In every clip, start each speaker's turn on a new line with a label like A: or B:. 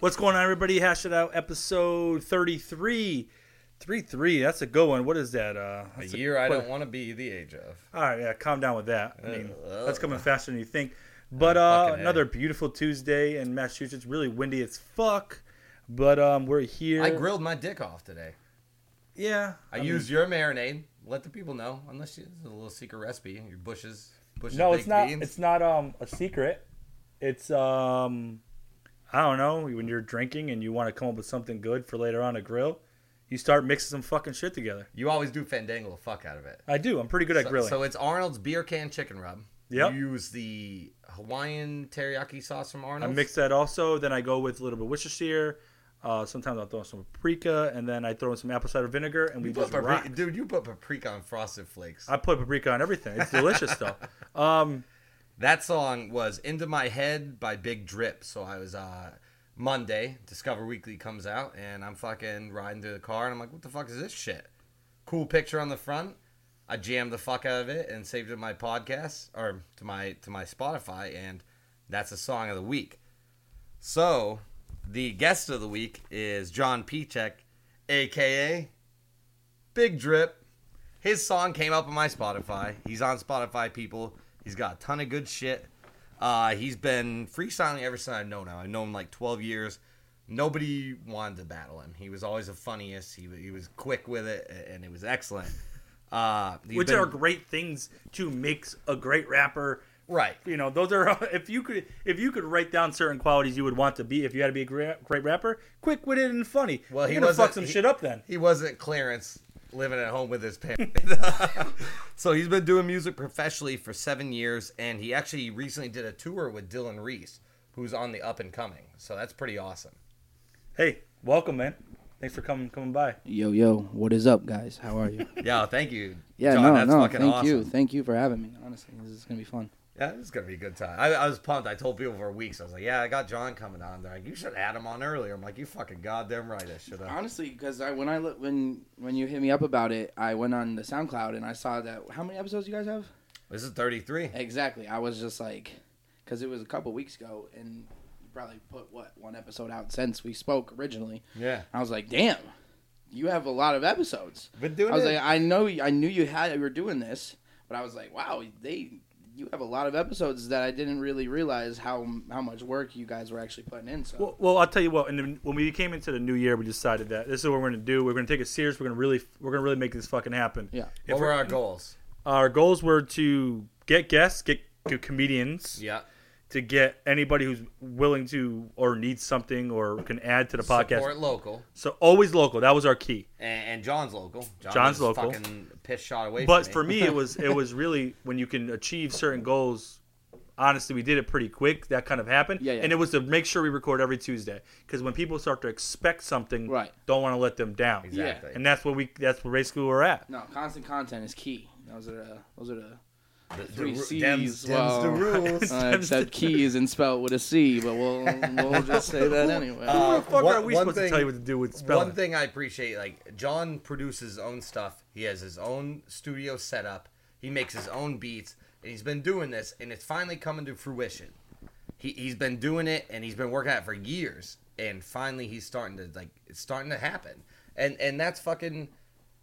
A: What's going on, everybody? Hash it out. Episode 33. 33. That's a good one. What is that? Uh,
B: A
A: that's
B: year I
A: quite-
B: don't want to be the age of.
A: All right, yeah, calm down with that. I mean,
B: Uh,
A: that's coming faster than you think. But uh,
B: fucking A.
A: another beautiful Tuesday in Massachusetts. Really windy as fuck. But um, we're here.
B: I grilled my dick off today.
A: Yeah.
B: I,
A: mean-
B: used your marinade. Let the people know, unless you, it's a little secret recipe. Your bushes, bushes
A: No,
B: baked
A: it's not.
B: beans.
A: It's not um a secret. It's um, I don't know. When you're drinking and you want to come up with something good for later on a grill, you start mixing some fucking shit together.
B: You always do fandangle the fuck out of it.
A: I do. I'm pretty good at
B: So,
A: grilling.
B: so it's Arnold's beer can chicken rub.
A: Yep.
B: You use the Hawaiian teriyaki sauce from
A: I
B: Arnold's.
A: mix that also. Then I go with a little bit of Worcestershire. Uh, sometimes I'll throw in some paprika, and then I throw in some apple cider vinegar, and we
B: You
A: just
B: put paprika,
A: rock.
B: dude, you put paprika on Frosted Flakes.
A: I put paprika on everything. It's delicious though. Um,
B: That song was "Into My Head" by Big Drip. So I was uh, Monday. Discover Weekly comes out, and I'm fucking riding through the car, and I'm like, "What the fuck is this shit?" Cool picture on the front. I jammed the fuck out of it and saved it to my podcast or to my to my Spotify, and that's the song of the week. So the guest of the week is John Pichek, aka Big Drip. His song came up on my Spotify. He's on Spotify, people. He's got a ton of good shit. Uh, he's been freestyling ever since I've known him. I've known him like 12 years. Nobody wanted to battle him. He was always the funniest. He, wa- he was quick with it, a- and it was excellent. Uh, he's
A: which
B: been-
A: are great things to mix a great rapper.
B: right.
A: You know, those are if you could if you could write down certain qualities you would want to be if you had to be a great, great rapper, quick witted and funny.
B: Well,
A: You're
B: he
A: gonna
B: wasn't-
A: fuck some
B: he-
A: shit up then.
B: He wasn't Clarence living at home with his parents. so he's been doing music professionally for seven years, and he actually recently did a tour with Dylan Reese, who's on the up and coming. So that's pretty awesome.
A: Hey, welcome, man. Thanks for coming coming by.
C: Yo, yo, what is up, guys? How are you?
B: Yeah, thank you.
C: Yeah,
B: John,
C: no,
B: that's
C: no,
B: fucking
C: thank
B: awesome.
C: you, thank you for having me. Honestly, this is gonna be fun.
B: Yeah, this is gonna be a good time. I, I was pumped. I told people for weeks. I was like, "Yeah, I got John coming on." They're like, "You should have had him on earlier." I'm like, "You fucking goddamn right, I should have."
C: Honestly, because I when I look when when you hit me up about it, I went on the SoundCloud and I saw that how many episodes you guys have?
B: This is 33.
C: Exactly. I was just like, because it was a couple weeks ago, and you probably put what one episode out since we spoke originally.
B: Yeah,
C: I was like, damn, you have a lot of episodes.
B: been doing
C: I was
B: it.
C: like, I know, I knew you had you were doing this, but I was like, wow, they, you have a lot of episodes that I didn't really realize how how much work you guys were actually putting in. So
A: Well, well, I'll tell you what. And then when we came into the new year, we decided that this is what we're going to do. We're going to take it serious. We're going to really, we're going to really make this fucking happen.
C: yeah,
B: what were our goals?
A: Our goals were to get guests, get good comedians,
B: Yeah,
A: to get anybody who's willing to or needs something or can add to the podcast.
B: support local.
A: So always local. That was our key.
B: and, and John's local. John
A: John's
B: was
A: local.
B: Fucking piss shot away.
A: But
B: from
A: for me, it was it was really when you can achieve certain goals. Honestly, we did it pretty quick. That kind of happened,
C: Yeah, yeah.
A: and it was to make sure we record every Tuesday because when people start to expect something,
C: Right.
A: don't want to let them down.
B: exactly.
A: and that's what we that's where basically where we're at.
C: no, constant content is key. Those are the, those are the.
B: The- the
C: three
B: ru-
C: C's,
B: Dems- Dems
C: well.
B: the rules.
C: Uh, except key isn't spelled with a C, but we'll we'll just say that
A: Who
C: anyway.
B: Uh,
A: the fuck
B: one-
A: are we
B: one
A: supposed to
B: thing-
A: tell you what to do with spelling?
B: One thing I appreciate, like John produces his own stuff. He has his own studio setup. He makes his own beats, and he's been doing this, and it's finally coming to fruition. He he's been doing it, and he's been working at it for years, and finally he's starting to like it's starting to happen, and and that's fucking.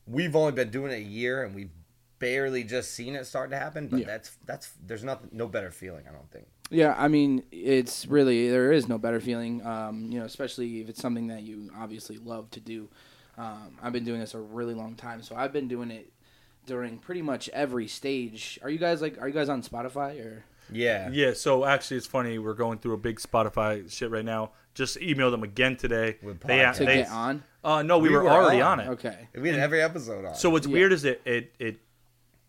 B: We've only been doing it a year, and we've barely just seen it start to happen. But
C: Yeah.
B: that's that's there's nothing no better feeling. I don't think.
C: Yeah, I mean, it's really there is no better feeling. Um, you know, especially if it's something that you obviously love to do. Um, I've been doing this a really long time, so I've been doing it during pretty much every stage. Are you guys like? Are you guys on Spotify or?
B: Yeah.
A: yeah, so actually, it's funny. We're going through a big Spotify shit right now. Just emailed them again today.
B: With
A: They,
B: podcasts.
C: To
A: they,
C: get on,
A: uh, no, we,
B: We
A: were,
B: were
A: already on,
B: on.
A: it.
C: okay.
B: We had every episode on.
A: So what's
C: Yeah.
A: weird is it, it it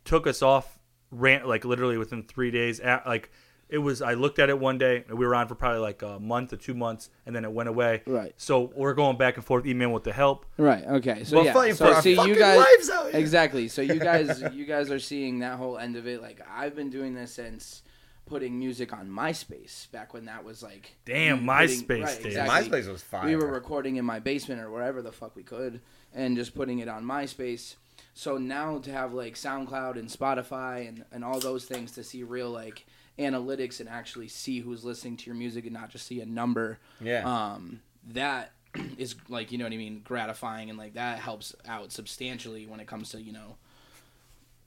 A: took us off rant like literally within three days. At, like it was, I looked at it one day and we were on for probably like a month or two months, and then it went away.
C: Right.
A: So we're going back and forth emailing with the help.
C: Right. Okay. So
B: We're
C: yeah.
B: fighting
C: so
B: for our
C: see, you
B: fucking
C: guys
B: lives out here.
C: exactly. So you guys, you guys are seeing that whole end of it. Like I've been doing this since putting music on MySpace back when that was like
A: Damn,
C: you
A: MySpace
C: putting- right,
A: days.
C: exactly.
B: MySpace was fire.
C: We were recording in my basement or wherever the fuck we could, and just putting it on MySpace. So now to have like SoundCloud and Spotify and and all those things to see real like analytics and actually see who's listening to your music and not just see a number
B: yeah.
C: um, that is like you know what I mean gratifying and like that helps out substantially when it comes to you know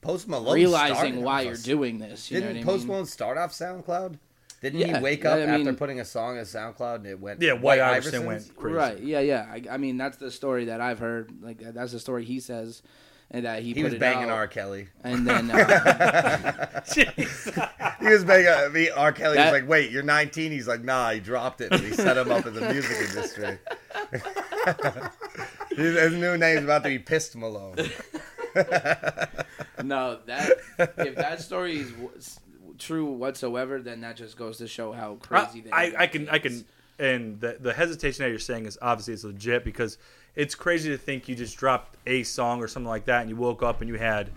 B: Post Malone started
C: realizing why
B: off
C: you're
B: us.
C: doing this. You
B: Didn't
C: know what
B: Post
C: I mean?
B: Malone start off SoundCloud? Didn't
C: Yeah,
B: he wake
C: yeah,
B: up
C: I
B: after
C: mean-
B: putting a song as SoundCloud and it went?
A: Yeah, White Iverson
B: Iverson
A: went crazy.
C: Right. Yeah. Yeah. I, I mean, that's the story that I've heard. Like that- that's the story he says, and that he,
B: He
C: put
B: was
C: it
B: banging
C: out,
B: R. Kelly.
C: and then uh,
A: Jeez.
B: He was banging I mean, R. Kelly. was
C: That-
B: like, "Wait, you're 19." He's like, "Nah, he dropped it." And he set him up in the music industry. his, his new name's about to be Pissed Malone.
C: no that if that story is w- s- true whatsoever, then that just goes to show how crazy. the
A: I,
C: internet
A: I can I
C: is.
A: can and the the hesitation that you're saying is obviously it's legit because it's crazy to think you just dropped a song or something like that and you woke up and you had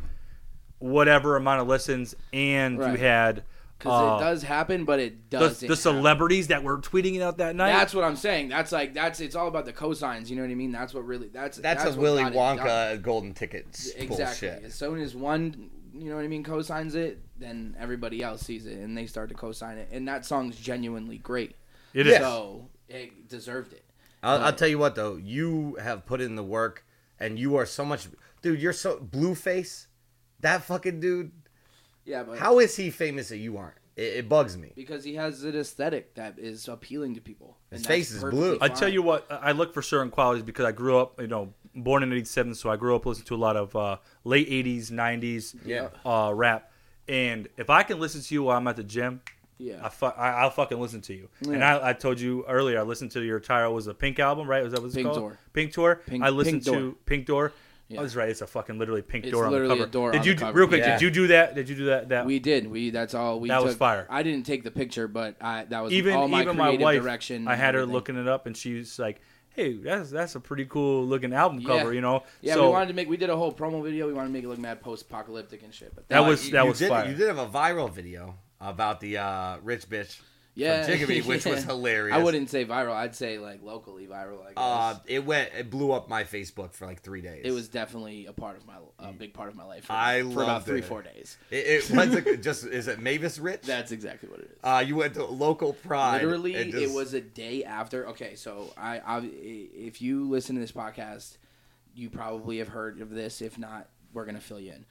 A: whatever amount of listens and you
C: Right.
A: had
C: because it
A: uh,
C: does happen, but it
A: the,
C: doesn't.
A: the
C: happen.
A: celebrities that were tweeting it out that night.
C: That's what I'm saying. That's like that's it's all about the cosigns. You know what I mean? That's what really that's
B: That's, a
C: what
B: Willy
C: got it done.
B: Wonka golden ticket s-
C: Exactly.
B: bullshit.
C: As soon as one, you know what I mean, cosigns it, then everybody else sees it and they start to cosign it. And that song's genuinely great.
A: it is.
C: So it deserved it.
B: I'll, I'll
C: Right.
B: tell you what though, you have put in the work, and you are so much, dude. You're so blueface. That fucking dude.
C: Yeah, but
B: How is he famous that you aren't? It, it bugs me.
C: because he has an aesthetic that is appealing to people.
B: His
C: and
B: face
C: that's
B: is
C: perfectly
B: blue.
A: I
C: fine.
A: tell you what, I I look for certain qualities because I grew up, you know, born in '87, so I grew up listening to a lot of uh, late '80s, '90s
B: Yeah.
A: uh, rap. And if I can listen to you while I'm at the gym, I
C: Yeah.
A: fu- I, I'll fucking listen to you. And
C: Yeah.
A: I, I told you earlier, I listened to your Tyro was a Pink album, right? Was that what it's
C: Pink
A: called?
C: Door.
A: Pink Tour.
C: Pink-
A: I listened
C: Pink
A: to
C: Door.
A: Pink Door.
C: Yeah.
A: I was right. It's a fucking literally pink
C: It's
A: door on
C: literally
A: the
C: a
A: cover.
C: door
A: did
C: on
A: you
C: the
A: do-
C: cover.
A: real quick?
B: Yeah.
A: Did you do that? Did you do that? That
C: We did. We that's all we
A: That was
C: took-
A: fire.
C: I didn't take the picture, but I that was
A: even
C: all my
A: even my
C: creative
A: wife.
C: direction.
A: I
C: and
A: had her
C: everything.
A: looking it up, and she's like, "Hey, that's that's a pretty cool looking album
C: Yeah.
A: cover," you know.
C: Yeah,
A: so
C: we wanted to make. We did a whole promo video. We wanted to make it look mad post-apocalyptic and shit. But
A: That
B: But
A: was-
B: you,
A: that
B: you
A: was
B: did,
A: fire.
B: You did have a viral video about the uh, rich bitch.
C: yeah,
B: from Jiggabee, which was
C: Yeah.
B: hilarious.
C: I wouldn't say viral. I'd say like locally viral. I guess
B: Uh, it went. It blew up my Facebook for like three days.
C: it was definitely a part of my a big part of my life. For,
B: I
C: for about
B: loved
C: three
B: it.
C: four days.
B: It, it was a, just. Is it Mavis Rich?
C: That's exactly what it is.
B: Uh, you went to local pride.
C: Literally,
B: and
C: it
B: just-
C: was a day after. Okay, so I, I if you listen to this podcast, you probably have heard of this. If not, we're gonna fill you in.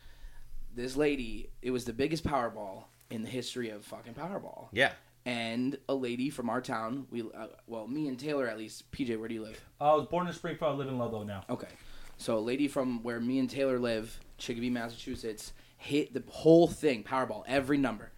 C: This lady, it was the biggest Powerball in the history of fucking Powerball.
B: Yeah.
C: and a lady from our town. We uh, well, me and Taylor at least. PJ, where do you live?
A: I was born in Springfield. I live in Ludlow now.
C: Okay, so a lady from where me and Taylor live, Chicopee, Massachusetts, hit the whole thing, Powerball, every number,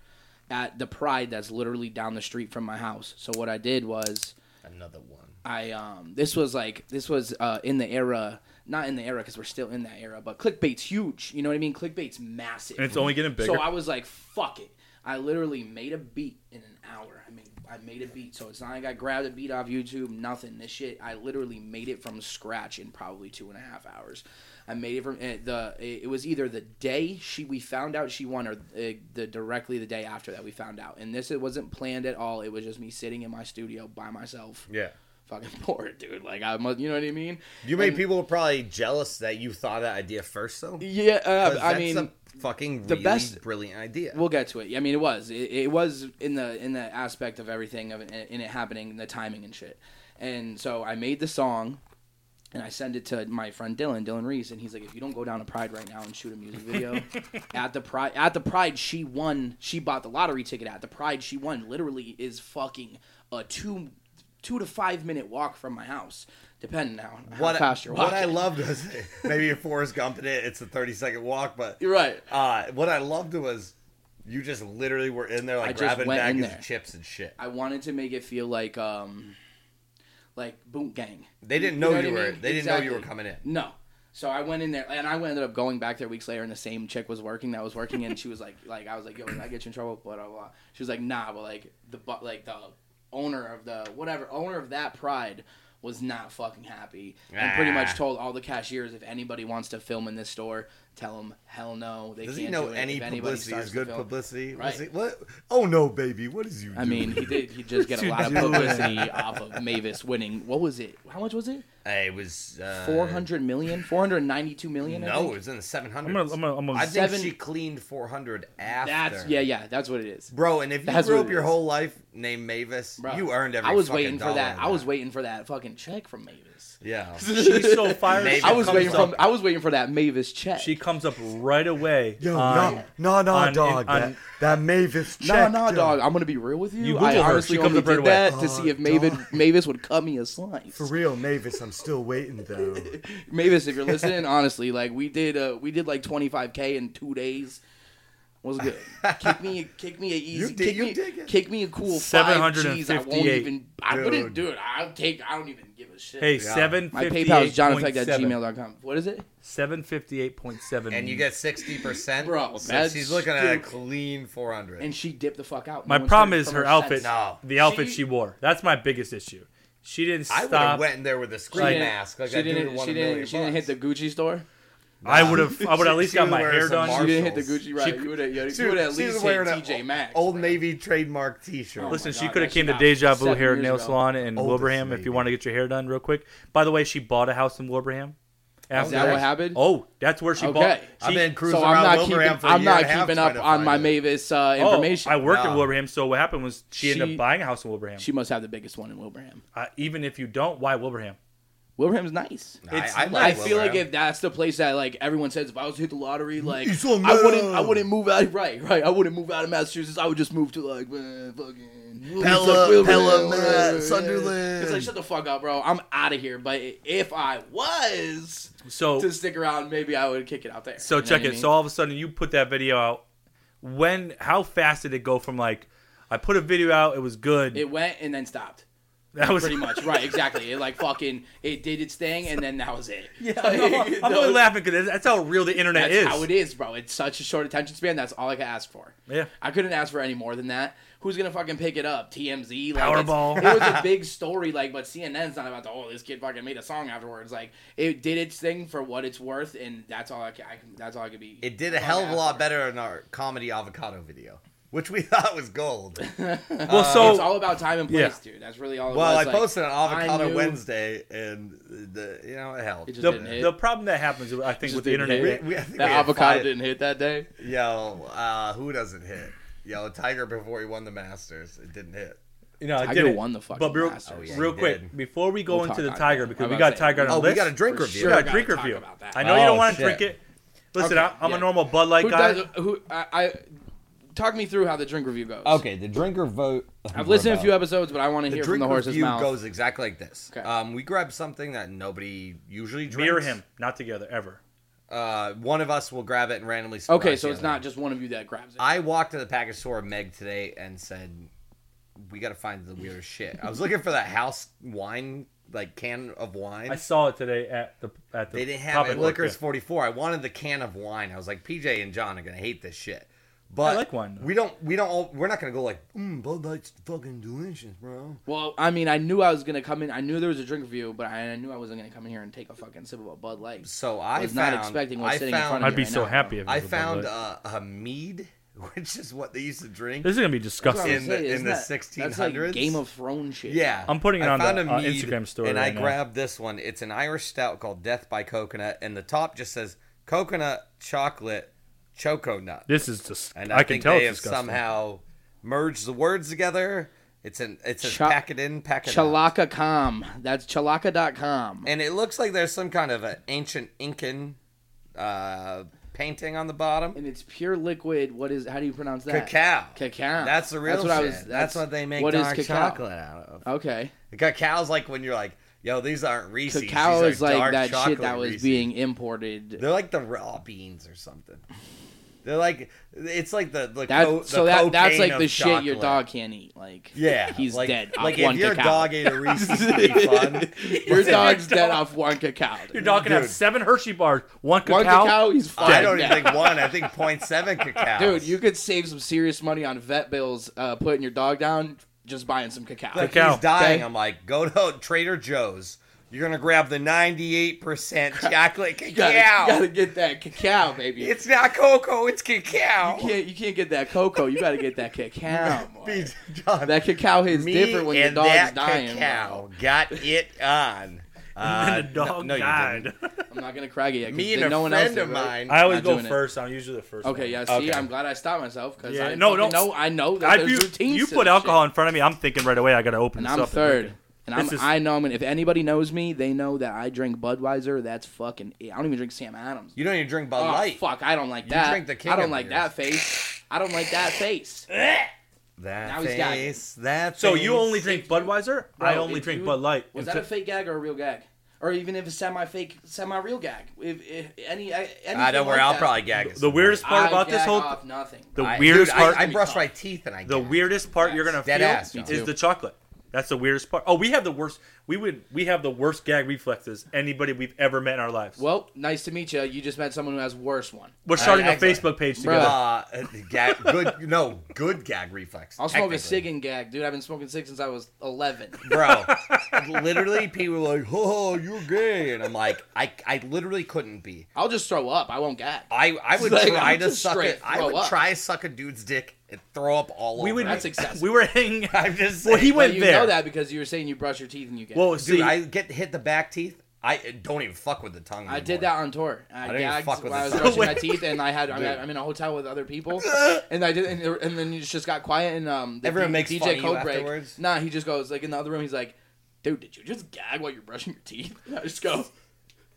C: at the Pride that's literally down the street from my house. So what I did was.
B: Another one.
C: I um this was like this was uh in the era not in the era because we're still in that era but clickbait's huge you know what I mean clickbait's massive
A: And it's only getting bigger.
C: so I was like fuck it I literally made a beat in an hour I mean I made a beat so it's not like I grabbed a beat off YouTube nothing this shit I literally made it from scratch in probably two and a half hours I made it from eh, the it it was either the day she we found out she won or uh, the directly the day after that we found out and this it wasn't planned at all it was just me sitting in my studio by myself
B: Yeah.
C: fucking bored, dude. Like I'm, a- you know what I mean?
B: You made
C: And-
B: people were probably jealous that you thought of that idea first, though. 'Cause
C: Yeah, uh, I
B: that's
C: mean,
B: a fucking
C: the
B: really
C: best-
B: brilliant idea.
C: we'll get to it. I mean, it was, it, it was in the in the aspect of everything of it, in it happening, the timing and shit. And so I made the song. And I send it to my friend Dylan, Dylan Reese, and he's like, "If you don't go down to Pride right now and shoot a music video, at the Pride, at the Pride, she won. She bought the lottery ticket at the Pride. She won. Literally, is fucking a two, two to five minute walk from my house, depending on how
B: what
C: fast you're
B: what
C: walking.
B: I loved was maybe you're Forrest Gump in it. It's a 30 second walk, but
C: You're right.
B: Uh, what I loved was you just literally were in there like
C: I just
B: grabbing
C: went in
B: bags
C: there.
B: of chips and shit.
C: I wanted to make it feel like um like boot gang.
B: They didn't know you,
C: what I
B: were.
C: mean?
B: They didn't know you were
C: Exactly.
B: coming in.
C: No. So I went in there and I ended up going back there weeks later and the same chick was working that was working and she was like like I was like, Yo, did I get you in trouble? Blah blah blah. She was like, nah, but like the bu- like the owner of the whatever owner of that pride was not fucking happy and pretty
B: Ah.
C: much told all the cashiers if anybody wants to film in this store tell them hell no. They
B: Does
C: can't
B: he know
C: do it.
B: any
C: If anybody
B: publicity
C: starts
B: is
C: to
B: good
C: film-
B: publicity?
C: Right.
B: Was he- what? Oh no, baby! What is you?
C: I mean, he
B: doing?
C: did. He just get a lot of publicity off of Mavis winning. What was it? How much was it?
B: it was uh,
C: Four hundred million? Four hundred ninety-two million? I
B: No,
C: think?
B: it was in the seven
A: I'm gonna, I'm gonna, I'm gonna
B: I think
C: Seven-
B: she cleaned 400 after.
C: That's yeah, yeah. That's what it is.
B: Bro, and if you
C: That's
B: grew
C: what
B: up
C: it
B: your
C: is.
B: whole life named Mavis,
C: Bro,
B: you earned every
C: I was
B: fucking
C: waiting for
B: dollar
C: that.
B: in
C: I was waiting for that fucking check from Mavis.
B: Yeah.
A: She's so fired.
B: Maybe.
A: she
C: I was
A: comes
C: waiting
A: up-
C: from. I was waiting for that Mavis check.
A: She comes up right away.
D: Yo,
A: on-
D: nah, nah, nah,
A: on-
D: dog.
A: on-
D: that, that Mavis
C: No,
D: check.
C: no,
D: dude.
C: dog. I'm gonna be real with you.
A: You
C: I
A: Google her,
C: honestly
A: she comes
C: only
A: up right
C: did
A: away.
C: that
D: Oh,
C: to see if Mavis
D: dog.
C: Mavis would cut me a slice.
D: For real, Mavis, I'm still waiting though.
C: Mavis, if you're listening, honestly, like we did, uh, we did like 25k in two days. Was good. kick me, kick me a easy,
B: did-
C: kick,
B: you
C: me,
B: dig it.
C: kick me a cool five G's. I won't
A: 758.
C: even. I
B: Dude.
C: wouldn't do it. I'll take. I don't even give a shit.
A: Hey,
B: Yeah.
A: seven.
C: my PayPal is johnfeck at gmail.com. What is it?
A: Seven fifty-eight point seven.
B: And you get 60%.
C: Bro,
B: so
C: that's
B: she's looking at a
C: stupid.
B: clean 400.
C: And she dipped the fuck out.
A: My
C: No one
A: problem
C: started
A: is
C: from
A: her outfit.
C: sense.
B: No.
A: The outfit
C: She-
A: she wore. That's my biggest issue. She didn't
B: I would have
A: stop.
B: went in there with a screen
A: Like-
B: mask. Like
C: she
B: that dude
C: didn't.
B: won
C: She
B: a million
C: didn't. She didn't hit
B: bucks.
C: the Gucci store.
A: I would have. I would at least
B: She
A: got my
B: wears
A: hair
B: some
A: done.
C: You
B: Marshalls.
C: didn't hit the Gucci right. you would have. You
B: She-
C: would have at
B: she was
C: least hit
B: wearing a
C: TJ Maxx.
B: Old
C: bro.
B: Navy trademark t shirt.
C: Oh
A: Listen,
C: my
A: she
C: God,
A: could have
C: that
A: came
C: shit
A: to Deja Vu
C: happened
A: Hair and
C: seven
A: Nail
C: years ago.
A: Salon in
B: Oldest
A: Wilbraham if
B: lady.
A: you want to get your hair done real quick. By the way, she bought a house in Wilbraham.
C: Is that what happened?
A: Oh, that's where she bought.
C: Okay.
B: I've
A: she-
B: been cruising
C: so I'm
B: around
C: not
B: Wilbraham
C: keeping,
B: for a
C: I'm
B: year
C: not
B: and a half
C: keeping
B: trying
C: up
B: to
C: on
B: find
C: my
B: it.
C: Mavis uh,
A: Oh,
C: information.
A: I worked
B: Nah.
A: in Wilbraham, so what happened was she, ended
C: She-
A: up buying a house in Wilbraham.
C: she must have the biggest one in Wilbraham.
A: uh, even if you don't, why Wilbraham?
C: Wilbraham's nice.
A: It's-
B: I, I,
C: I
B: like
C: feel like
B: Wilbraham.
C: if that's the place that like everyone says, if I was to hit the lottery, like
D: He's
C: I
D: a
C: wouldn't, I
D: man.
C: wouldn't move out. Right, right. I wouldn't move out of Massachusetts. I would just move to like eh, fucking
D: Pella-
C: like, Wilbraham,
D: Pella,
C: whatever,
D: Mass, Sunderland.
C: It's like shut the fuck up, bro. I'm out of here. But if I was
A: So
C: to stick around, maybe I would kick it out there.
A: So
C: You know
A: check
C: what I
A: it.
C: mean?
A: So all of a sudden you put that video out. When? How fast did it go from like I put a video out, it was good.
C: it went and then stopped.
A: that was
C: pretty much right exactly it like fucking it did its thing and then that was it
A: Yeah, I'm, I'm only laughing because that's how real the internet
C: that's
A: is.
C: how it is bro it's such a short attention span that's all i could ask for
A: Yeah.
C: i couldn't ask for any more than that who's gonna fucking pick it up tmz like it's-
A: Powerball.
C: it was a big story like but cnn's not about to oh this kid fucking made a song afterwards like it did its thing for what it's worth and that's all i, ca- I can that's all i could be
B: It did a hell of a lot better in our comedy avocado video, which we thought was gold.
A: Well,
C: so Uh, it's
A: so
C: all about time and place dude that's really all it
B: Well,
C: was.
B: I
C: Like,
B: posted on Avocado
C: knew-
B: Wednesday, and the you know it helped.
C: It just
A: the,
C: didn't hit.
A: the problem that happens, I think,
C: Just
A: with the
C: didn't
A: internet,
C: hit.
B: we, we, I think
C: that
B: we had
C: avocado
B: five-
C: didn't hit that day
B: Yo, uh, who doesn't hit? Yo, Tiger before he won the Masters, it didn't hit.
A: you know, I
C: Tiger
A: did it.
C: won the fucking
A: But real,
C: Masters. Oh,
B: yeah,
A: real
B: he
A: quick,
B: did.
A: before we go
C: We'll
A: into
C: talk
A: the
C: on
A: Tiger,
C: it.
A: because
C: I'm
A: we
C: about
A: got
C: to say-
A: Tiger on our
B: Oh,
A: list.
B: we got a drink
C: For
B: review.
C: sure.
A: Yeah,
C: Sure,
A: drink
C: gotta talk
A: review.
C: about that.
A: I know you
B: Oh,
A: don't want to
B: shit.
A: drink it. Listen,
C: Okay,
A: I, I'm
C: yeah.
A: a normal Bud Light
C: who
A: guy.
C: does who I, I talk me through how the drink review goes.
B: the drinker vote.
C: I've listened to a few episodes, but I want to hear from
B: drink
C: the horse's
B: review
C: mouth.
B: goes exactly like this.
C: Okay.
B: Um, we grab something that nobody usually drinks.
A: Me or him, not together ever.
B: Uh, one of us will grab it and randomly. surprise
C: okay, so
B: the
C: it's
B: other.
C: not just one of you that grabs it.
B: I walked to the package store, Meg, today, and said, "We got to find the weirdest shit." I was looking for that house wine, like can of wine.
A: I saw it today at the at the.
B: They didn't have
A: pop
B: it.
A: and look,
B: Liquor's
A: yeah.
B: 44. I wanted the can of wine. I was like, PJ and John are gonna hate this shit. But
A: I like wine, though.
B: We don't. We don't. All, we're not gonna go like, mm, Bud Light's fucking delicious, bro.
C: well, I mean, I knew I was gonna come in. I knew there was a drink review, but I, I knew I wasn't gonna come in here and take a fucking sip of a Bud Light.
B: So I
C: was not
B: found,
C: expecting what's
B: I
C: sitting in front
B: found.
C: of
A: I'd be
C: right
A: so
C: now.
A: happy. If it
B: I
A: was a Bud
B: found
A: Light.
B: uh, a mead, which is what they used to drink.
A: This is gonna be
C: That's what I was
A: disgusting.
B: In the-
C: saying,
B: in
C: isn't
B: the
C: that- That's like
B: 1600s?
C: Game of Thrones shit.
B: Yeah,
A: I'm putting it
B: I
A: on
B: found
A: the,
B: a
A: uh,
B: mead,
A: Instagram story
B: and
A: right
B: I
A: now.
B: grabbed this one. It's an Irish stout called Death by Coconut, and the top just says coconut chocolate choco nut.
A: This is just.
B: And
A: I,
B: I,
A: can
B: think
A: tell
B: they
A: it's
B: have
A: disgusting.
B: somehow merged the words together. It's an it says
C: Cha-
B: pack it in, pack it out.
C: Chalaka.com. That's chalaka.com.
B: And it looks like there's some kind of an ancient Incan uh, painting on the bottom.
C: And it's pure liquid. What is? How do you pronounce that?
B: Cacao.
C: Cacao.
B: That's the real that's
C: That's what I
B: shit.
C: was-
B: that's,
C: that's-
B: what they make
C: what is
B: dark
C: cacao?
B: chocolate out of.
C: Okay.
B: Cacao's like when you're like, yo, these aren't Reese's.
C: Cacao
B: these are
C: is like
B: dark
C: that shit
B: chocolate
C: that was
B: Reese's.
C: being imported
B: They're like the raw beans or something. They're like it's like the the,
C: That,
B: co- the
C: so that that's
B: cocaine
C: like
B: of
C: the shit your
B: chocolate.
C: dog can't eat. Like
B: Yeah,
C: he's
B: like,
C: dead.
B: Like
C: off
B: if
C: one
B: your
C: cacao.
B: dog ate a Reese's, it'd be fun.
C: your dog's
A: dog-
C: dead off one cacao. dude.
A: Your dog can have
B: Dude.
A: seven Hershey bars, one cacao.
C: one cacao, he's fine.
B: I don't even
C: now.
B: think one. I think 0.7 cacao.
C: Dude, you could save some serious money on vet bills uh, putting your dog down just buying some cacao.
B: like
A: Cacao.
B: he's dying.
C: Okay.
B: I'm like, go to Trader Joe's,
E: You're gonna grab the 98% chocolate
C: You gotta, you gotta
E: cacao.
C: get that cacao, baby.
E: It's not cocoa, it's
C: you
E: cacao.
C: can't you can't get that cocoa. You gotta get that cacao. boy.
E: John,
C: That cacao is
E: me
C: different when your
E: and
C: dog's
E: that
C: dying.
E: cacao got it on.
A: And
E: Uh,
A: then the dog
E: no, no, you
A: died.
E: didn't.
C: I'm not gonna crack it yet. 'cause
E: Me and
C: then
E: a
C: no one else
E: friend
C: did,
E: of
C: right?
E: mine.
A: I always
C: Not
A: go
C: doing it.
A: first. I'm usually the first.
C: Okay, yeah.
A: One.
C: See,
E: Okay.
C: I'm glad I stopped myself because
A: Yeah,
C: I
A: no,
C: no, no,
A: don't-
C: know. I know that
A: I,
C: there's
A: you,
C: routines.
A: you
C: to
A: put
C: this
A: alcohol
C: shit.
A: in front of me. I'm thinking right away. I got to open
C: and
A: this
C: I'm
A: up
C: third.
A: drink
C: And I'm,
A: This is-
C: I know, I mean, if anybody knows me, they know that I drink Budweiser. That's fucking. It. I don't even drink Sam Adams.
B: You don't even drink Bud
C: Oh,
B: Light.
C: fuck! I don't like
B: You
C: that.
B: drink the king
C: I don't
B: of
C: like
B: beers.
C: that face. I don't like that face.
B: That
C: Now he's got it.
B: face. That
A: it. So
B: face.
A: you only drink Budweiser. I
C: Bro,
A: only
C: if
A: drink
C: you-
A: Bud Light.
C: Was that a fake gag or a real gag? Or even if a semi-fake, semi-real gag? If, if any, I
B: Uh,
E: Ah, don't worry, I'll probably gag it.
A: the weirdest part about this whole
C: off nothing.
A: the
B: I-
A: weirdest
B: dude,
A: part
B: I, I brush my teeth and I.
A: the
B: gag.
A: weirdest part you're gonna
B: Dead
A: feel
B: ass, Me
A: is
C: too.
A: the chocolate. That's the weirdest part. Oh, we have the worst. We would we have the worst gag reflexes anybody we've ever met in our lives.
C: well, nice to meet you. You just met someone who has worse one.
A: We're starting a
B: exactly.
A: Facebook page
C: Bruh.
A: together.
B: Uh, gag, good. No, good gag reflex.
C: I'll smoke
B: technically.
C: a cig and gag, dude. I've been smoking cig since I was 11.
B: bro. literally, people are like, "Oh, you're gay," and I'm like, I, I literally couldn't be.
C: I'll just throw up. I won't gag.
B: I, I would
C: Like,
B: try
C: I'm
B: to
C: just
B: suck
C: straight
B: it. I
C: throw
B: would
C: up.
B: try to suck a dude's dick and throw up all
A: we
B: over.
A: would.
B: it.
C: That's excessive.
A: We were hanging.
B: I'm just.
A: Well, he
B: saying.
A: went
C: you
A: there.
C: know that because you were saying you brush your teeth and you gag.
A: Well,
B: Dude,
A: see,
B: I get hit the back teeth. I eh, don't even fuck with the tongue.
C: I did that
B: anymore.
C: on tour. I,
B: didn't even
C: gagged
B: fuck with
C: when I
B: this
C: was
B: guy.
C: brushing my teeth, and I had. I mean,
B: Dude.
C: I'm in a hotel with other people, and I did, and, there- and then it just got quiet. And um, the
B: Everyone
C: D-
B: makes
C: DJ
B: fun of you
C: Code Break.
B: afterwards?
C: Nah, he just goes like in the other room. He's like, "Dude, did you just gag while you're brushing your teeth?" And I just go,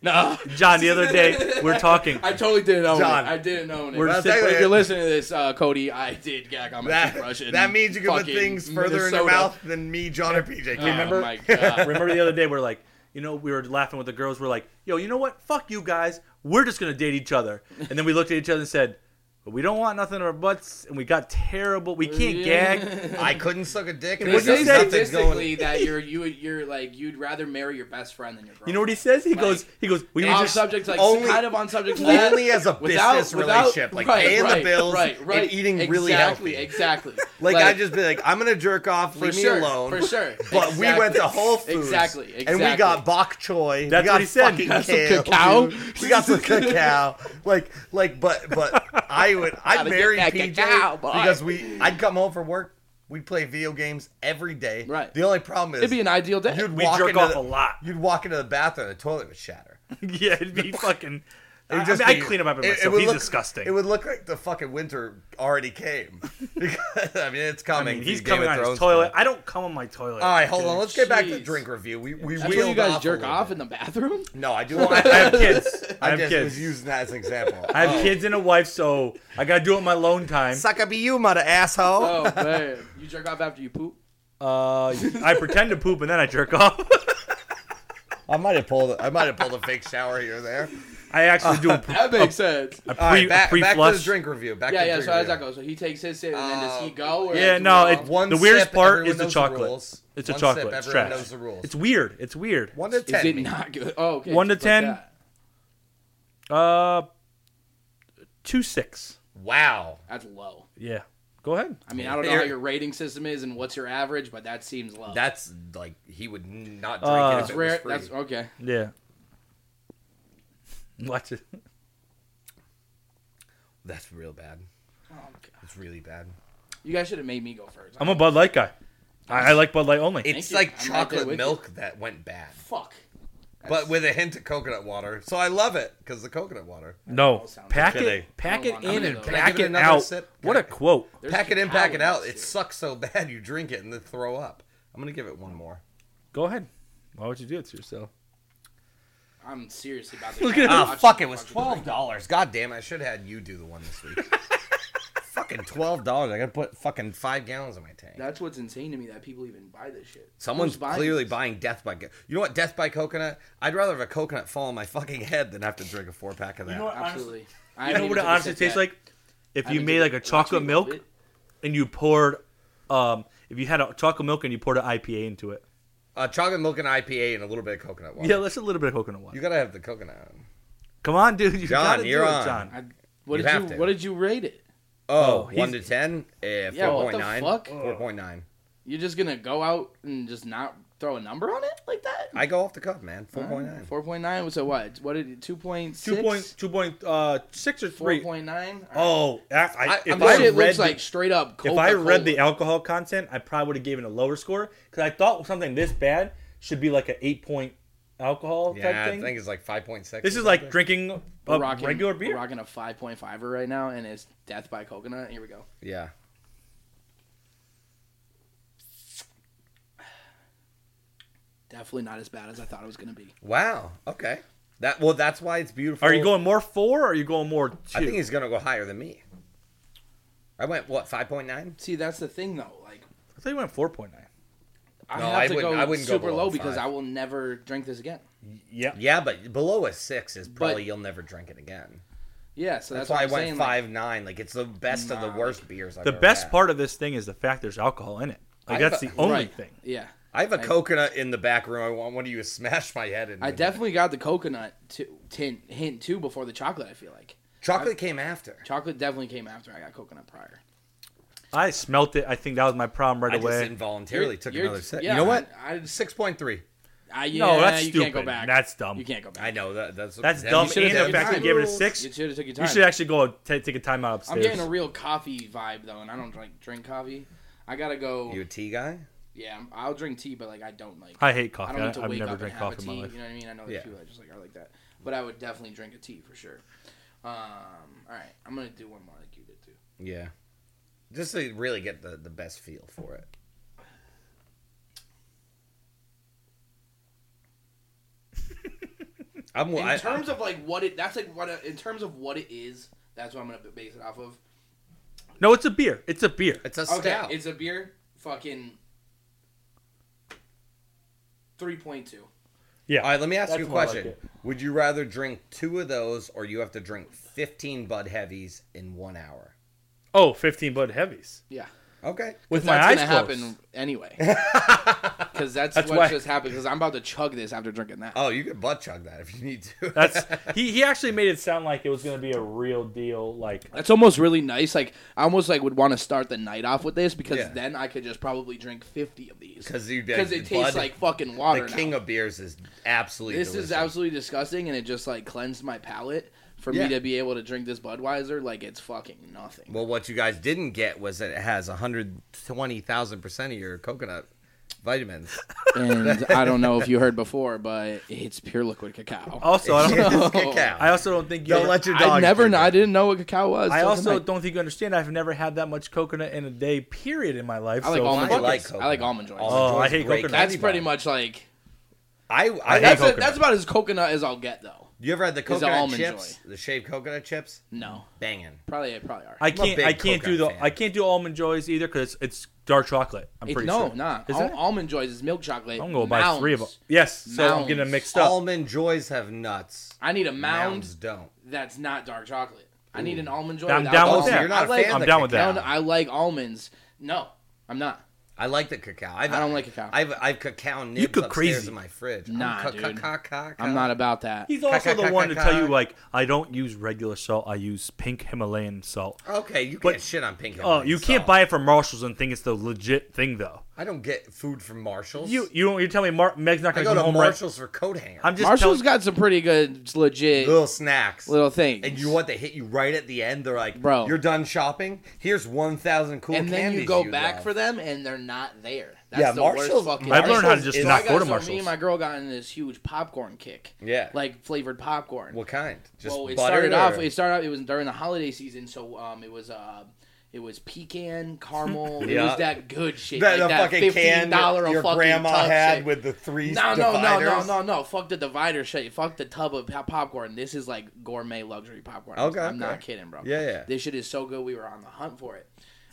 C: "Nah."
A: John, the other day we're talking.
C: I totally didn't own
B: John,
C: it. I didn't own it.
A: we're
C: But
A: just-
C: if you're listening to this, uh, Cody, I did gag on my
B: That,
C: toothbrush. in
B: that means you can put
C: fucking
B: things further in your
C: Minnesota.
B: mouth than me, John, or PJ.
C: Oh,
B: Can.
A: Remember-
C: my God.
A: Remember the other day we're like, you know, we were laughing with the girls. We're like, yo, you know what? Fuck you guys. We're just gonna date each other. And then we looked at each other and said, but we don't want nothing in our butts, and we got terrible. We can't
C: Yeah.
A: gag.
B: I couldn't suck a dick.
A: What'd
C: This
A: you say?
B: there's
C: is
B: nothing
C: statistically
B: going.
C: that you're you you're like you'd rather marry your best friend than your girl.
A: You know what he says? He goes, he goes, we were
C: off
A: just
C: subject, like
B: only-
C: kind of on subject. to that,
B: Only as a
C: without-
B: business
C: without-
B: relationship, like
C: right,
B: paying
C: right,
B: the bills
C: right, right,
B: and eating
C: exactly,
B: really healthy.
C: Exactly,
B: Like, I just be like, I'm gonna jerk off,
C: for
B: leave me
C: sure,
B: alone.
C: for sure.
B: But we went to
C: Exactly.
B: Whole Foods.
C: Exactly,
B: And we
C: exactly.
B: got bok choy.
A: That's
B: we got
A: what he said.
B: fucking
A: Got
C: some
B: kale,
C: cacao.
B: dude. We got some cacao. Like, like, but, but I would, I'd
C: Gotta get
B: marry
C: that
B: PJ
C: cacao, boy.
B: because we, I'd come home from work. We'd play video games every day.
C: Right.
B: The only problem is
C: It'd be an ideal day.
B: you'd
A: We
B: walk
A: jerk
B: into
A: off a
B: the-
A: lot.
B: You'd walk into the bathroom, and the toilet would shatter.
A: Yeah, it'd be fucking.
B: It would
A: I,
B: just
A: I mean,
B: be-
A: I clean him up after
B: it- it
A: myself.
B: would
A: he's
B: look-
A: disgusting.
B: It would look like the fucking winter already came. Because, I mean, it's
A: I
B: coming.
A: mean, he's
B: These Game
A: coming
B: of
A: on his
B: Thrones
A: toilet.
B: fans.
A: I don't come on my toilet.
B: All right, hold on. Let's get back to the
C: Jeez.
B: drink review. We we
C: That's where you
B: wheeled
C: guys
B: off a
C: jerk
B: little
C: off
B: bit.
C: in the bathroom.
B: No, I do.
A: I, I have kids. I have
B: just was Oh.
A: kids.
B: using that as an example.
A: I have kids and a wife, so I gotta do it in my lone time.
B: Suck up you, mother asshole.
C: Oh man, you jerk off after you poop.
A: Uh, I pretend to poop and then I jerk off.
B: I might have pulled. I might have pulled a fake shower here or there.
A: I actually do a, pre,
C: That makes sense.
A: a pre,
B: All right, back,
A: a pre
B: back to the
A: flush.
B: drink review. Back
C: Oh. Yeah,
B: to
C: yeah.
B: the
C: So
B: drink
C: how does
B: review.
C: that go? So he takes his sip, and then does he go? Or
A: Yeah,
C: do
A: no,
C: we
A: it-
C: all-
B: One
A: The weirdest
B: sip,
A: part
B: everyone
A: is the
B: knows
A: chocolate.
B: rules.
A: It's a
B: One
A: chocolate.
B: Sip,
A: it's
B: everyone
A: trash.
B: knows the rules.
A: It's weird. It's weird.
B: one to ten.
C: is it
B: me.
C: not good? Oh, okay.
A: One to
C: just like
A: 10.
C: that.
A: Uh, two six.
B: Wow.
C: That's low.
A: Yeah. Go ahead.
C: I mean, I don't know
B: Here-
C: how your rating system is and what's your average, but that seems low.
B: That's like he would not drink
A: Uh, That's
B: it if it
C: That's
B: was
C: rare.
B: free.
C: That's okay.
A: Yeah. Watch it.
B: That's real bad. It's really bad.
C: You guys should have made me go first.
A: I'm a Bud Light guy. I, I like Bud Light only.
B: It's
C: you.
B: like
C: I'm right there
B: chocolate
C: with you.
B: milk that went bad,
C: fuck.
B: but with a hint of coconut water. So I love it because the coconut water.
A: no.
C: sounds
A: Pack
B: kidding.
A: it, pack it
C: Hold on, I'm
A: in
C: gonna
A: and
C: go. Can
B: I
A: pack
B: give it
A: it
B: another
A: out.
B: sip?
A: What
B: Can
A: a
B: I-
A: quote.
C: There's
B: pack it in,
C: cacao
B: pack it
C: in
B: out.
C: this,
B: It
C: too.
B: sucks so bad you drink it and then throw up. I'm gonna give it one more.
A: Go ahead. Why would you do it to yourself?
C: I'm seriously about to.
A: Look at
B: Oh
C: watch
B: fuck!
C: you
B: It was
C: fucking
B: twelve
C: drink.
B: dollars. God damn! it, I should have had you do the one this week. fucking twelve dollars. I gotta put fucking five gallons in my tank.
C: That's what's insane to me that people even buy this shit.
B: Someone's
C: Who's buying
B: clearly
C: this?
B: buying death by. Co- You know what? Death by coconut. I'd rather have a coconut fall on my fucking head than have to drink a four pack of that.
A: know what?
C: Absolutely. I
A: You
C: haven't
A: know what
C: even
A: it
C: took a
A: honestly
C: sip
A: tastes
C: yet.
A: like? If
C: I
A: you
C: haven't
A: made
C: even-
A: like a
C: watch me
A: chocolate
C: move
A: milk
C: it.
A: and you poured, um, if you had a chocolate milk and you poured an IPA into it.
B: Uh, chocolate milk and IPA and a little bit of coconut water.
A: Yeah, that's a little bit of coconut water.
B: You gotta have the coconut.
A: Come on, dude. You
B: John,
A: gotta
B: you're
A: do it,
B: on.
A: John.
C: I, what
B: You
C: did
B: have
C: you
B: to.
C: What did you rate it?
A: Oh,
B: Oh,
A: he's-
B: 1 to 10? Eh,
C: Yeah, what the
B: 4.9.
C: fuck?
B: 4.9.
C: You're just gonna go out and just not throw a number on it like that?
B: I go off the cuff, man. Four point nine.
C: Four point nine was a what? What did it? Two point
A: Two point two point uh six or
C: Four
A: three.
C: point nine.
A: Oh, that, I,
B: I-
A: if
B: I'm
A: I
C: This shit
A: read
C: looks
A: the-
C: like straight up.
A: if I read the
C: Coca-Cola.
A: alcohol content, I probably would have given it a lower score because I thought something this bad should be like an eight point alcohol
B: Yeah,
A: type
B: I
A: thing.
B: think it's like five point six.
A: this is like drinking
C: We're
A: a regular beer.
C: we're rocking a five point fiver right now, and it's Death by Coconut. Here we go.
B: yeah.
C: Definitely not as bad as I thought it was gonna be.
B: Wow. Okay. That well, that's why it's beautiful.
A: Are you going more four or are you going more two?
B: I think he's gonna go higher than me. I went what five point nine.
C: See, that's the thing though. Like
A: I thought you went four point nine.
C: I
B: No,
C: have
B: I
C: to
B: wouldn't-
C: go
B: I wouldn't go
C: super
B: below
C: low
B: five.
C: because I will never drink this again.
A: Yeah.
B: Yeah, but below a six is probably
C: But-
B: you'll never drink it again.
C: Yeah, so
B: That's,
C: that's,
B: why I
C: what I'm
B: went
C: saying, like,
B: five nine. Like it's the best of the
C: Nah.
B: worst beers. I've
A: The
B: ever
A: best
B: had.
A: part of this thing is the fact there's alcohol in it. Like
B: I
A: that's the
B: thought-
A: only
C: right.
A: thing.
C: Yeah,
B: I have a coconut in the back room. I want one of you to smash my head in.
C: I
B: with it.
C: definitely got the coconut to, tin hint too before the chocolate. I feel like
B: chocolate came after.
C: chocolate definitely came after I got coconut prior.
A: I smelt it. I think that was my problem right
B: I just
A: away.
B: involuntarily
C: You're-
B: took
C: you're-
B: another sip.
C: yeah,
B: you know what?
C: I- I-
B: six point three.
C: I, yeah,
A: No, that's
C: you can't go
A: stupid.
C: back.
A: That's dumb.
C: You can't go back.
B: I know that. That's
A: That's
B: that-
A: dumb.
C: should've
A: And the
C: taken
A: fact you
C: time.
A: gave it a six,
C: You should have took your time.
A: you should actually go ta- take a timeout
C: I'm
A: upstairs.
C: getting a real coffee vibe though, and I don't like drink coffee. I gotta go.
B: You a tea guy?
C: yeah, I'm- I'll drink tea, but like I don't like.
A: I hate
C: I
A: coffee.
C: don't
A: I
C: need to
A: have
C: wake
A: never
C: up and
A: drank
C: have a
A: coffee
C: tea.
A: in my life.
C: You know what I mean? I know there's
B: Yeah.
C: people that just like are like that, but I would definitely drink a tea for sure. Um, all right, I'm gonna do one more like you did too.
B: Yeah. Just to really get the, the best feel for it. I'm
C: In
B: I,
C: terms of like what it, that's like what it- in terms of what it is. That's what I'm gonna b- base it off of.
A: No, it's a beer. It's a beer.
B: it's a
C: Okay,
B: stout.
C: it's a beer. Fucking three point two.
B: All right, let me ask
A: That's
B: you a
A: more like
B: question.
A: it.
B: Would you rather drink two of those or you have to drink 15 Bud Heavies in one hour?
A: Oh, 15 Bud Heavies.
C: Yeah.
B: Okay.
A: With my
C: that's
A: eyes
C: gonna
A: closed.
C: happen anyway. Because that's,
A: That's
C: what
A: why-
C: just happened. Because I'm about to chug this after drinking that.
B: Oh, you could butt chug that if you need to.
A: That's he, he actually made it sound like it was gonna be a real deal, like
C: that's almost really nice. Like I almost like would want to start the night off with this because
B: Yeah.
C: then I could just probably drink fifty of these.
B: because you'd be
C: Because
B: like,
C: it tastes
B: Bud,
C: like fucking
B: the
C: water.
B: king
C: now.
B: of beers is absolutely
C: this
B: delicious.
C: is absolutely disgusting, and it just like cleansed my palate for
B: Yeah.
C: me to be able to drink this Budweiser like it's fucking nothing.
B: Well, what you guys didn't get was that it has 120,000% of your coconut vitamins.
C: And I don't know if you heard before, but it's pure liquid cacao.
A: also I don't
B: It's
C: Oh.
B: cacao.
A: I also don't think you
B: Don't let your dog.
C: I never,
B: drink
C: kn- I
B: it.
C: didn't know what cacao was.
A: I
C: till
A: also
C: tonight.
A: don't think you understand I've never had that much coconut in a day period in my life.
C: I like
A: so
C: almond
A: fuck
C: joys.
A: it.
B: like
C: I like
B: coconut.
C: almond joys.
B: Almond
A: Oh, I
B: joys
A: hate
B: great.
A: coconut.
C: that's
B: Candy
C: pretty
B: bar.
C: much like
B: I, I,
A: hate
B: hate
C: that's, a,
A: coconut.
C: that's about as coconut as I'll get though.
B: You ever had the
C: It's
B: coconut
C: almond
B: chips?
C: joy.
B: The shaved coconut chips?
C: No,
B: Banging.
C: probably I probably are.
A: I
B: a
A: can't.
B: big
A: I can't do the.
B: coconut fan.
A: I can't do almond joys either because it's dark chocolate. I'm
C: It-
A: pretty
C: no,
A: sure.
C: nah.
A: Is
C: Al-
A: it?
C: almond joys is milk chocolate.
A: I'm gonna buy three of them.
C: Mounds.
A: Yes, so I'm getting them
C: Mounds.
A: mixed up.
B: Almond joys have nuts.
C: I need a mound
B: Mounds don't.
C: that's not dark chocolate. I need an almond joy.
A: I'm
C: without
A: down
B: Oh,
A: with
C: almonds.
B: so
A: that.
B: you're not a
C: I like-
B: fan of
A: I'm
B: the
A: down with
B: cacao.
A: that.
C: No, no, I like almonds. No, I'm not.
B: I like the cacao. I've,
C: I don't like cacao.
B: I've I've cacao nibs
A: cook
B: upstairs
A: crazy.
B: in my fridge.
C: Nah,
B: I'm ca-
C: dude.
B: ca- ca- ca-
C: I'm not about that.
A: He's also the one to tell you
B: Cock.
A: like I don't use regular salt. I use pink Himalayan salt.
B: Okay, you
A: But-
B: can't shit on pink.
A: Oh,
B: Himalayan
A: you can't
B: salt.
A: buy it from Marshalls and think it's the legit thing though.
B: I don't get food from Marshalls.
A: You you don't. You're telling me Mar- Meg's not
B: I
A: gonna
B: go
A: come
B: to
A: home right.
B: Marshalls for coat hanger.
A: I'm just
C: Marshall's
A: telling.
C: got some pretty good, legit little,
B: little snacks.
C: things.
B: And you want they hit you right at the end. They're like,
C: Bro.
B: you're done shopping. Here's one thousand cool
C: and then
B: candies
C: you go back
B: love."
C: for them, and they're not there. That's
B: Yeah,
C: the
B: Marshalls-
C: worst fucking.
A: I've
C: thing.
A: learned how to
B: Marshalls
A: just
B: is-
C: So I
A: not
C: got-
A: go to
C: so Me
A: Marshalls.
C: and my girl got in this huge popcorn kick.
B: Yeah.
C: like flavored popcorn.
B: What kind? Just
C: well, it
B: butter
C: started off.
B: or-
C: It started off. It was during the holiday season, so um, it was uh, it was pecan caramel. It
B: Yeah.
C: was that good shit.
B: that,
C: like
B: the
C: that
B: fucking
C: fifteen
B: can
C: dollar
B: your
C: fucking
B: grandma
C: tub
B: had
C: shit.
B: with the three
C: No, no, no,
B: dividers.
C: no, no, no! Fuck the divider shit. Fuck the tub of pop- popcorn. This is like gourmet luxury popcorn.
B: Okay,
C: I'm
B: okay.
C: not kidding, bro.
B: Yeah, yeah.
C: This shit is so good. We were on the hunt for it.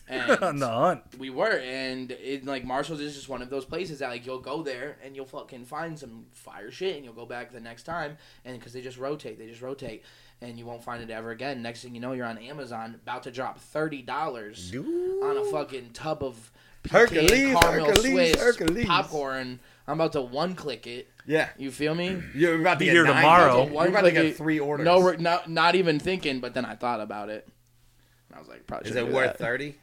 C: And
A: on the hunt.
C: we were and it like marshall's is just one of those places that like you'll go there and you'll fucking find some fire shit and you'll go back the next time and because they just rotate they just rotate and you won't find it ever again next thing you know you're on amazon about to drop $30
B: Dude.
C: on a fucking tub of pecan
B: Hercules,
C: caramel
B: Hercules,
C: swiss
B: Hercules.
C: popcorn i'm about to one click it
B: Yeah.
C: you feel me
B: You're about to
A: Be
B: get
A: here
B: nine
A: tomorrow.
B: budget.
C: One
B: You're about to
C: click
B: get
C: it,
B: three orders.
C: no re- not, not even thinking but then i thought about it and i was like probably
B: Is
C: shouldn't
B: it
C: do
B: worth
C: that
B: thirty?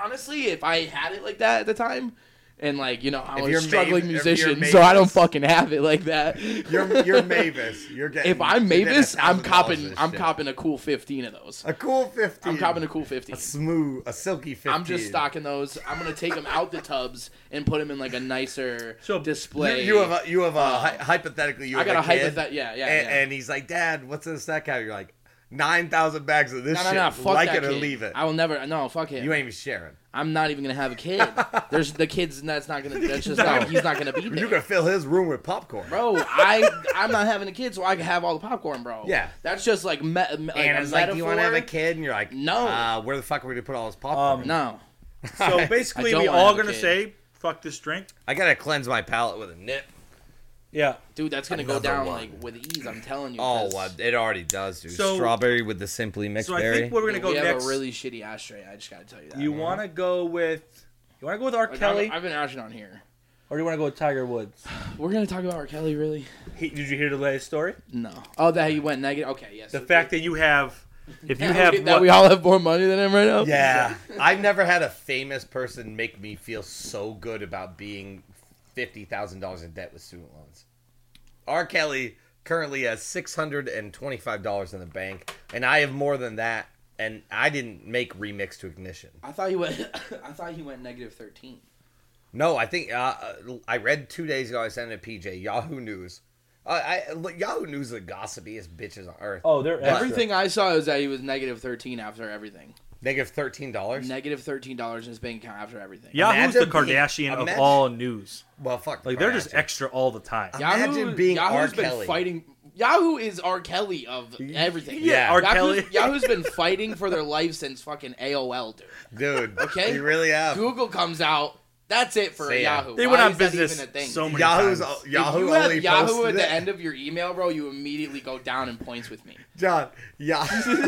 C: honestly, if I had it like that at the time, and like you know I
B: If
C: was
B: you're
C: a struggling
B: Mavis- if you're
C: musician, so I don't
B: Mavis-
C: fucking have it like that.
B: You're you're Mavis. You're getting.
C: if I'm
B: you're getting
C: Mavis, I'm
B: $1,000 of
C: copping.
B: this
C: I'm
B: shit.
C: copping a cool fifteen of those.
B: a cool fifteen.
C: I'm copping a cool fifteen.
B: a smooth, a silky 15
C: I'm just stocking those. I'm gonna take them out the tubs and put them in like a nicer
A: So,
B: You,
C: display.
B: you have a, you have a hy- hypothetically you
C: Uh-huh. I
B: have
C: got a
B: kid,
C: hypothet- yeah, yeah,
B: and,
C: yeah.
B: and he's like, Dad, what's in the snack cabinet? You're like, nine thousand bags of this
C: no,
B: shit.
C: no, no, fuck
B: like it
C: that
B: or
C: kid.
B: leave it.
C: I will never. No, fuck him.
B: you ain't even sharing.
C: I'm not even gonna have a kid. There's the kids. That's not gonna. That's just not. He's not gonna be there.
B: You can fill his room with popcorn.
C: bro. I I'm not having a kid, so I can have all the popcorn, bro.
B: Yeah.
C: that's just like, me- me- like
B: and
C: a
B: it's like, do you want to have a
C: metaphor.
B: kid? And you're like,
C: No.
B: Uh, where the fuck are we gonna put all this popcorn?
C: No,
A: Um, So basically,
C: I don't
A: we
C: wanna
A: all
C: have a
A: gonna
C: kid.
A: say fuck this drink.
B: I gotta cleanse my palate with a nip.
A: Yeah.
C: dude, that's gonna go
B: Another
C: down
B: one.
C: like with ease. I'm telling you.
B: Oh,
C: 'cause
B: uh, it already does, dude.
A: So-
B: Strawberry with the simply mixed
A: So I
B: berry.
A: think where we're gonna
C: dude,
A: go
C: we have
A: next.
C: a really shitty ashtray. I just gotta tell you that.
A: you want to go with? You want to go with R.
C: Like,
A: Kelly,
C: I've, I've been ashing on here.
A: or do you want to go with Tiger Woods?
C: We're gonna talk about R. Kelly, really?
A: He, did you hear the latest story?
C: No. Oh, that he went negative. Okay, yes.
A: The fact that you have, if you
C: that
A: have
C: we,
A: what-
C: that we all have more money than him right now.
B: yeah, I've never had a famous person make me feel so good about being fifty thousand dollars in debt with student loans. R. Kelly currently has six hundred and twenty-five dollars in the bank, and I have more than that. And I didn't make remix to ignition.
C: I thought he went. I thought he went negative thirteen.
B: No, I think uh, I read two days ago. I sent it to PJ Yahoo News. Uh, I look, Yahoo News is the gossipiest bitches on earth.
A: oh, they're extra.
C: Everything I saw was that he was negative thirteen after everything.
B: Negative thirteen dollars.
C: Negative thirteen dollars in his bank account after everything.
A: Yahoo's the
B: Imagine being-
A: Kardashian of
B: imagine-
A: all news.
B: well, fuck.
A: Like they're just
B: Kardashian.
A: extra all the time.
B: Imagine being
C: Yahoo's
B: R.
C: been
B: Kelly.
C: fighting. Yahoo is R. Kelly of everything.
B: Yeah.
A: R.
C: Yahoo's,
A: Kelly.
C: Yahoo's been fighting for their life since fucking AOL, dude.
B: dude.
C: Okay?
B: you really have.
C: Google comes out. That's it for
B: Oh. Say yeah.
C: Yahoo.
A: They
C: Why
A: went
C: is
A: on
C: that
A: business
C: even a thing?
A: so many
B: Yahoo's
A: times.
C: if
B: Yahoo
C: you have
B: only
C: Yahoo
B: posted
C: at the
B: it.
C: end of your email, bro, you immediately go down in points with me.
B: John, Yahoo.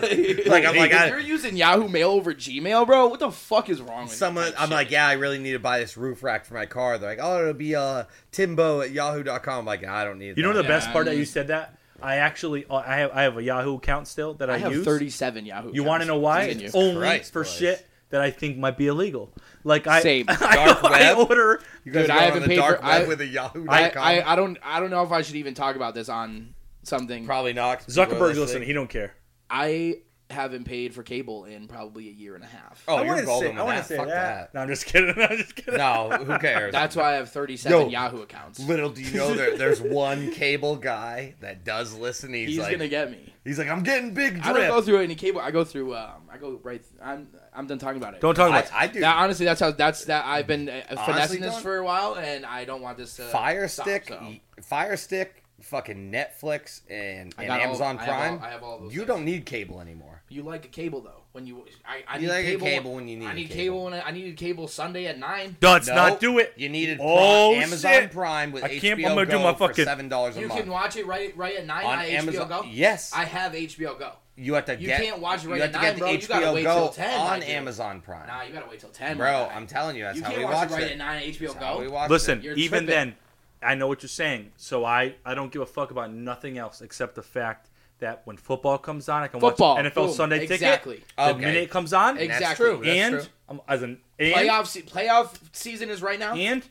C: like,
B: like I'm like
C: if
B: I,
C: you're using Yahoo Mail over Gmail, bro, what the fuck is wrong with you?
B: someone.
C: Like,
B: I'm
C: shit.
B: like, yeah, I really need to buy this roof rack for my car. They're like, oh, it'll be uh Timbo at Yahoo.com. I'm like, I don't need.
A: You know the
B: that.
A: best
C: Yeah,
A: part
C: I
A: that you
C: mean-
A: said that I actually uh, I have I have a Yahoo account still that I,
C: I have
A: use.
C: 37 Yahoo.
A: You want to
C: accounts.
A: know why?
C: Continue.
A: It's only
B: Christ,
A: for
B: boys.
A: shit that I think might be illegal. Like I
C: Same.
B: Dark
A: I,
B: web?
A: order.
B: You guys
C: Dude,
B: are
C: I
B: going
C: haven't
B: on the
C: paid
B: dark
C: for-
B: web
C: I-
B: with a Yahoo.com.
C: I, I, I don't I don't know if I should even talk about this on something.
B: Probably not. 'cause people are
A: Zuckerberg,
B: listening.
A: listen, he don't care.
C: I haven't paid for cable in probably a year and a half.
B: Oh,
A: I
B: you're
A: wouldn't
B: golden
A: say,
B: with
A: I wouldn't
B: that.
A: say
B: Fuck
A: that.
B: that.
A: No, I'm just kidding. I'm just kidding.
B: No, who cares?
C: That's why I have 37
B: Yo.
C: Yahoo accounts.
B: Little do you know there, there's one cable guy that does listen. He's,
C: He's
B: like,
C: gonna get me.
B: he's like, I'm getting big
C: I don't go
B: drip.
C: through any cable. I go through. Um, I go right. I'm I'm done talking about it.
A: Don't talk
B: I,
A: about. it.
B: I do.
C: That, honestly, that's how. That's that. I've been uh, finessing this
B: Don?
C: for a while, and I don't want this to
B: Fire
C: stop,
B: Stick,
C: so.
B: Fire Stick, fucking Netflix and,
C: I
B: and
C: got all-
B: Amazon
C: I have all-
B: Prime.
C: I have all those
B: you
C: things.
B: don't need cable anymore.
C: You like a cable though. When you, I, I
B: You
C: need
B: like a
C: cable,
B: cable when you need
C: I
B: a
C: need
B: cable.
C: cable when I, I needed cable Sunday at nine.
A: Let's
B: No,
A: not do it.
B: You needed
A: Oh,
B: Prime- Amazon
A: shit.
B: Prime with
A: I can't-
B: HBO
A: I'm gonna
B: Go
A: do my
B: for
A: fucking-
B: seven dollars a
C: You
B: month
C: can watch it right right at nine
B: on
C: on,
B: Amazon.
C: HBO Go.
B: Yes,
C: I have HBO Go.
B: you have to
C: you
B: get.
C: can't watch it right
B: you have
C: at
B: to get
C: nine, bro.
B: the
C: You gotta
B: HBO
C: wait
B: Go
C: till 10, my
B: on
C: dude.
B: Amazon Prime,
C: Nah, you gotta wait till ten,
B: bro.
C: my guy.
B: I'm telling you, that's
C: you
B: how
C: can't
B: we
C: watch
B: watched
C: it right
B: it.
C: at nine on HBO
B: That's how we
C: Go.
B: watched
A: Listen,
B: it.
C: You're
A: even
C: tripping.
A: then, I know what you're saying. So I, I don't give a fuck about nothing else except the fact that when football comes on, I can
C: Football.
A: watch NFL
C: Boom.
A: Sunday
C: Exactly.
A: ticket. The
B: Okay.
A: minute it comes on,
C: Exactly.
B: That's true. That's
A: and
B: true.
A: um, as an and,
C: Playoff se- playoff season is right now.
A: and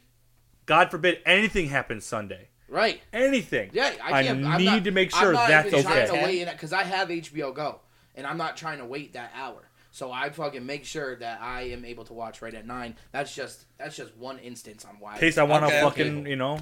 A: God forbid anything happens Sunday.
C: Right.
A: Anything.
C: Yeah, I can't.
A: I
C: I'm
A: need
C: not-
A: to make
C: I'm
A: sure
C: not
A: that's
C: even trying
A: okay.
C: To wait because I have HBO Go, and I'm not trying to wait that hour. So I fucking make sure that I am able to watch right at nine. That's just that's just one instance on why.
A: In case I want to
B: Okay, okay.
A: fucking you know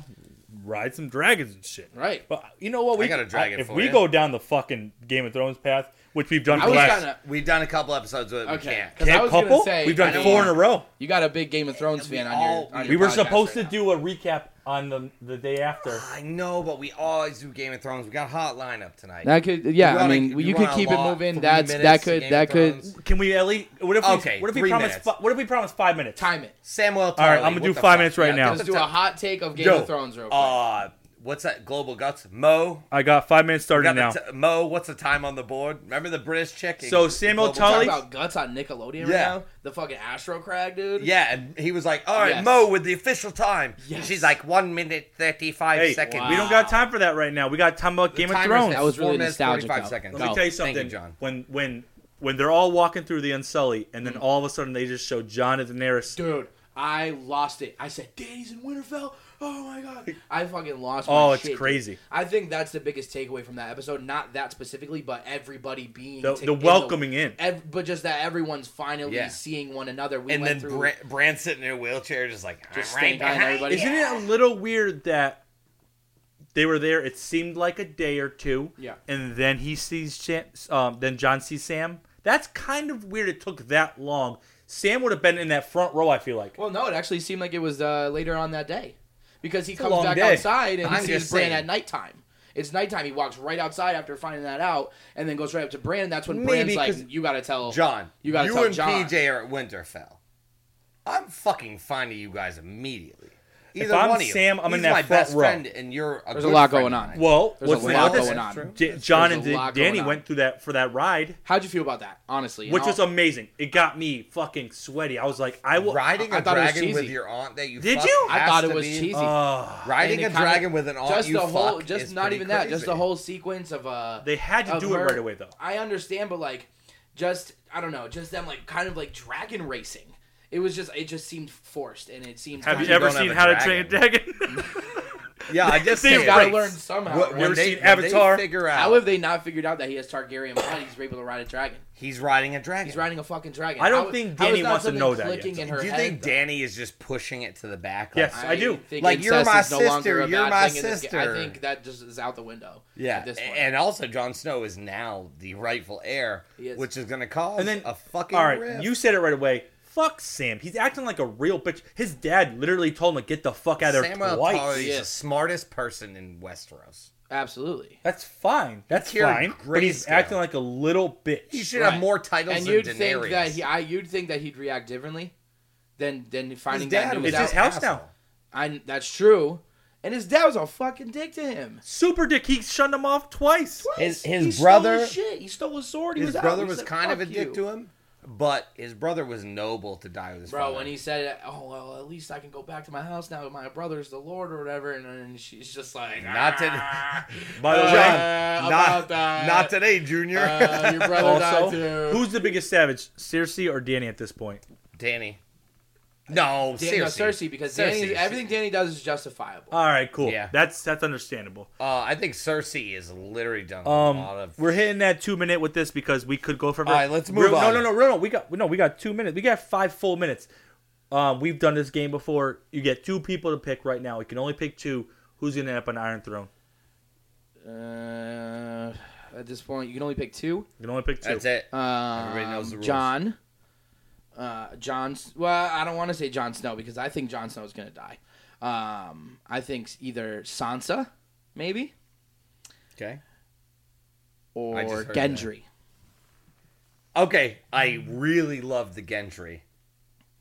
A: ride some dragons and shit.
C: Right.
A: But you know what? We
B: got a dragon
A: if
B: for
A: we
B: you.
A: go down the fucking Game of Thrones path, which we've done
C: I
A: for the
C: was
A: last
C: gonna.
B: We've done a couple episodes with it. We
C: Okay.
B: can't.
C: 'cause I was gonna
A: couple,
C: say,
A: we've
C: I
A: done
C: don't
A: four in
C: wanna-
A: a row.
C: You got a big Game of Thrones
B: we
C: fan
B: all-
C: on your. On your
A: We were
C: podcast
A: supposed
C: right
A: to do a recap on the the day after.
B: I know, but we always do Game of Thrones. We got a hot lineup tonight.
C: Now. That could, yeah.
B: You
C: I
B: wanna-
C: mean,
B: you
C: you could
B: wanna
C: keep it
B: allot
C: moving.
B: three
C: That's
B: minutes
C: that
B: to
C: could
B: Game
C: that
B: of
C: could.
B: Thrones?
A: Can we at least? What if we?
B: Okay,
A: what if we
B: three
A: promise?
B: minutes.
A: Fi- what if we promise five minutes?
C: Time it.
B: Samuel.
A: All right,
B: Tarly,
A: I'm gonna
B: what
A: do
B: the
A: five
B: fuck?
A: minutes right
B: Yeah,
A: now.
B: just
C: Let's do a hot take of Game
B: Yo,
C: of Thrones real quick.
B: Uh, what's that? Global guts. Mo.
A: I got five minutes
B: We got
A: started
B: the
A: now.
B: t- Mo. What's the time on the board? Remember the British chick? in
A: So Samuel
B: Global
A: Tully-
B: Guts?
C: Talk about guts on Nickelodeon
B: Yeah.
C: right now. The fucking Astro Crag, dude.
B: Yeah, and he was like, "All right,
C: Yes.
B: Mo, with the official time."
C: Yes.
B: She's like one minute thirty five
A: Hey,
B: seconds.
A: we don't got time for that right now. We got time about
B: The
A: Game of
B: timer's
A: Thrones.
B: at
C: That was
B: four
C: really
B: minutes,
C: nostalgic,
B: 45
C: though.
B: seconds.
C: Let
A: Let me
C: No.
A: tell you something,
B: Thank John.
A: When when when they're all walking through the Unsully, and then all of a sudden they just show John and Daenerys.
C: Dude, I lost it. I said, "Danny's in Winterfell." Oh my god! I fucking lost.
A: Oh,
C: my
A: it's
C: shit, dude.
A: crazy.
C: I think that's the biggest takeaway from that episode. Not that specifically, but everybody being
A: The-
C: ta-
A: the
C: in
A: welcoming in.
C: ev- but just that everyone's finally
F: Yeah.
C: seeing one another. We
B: and
C: went
B: then
C: through
B: Bran, Bran's sitting in a wheelchair, just like
C: Just
B: I'm right
C: staying behind
B: behind
C: everybody.
B: you."
A: Isn't it a little weird that they were there? It seemed like a day or two.
C: Yeah.
A: And then he sees Sam, um, then John sees Sam. That's kind of weird. It took that long. Sam would have been in that front row. I feel like.
C: Well, no, it actually seemed like it was uh, later on that day because he
A: a
C: comes
A: long
C: back
A: day.
C: outside and
F: I'm
C: sees
F: just
C: Bran
F: saying.
C: at nighttime. It's nighttime. He walks right outside after finding that out, and then goes right up to Bran. And that's when
F: Maybe
C: Bran's
F: 'cause-
C: like, "You gotta tell
B: John,
C: You gotta tell
B: and
C: John.
B: PJ are at Winterfell. I'm fucking finding you guys immediately. Either
A: I'm
B: one of you.
A: Sam, I'm in
B: He's
A: that
B: my
A: front
B: best
A: row.
B: friend, and you're. A
C: There's
B: good
C: a lot
B: friend
C: going
B: of
C: on.
B: mine.
A: Well,
C: There's
A: what's
C: a lot
A: the-
C: going on.
A: J- John
C: There's
A: and
C: a lot going
A: Danny
C: on.
A: went through that for that ride,
C: How'd you feel about that, honestly?
A: which
C: And
A: was
C: I'll-
A: amazing. It got me fucking sweaty. I was like, I will.
B: Riding
C: I- I
B: a
C: thought it was
B: dragon with
C: cheesy.
B: your aunt that you
A: Did
B: fucked
A: you?
C: I
B: has
C: thought
B: to
C: it was
B: be- Oh,
C: cheesy.
A: Ugh.
B: Riding
C: And
B: a
C: it kinda-
B: dragon with an aunt
C: just
B: you
C: the whole,
B: fuck
C: just
B: is
C: not
B: pretty
C: even that,
B: crazy.
C: just the whole sequence of uh.
A: They had to
C: of
A: do it
C: her-
A: right away though.
C: I understand, but like, just I don't know, just them like kind of like dragon racing. It was just, it just seemed forced, and it seemed.
A: Have
C: kind
A: you
C: of-
A: ever
B: don't have
A: seen
B: a
A: How to Train a Dragon?
B: Yeah, I just
A: They
B: think
C: You gotta
A: race?
C: learn somehow.
B: What-
C: right?
A: You ever
B: when they-
A: seen
B: when they
A: Avatar?
B: Figure
C: How have
B: out
C: they not figured out that he has Targaryen blood? He's able to ride a dragon.
B: he's riding a dragon.
C: He's riding a fucking dragon.
A: I don't
C: How-
A: think
C: how is
A: Dany
C: not
A: wants to
C: something
A: know that yet.
C: clicking in her
B: Do you
C: head,
B: think
C: though?
B: Danny is just pushing it to the back? like-
A: Yes, I do.
C: think
B: Like, you're
C: incest
B: my
C: is no longer
B: sister,
C: a
B: you're
C: bad
B: my
C: thing in this ga-
B: sister.
C: I think that just is out the window.
B: Yeah,
C: At this
B: a-
C: point.
B: and also Jon Snow is now the rightful heir,
C: He is.
B: which is going to cause
A: And then
B: a fucking
A: all right,
B: rift.
A: you said it right away. Fuck Sam. He's acting like a real bitch. His dad literally told him to get the fuck out of there
B: Samuel
A: twice.
B: Tarly is
C: Yes.
B: the smartest person in Westeros.
C: Absolutely.
A: That's fine. That's
B: carried
A: fine. But he's
B: grayscale.
A: acting like a little bitch.
B: He should
C: Right.
B: have more titles
C: and
B: than
C: you'd
B: Daenerys.
C: think that he, I, you'd think that he'd react differently than than finding
B: his
C: that
B: dad
C: news
B: was
A: It's his
C: out.
A: house
B: asshole.
A: now.
C: I, that's true. And his dad was a fucking dick to him.
A: Super dick. He shunned him off twice.
B: His-
C: He
B: his
C: stole
B: brother-
C: shit. He stole his sword. He
B: His
C: was out.
B: brother
C: He
B: was
C: said,
B: kind of a
C: "Fuck
B: dick
C: you."
B: to him, but his brother was noble to die with his
C: Bro,
B: father.
C: when he said, "Oh well, at least I can go back to my house now. My brother's the Lord or whatever," and, and she's just like,
B: Not to-
C: "Ah,
A: By the
C: uh,
A: way,
C: about
B: not,
C: that.
B: not today, Junior.
C: Uh, your brother died
A: also,
C: too.
A: who's the biggest savage, Cersei or Danny at this point?
B: Danny. No,
C: Dan- no,
B: seriously.
C: Cersei, because Danny, everything Danny does is justifiable.
A: All right, cool.
B: Yeah.
A: That's that's understandable.
B: Uh, I think Cersei is literally done a
A: Um,
B: lot of.
A: we're hitting that two minute with this because we could go for.
B: All right, let's
A: We're-
B: move on.
A: No, no, no, no, no. We got no. We got two minutes. We got five full minutes. Um, we've done this game before. You get two people to pick right now. You can only pick two. Who's gonna end up on Iron Throne?
C: Uh, at this point, you can only pick two.
A: You can only pick two.
B: That's it.
C: Um,
B: Everybody knows the rules.
C: John. Uh, John. S- Well, I don't want to say John Snow because I think John Snow is going to die. Um, I think either Sansa, maybe,
B: Okay. I
C: or
B: just heard
C: Gendry.
B: Okay, I really love the Gendry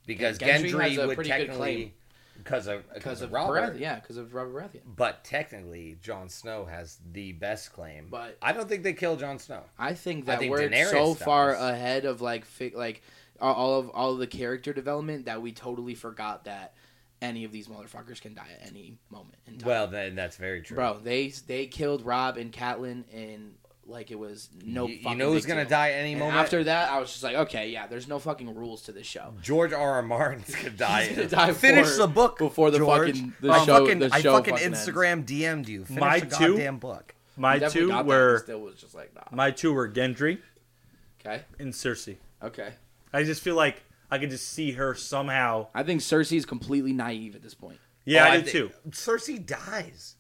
B: because
C: Yeah,
B: Gendry,
C: Gendry has a
B: would
C: pretty good
B: technically
C: claim.
B: because of
C: Because of
B: Robert,
C: Baratheon, yeah, because of Robert Baratheon.
B: but technically Jon Snow has the best claim.
C: But-
B: I don't think they kill Jon Snow.
C: I think that
B: think
C: we're
B: Daenerys
C: so
B: dies.
C: far ahead of like fi- like all- all of all of the character development that we totally forgot that any of these motherfuckers can die at any moment in time.
B: Well, then that's very true.
C: Bro, they they killed Rob and Catelyn and like it was no.
B: you, you
C: fucking
B: know who's
C: big
B: gonna
C: deal.
B: die any
C: And
B: moment.
C: after that, I was just like, okay, yeah, there's no fucking rules to this
A: Mm.
C: show.
B: George R. R. Martin's gonna die.
C: He's gonna die
B: Finish
C: before-
B: the book
C: before the
B: George.
C: fucking- the
B: I
C: show-
B: Fucking,
C: the
B: I
C: show
B: fucking
C: fucking ends.
B: Instagram DM'd you. Finish
A: My
B: the
A: two?
B: goddamn book.
A: my
C: Definitely
A: two
C: got that, but
A: were
C: still was just like, nah.
A: my two were Gendry
C: Okay,
A: and Cersei.
C: okay.
A: I just feel like I could just see her somehow.
C: I think Cersei is completely naive at this point.
A: Yeah,
B: Oh,
A: I did
B: thi-
A: too.
B: Cersei dies.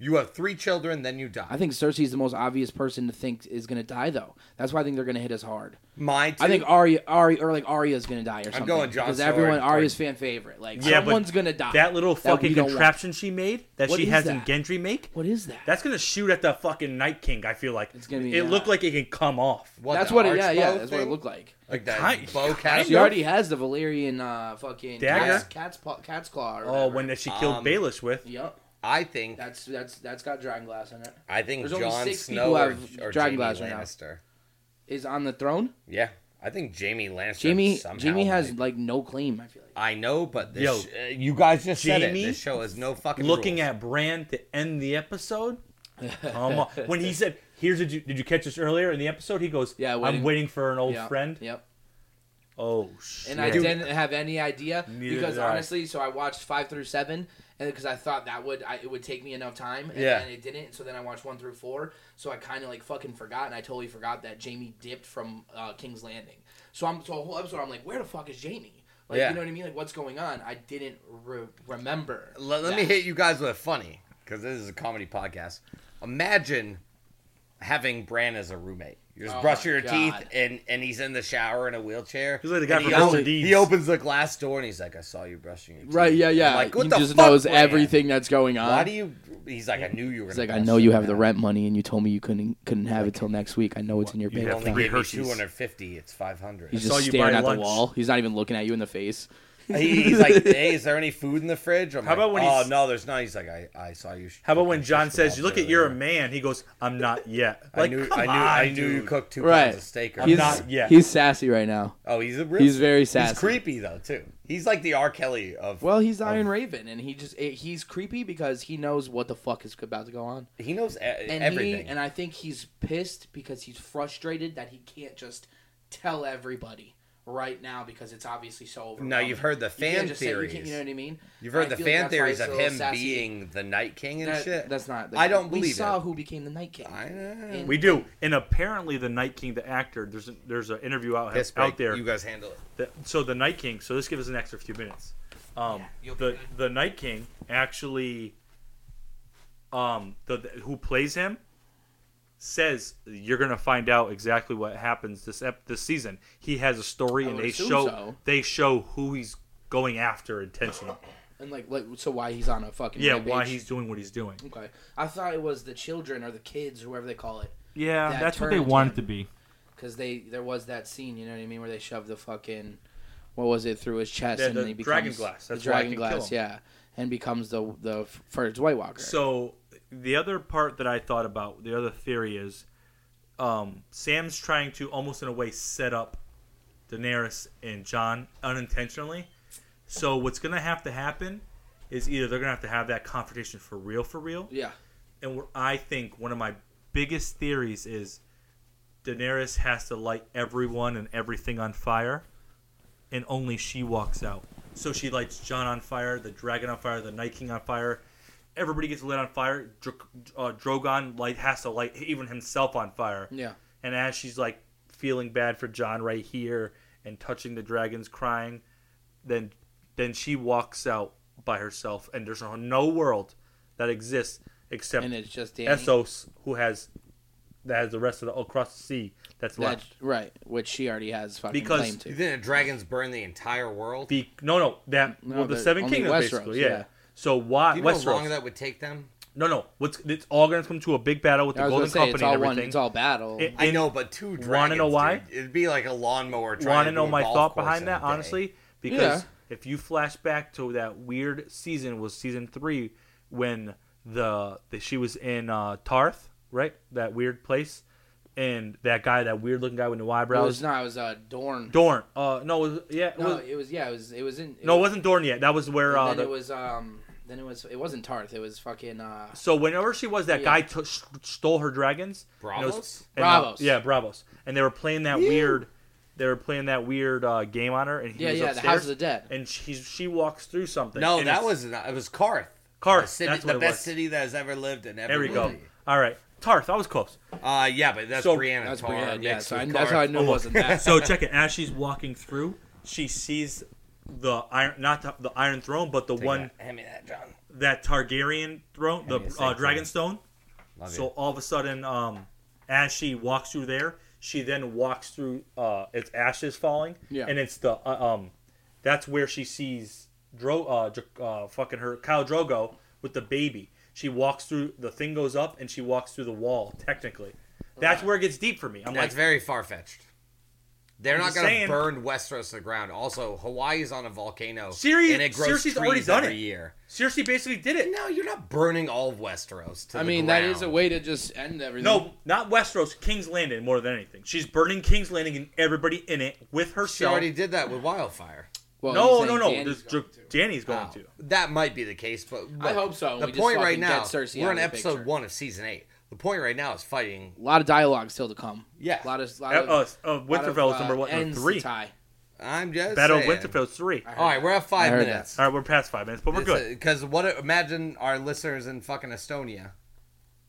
B: You have three children, then you die.
C: I think Cersei's the most obvious person to think is gonna die, though. That's why I think they're gonna hit us hard.
B: My two.
C: I think Arya, Arya, or like Arya's gonna die or something.
B: going Jon
C: because
B: Snow
C: everyone
B: or-
C: Arya's fan favorite. Like
A: Yeah, but
C: someone's gonna die.
A: That little fucking
C: Ah, we don't want.
A: contraption she made that
C: What
A: she
C: is
A: has in
C: that?
A: Gendry make.
C: What is that?
A: That's gonna shoot at the fucking Night King. I feel like
C: It's gonna be,
A: It
C: uh,
A: looked like it can come off.
B: What,
C: that's
B: the
C: what. It, yeah,
B: arch
C: yeah.
B: bow
C: That's what it
B: thing?
C: looked like.
B: Like
A: Kind-
B: that bow
A: kind
B: cast.
C: She already has the Valyrian uh, fucking
A: Dagger?
C: cat's, cat's paw, cat's claw. Or
A: Oh,
C: whatever.
A: when that she killed
B: Um,
A: Baelish with.
C: Yep,
B: I think.
C: that's that's that's got dragon glass in it.
B: I think
C: There's only
B: Jon
C: six
B: Snow
C: people
B: or,
C: have
B: or
C: dragon
B: Jaime
C: glass right now.
B: Lannister.
C: Is on the throne.
B: Yeah, I think Jamie Lannister.
C: Jamie
B: somehow
C: Jamie has
B: might-
C: like no claim. I feel like
B: I know, but this
A: Yo,
B: sh- uh, you guys just said
A: Jaime
B: it. This show has no fucking.
A: looking
B: rules.
A: at Bran to end the episode. Come on. When he said, "Here's a, did you catch this earlier in the episode?" He goes,
C: Yeah,
A: I'm
C: waiting-
A: waiting for an old
C: Yep,
A: friend."
C: Yep.
A: Oh shit!
C: and I didn't have any idea
A: Neither
C: because
A: did I.
C: honestly, so I watched five through seven, and because I thought that would I, it would take me enough time, and,
B: Yeah.
C: and it didn't. So then I watched one through four, so I kind of like fucking forgot, and I totally forgot that Jamie dipped from uh, King's Landing. So I'm so a whole episode, I'm like, where the fuck is Jamie? Like,
B: Yeah.
C: you know what I mean? Like, what's going on? I didn't re- remember.
B: Let, let me hit you guys with a funny because this is a comedy podcast. Imagine having Bran as a roommate. You just
C: Oh
B: brush
C: my
B: your
C: God.
B: teeth, and and he's in the shower in a wheelchair.
A: He's like the guy
B: and
A: from
B: he,
A: Mr.
B: opens-
A: Deeds.
B: he opens the glass door and he's like, "I saw you brushing your teeth."
C: Right? Yeah, yeah.
B: I'm like, what
C: he
B: the
C: just
B: fuck,
C: knows
B: Bran?
C: everything that's going on.
B: Why do you? He's like, "I knew you were."
C: He's
B: gonna
C: like, I
B: brush
C: know you
B: them
C: have the
B: now.
C: rent money, and you told me you couldn't couldn't have it till next week. I know it's in your
A: You
C: bank
B: You
A: have
B: only
A: three
C: account.
B: gave me
A: Hershey's.
B: two hundred fifty. It's five hundred.
C: He's
A: saw
C: just
A: you
C: staring
A: buy
C: at
A: lunch.
C: the wall. He's not even looking at you in the face.
B: He- he's like, "Hey, is there any food in the fridge?" I'm
A: How
B: like,
A: about when
B: "Oh
A: he's-
B: no, there's not." He's like, "I, I saw you." sh-
A: How about when
B: I
A: John
B: pushed
A: says,
B: the
A: "You look
B: ball
A: at you're a
B: earlier."
A: man"? He goes, "I'm not yet."
B: I
A: Like,
B: knew,
A: come
B: I knew,
A: on,
B: I knew you
A: dude.
B: cooked two
C: Right.
B: pounds of steak. Or
C: He's,
B: something.
A: not yet.
C: he's sassy right now.
B: Oh, he's a real.
C: He's very sassy.
B: He's creepy though too. He's like the R. Kelly of.
C: Well, he's Iron Raven, and he just it, he's creepy because he knows what the fuck is about to go on,
B: he knows e-
C: and
B: everything.
C: he and I think he's pissed because he's frustrated that he can't just tell everybody right now because it's obviously so. Overwhelming.
B: now you've heard the
C: You can't
B: fan
C: just say- you
B: theories.
C: can't- you, know what I mean?
B: You've
C: I
B: heard the
C: feel like
B: fan
C: that's why
B: theories
C: he's
B: of
C: a little
B: him
C: sassy.
B: being the Night King and
C: That-
B: shit.
C: That's not.
B: I don't
C: We
B: believe
C: saw
B: it.
C: who became the Night King.
B: I know.
C: And-
A: We do, and apparently the Night King, the actor, there's a, there's an interview out
B: Piss break.
A: out there.
B: You guys handle it.
A: that, so the Night King. So this gives us an extra few minutes. Um,
C: you'll be
A: the
C: good.
A: the Night King actually, um, the, the who plays him says you're gonna find out exactly what happens this ep- this season. He has a story,
C: I
A: and
C: would
A: they
C: assume
A: show
C: so.
A: they show who he's going after intentionally.
C: and like, like, so why he's on a fucking
A: Yeah,
C: rampage.
A: why he's doing what he's doing.
C: okay. I thought it was the children or the kids, whoever they call it.
A: Yeah,
C: That
A: that's what they
C: turned
A: want
C: him.
A: it to be.
C: because they there was that scene, you know what I mean, where they shoved the fucking what was it through his chest
A: Yeah,
C: and
A: the
C: then he becomes
A: dragon glass.
C: the
A: That's why I
C: dragon
A: can kill
C: glass,
A: him.
C: yeah, and becomes the the f- first White Walker.
A: So the other part that I thought about, the other theory is, um, Sam's trying to almost in a way set up Daenerys and John unintentionally. So what's gonna have to happen is either they're gonna have to have that confrontation for real, for real,
C: yeah,
A: and what I think one of my biggest theories is Daenerys has to light everyone and everything on fire, and only she walks out. So she lights John on fire, the dragon on fire, the Night King on fire. Everybody gets lit on fire. Dr- uh, Drogon light has to light even himself on fire.
C: yeah,
A: And as she's like feeling bad for John right here and touching the dragons, crying, then then she walks out by herself, and there's no world that exists except
C: and it's just Danny.
A: Essos, who has that has the rest of the across the sea that's
C: That,
A: left.
C: right, which she already has fucking
A: Because
C: claim
B: You
C: to.
B: think the dragons burn the entire world? Do
A: The no, no, that
C: No,
A: well, the
C: but
A: seven
C: only
A: kingdoms
C: Westeros,
A: basically, yeah.
C: yeah.
A: So why
B: you know how
A: Westeros?
B: long that would take them?
A: no, no, what's it's all gonna come to a big battle with
C: I
A: the Golden
C: was gonna say
A: Company
C: it's
A: and
C: all
A: everything.
C: one, it's all battle.
A: It-
B: I
A: In-
B: know, but two dragons.
A: Wanna know why?
B: dude. It'd be like a lawnmower.
A: want
B: trying
A: to
B: do
A: know
B: a
A: my
B: golf
A: thought
B: course
A: behind
B: in a
A: that
B: day.
A: honestly because
C: Yeah.
A: if you flash back to that weird season was season three when the, the she was in uh, Tarth right that weird place and that guy that weird looking guy with no
C: it was
A: eyebrows
C: not. It was uh, Dorn.
A: Dorn uh no it was, yeah it
C: no,
A: was,
C: it was yeah. It was it was in. It
A: no it
C: was,
A: wasn't Dorn yet that was where
C: and
A: uh,
C: then
A: the,
C: it was um. Then it was it wasn't Tarth. It was fucking uh.
A: so whenever she was that
C: Oh, Yeah.
A: guy took s stole her dragons and it was-
B: Bravos?
A: and, uh,
C: Bravos.
A: yeah Bravos and they were playing that weird they were playing that weird uh, game on her and he
C: Yeah,
A: was
C: yeah. The
A: upstairs.
C: House of the Dead.
A: and she she walks through something.
B: No,
A: and
B: that
A: it's-
B: was not, it was Karth.
A: Karth,
B: The, city,
A: that's what
B: the
A: it
B: best
A: was.
B: city that has ever lived and ever.
A: There we go.
B: will be.
A: All right, Tarth. I was close.
B: Uh, yeah, but that's
A: So-
B: Brianna
C: That's
B: Tarr
C: weird. Yeah,
B: mixed
C: so I,
B: with
C: that's
B: Karth.
C: how I knew it wasn't that.
A: So check it. As she's walking through, she sees the iron, not the, the Iron Throne, but the
B: Take
A: one
B: that. Hand me that, John.
A: that Targaryen throne, the
B: me a
A: uh,
B: second.
A: Dragonstone.
B: Love
A: So
B: you.
A: all of a sudden, um, as she walks through there, she then walks through. Uh, it's ashes falling,
C: Yeah.
A: and it's the uh, um, that's where she sees Dro uh, Dr- uh fucking her Kyle Drogo with the baby. She walks through the thing goes up, and she walks through the wall. Technically, that's where it gets deep for me. I'm like,
B: That's very far fetched. They're
A: I'm
B: not
A: just
B: going to
A: saying.
B: burn Westeros to the ground. Also, Hawaii is on a volcano.
A: Siri-
B: and it grows
A: Cersei's
B: trees
A: already done
B: every
A: it.
B: year.
A: seriously, basically did it.
B: No, you're not burning all of Westeros. To
C: I
B: the
C: mean, that is a
B: ground.
C: way to just end everything.
A: No, not Westeros. King's Landing more than anything. She's burning King's Landing and everybody in it with
B: She
A: herself.
B: already did that with wildfire.
C: Well,
A: no,
C: he's
A: no,
C: saying
A: no,
C: Danny's
A: This
C: going
A: Dr- Danny's going
B: Wow.
A: to.
B: Oh. That might be the case, but
C: I
B: look,
C: hope so, and
B: The
C: we just
B: point right
C: fucking
B: now,
C: get Cersei
B: we're
C: out
B: on
C: of the
B: episode
C: picture.
B: one of season eight. The point right now is fighting.
C: A lot of dialogue still to come.
B: Yeah.
C: A lot of, lot
A: Uh,
C: of,
A: uh, uh, Winterfell is
C: uh,
A: number what? Number
C: ends to
A: three.
C: tie.
B: I'm just
A: Battle of
B: saying.
A: Winterfell's three. All
B: All right, we're at five
C: I heard
B: minutes.
A: right, we're past five minutes, but we're good.
B: Because what? Imagine our listeners in fucking Estonia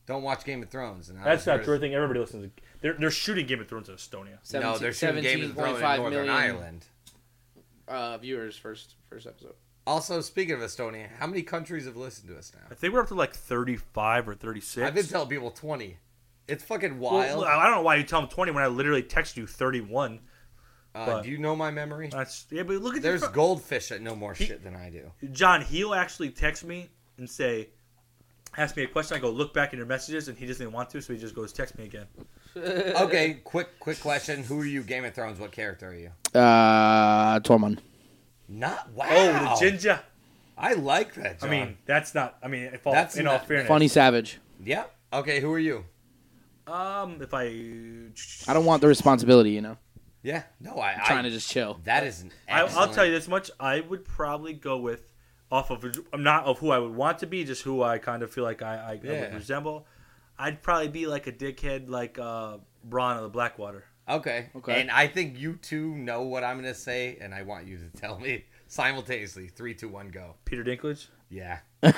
B: don't watch Game of Thrones. And I
A: That's
B: was
A: not true. I
B: first-
A: think everybody listens. To, they're they're shooting Game of Thrones in Estonia.
B: No, they're shooting Game of Thrones in
C: 17.5
B: Northern
C: million,
B: Ireland.
C: uh, viewers first first episode.
B: Also, speaking of Estonia, how many countries have listened to us
A: I
B: now?
A: think we're up to like thirty five or thirty six.
B: I've been telling people twenty. It's fucking wild.
A: Well, I don't know why you tell them twenty when I literally texted you thirty one.
B: uh,
A: but-
B: do you know my memory?
A: That's yeah, but look at your
B: There's
A: fu-
B: goldfish that know more shit than I do.
A: John, he'll actually text me and say, ask me a question. I go look back in your messages, and he doesn't want to, so he just goes text me again.
B: Okay, quick, quick question: Who are you, Game of Thrones? What character are you?
C: Uh, Tormund.
B: Not wow.
A: Oh, the ginger.
B: I like
A: I
B: that. John.
A: mean, that's not. I mean, if all,
B: That's
A: in all
B: not-
A: fairness,
C: Funny Savage.
B: yeah. Okay, who are you?
A: Um, if I,
C: I don't want the responsibility, you know.
B: Yeah. No, I.
C: I'm trying
B: I,
C: to just chill.
B: That is an.
A: I,
B: Excellent,
A: I'll tell you this much: I would probably go with off of I'm not of who I would want to be, just who I kind of feel like I, I, I would
B: Yeah.
A: resemble. I'd probably be like a dickhead, like uh, Braun of the Blackwater.
B: Okay.
C: Okay.
B: Okay. And I think you two know what I'm gonna say, and I want you to tell me simultaneously. Three, two, one, go.
A: Peter Dinklage.
B: Yeah. I'm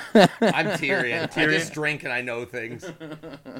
B: Tyrion. I just drink and I know things.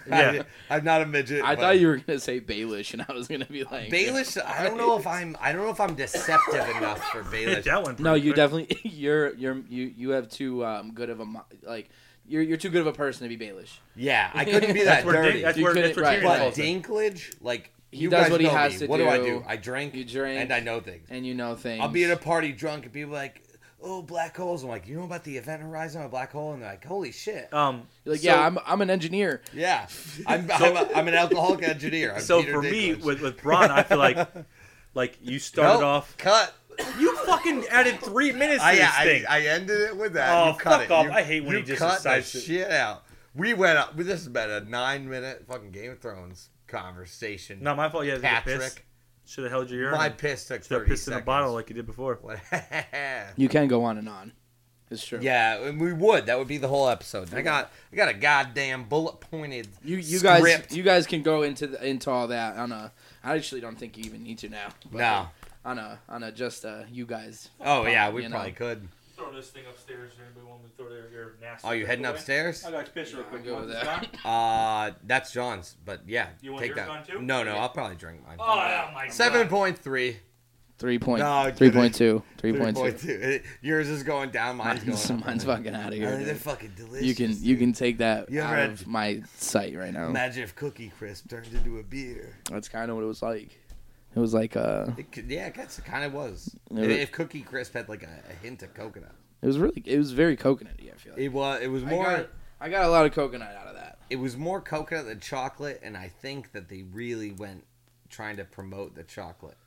A: Yeah.
B: I, am not a midget.
C: I
B: but-
C: thought you were gonna say Baelish, and I was gonna be like
B: Baelish. I don't know if I'm. I don't know if I'm deceptive enough for Baelish.
A: that one.
C: No, you
A: perfect.
C: definitely you're you're you you have too um, good of a mo- like you're you're too good of a person to be Baelish.
B: Yeah, I couldn't be
A: That's
B: that
A: where,
B: dirty.
A: Din- that's
C: You
A: where,
C: couldn't-
A: that's where
C: right.
A: Tyrion
B: but
A: falls in.
B: Dinklage, like
C: He
B: you
C: does
B: guys
C: what he
B: know
C: has
B: me.
C: to
B: what do. I do?
C: do.
B: I drink.
C: You drink.
B: and I know things.
C: and you know things.
B: I'll be at a party drunk and people are like, "Oh, black holes." I'm like, "You know about the event horizon of a black hole?" And they're like, "Holy shit!"
C: Oh.
A: Um,
C: You're like
B: so-
C: yeah, I'm I'm an engineer.
B: Yeah, I'm, I'm, a, I'm an alcoholic engineer. I'm
A: so
B: Peter
A: for me,
B: Dinklage.
A: with with Braun, I feel like like you started
B: Nope,
A: off.
B: cut.
A: You fucking added three minutes to
B: I,
A: this
B: I,
A: thing.
B: I ended it with that.
A: Oh,
B: you cut
A: fuck
B: it.
A: off.
B: You-
A: I hate when
B: you
A: he just
B: cut
A: decides
B: the
A: to-
B: shit out. We went up. This has been a nine minute fucking Game of Thrones conversation.
A: Not my fault. You had to take a piss.
B: Patrick,
A: Should have held your ear.
B: my piss took
A: Should
B: thirty
A: have pissed
B: seconds.
A: in a bottle like you did before.
B: What-
C: You can go on and on. It's true.
B: yeah, and we would. That would be the whole episode. I got, I got a goddamn bullet pointed.
C: You you
B: script.
C: guys you guys can go into the, into all that on a. I actually don't think you even need to now. but
B: No.
C: On a on a just uh you guys.
B: Oh yeah, we
C: You know.
B: probably could.
A: Throw this thing upstairs. Anybody want me to throw their, your nasty?
B: Oh, you heading upstairs?
A: got to piss real
C: quick. You want this gone?
B: Uh, that's John's, but yeah,
A: You want
B: take
A: yours
B: that.
A: gone too?
B: No, no, I'll probably drink mine.
A: Oh, my
B: Seven point three.
C: Three point
B: No, I'm
C: three
B: kidding.
C: point two. Three point two.
B: 3.2. Yours is going down. Mine's
C: Mine's,
B: going. up.
C: mine's fucking out of
B: Oh,
C: here.
B: they're
C: dude.
B: fucking delicious.
C: You can you
B: dude.
C: can take that
B: You ever
C: out
B: had-
C: of my sight right now.
B: imagine if Cookie Crisp turned into a beer.
C: That's kind of what it was like. It was like uh,
B: It could, yeah, that's kind of was.
C: Yeah,
B: If-
C: but-
B: if Cookie Crisp had like a, a hint of coconut,
C: it was really it was very coconutty. I feel like
B: it was it was
C: I
B: more
C: got- I got a lot of coconut out of that.
B: it was more coconut than chocolate, and I think that they really went trying to promote the chocolate,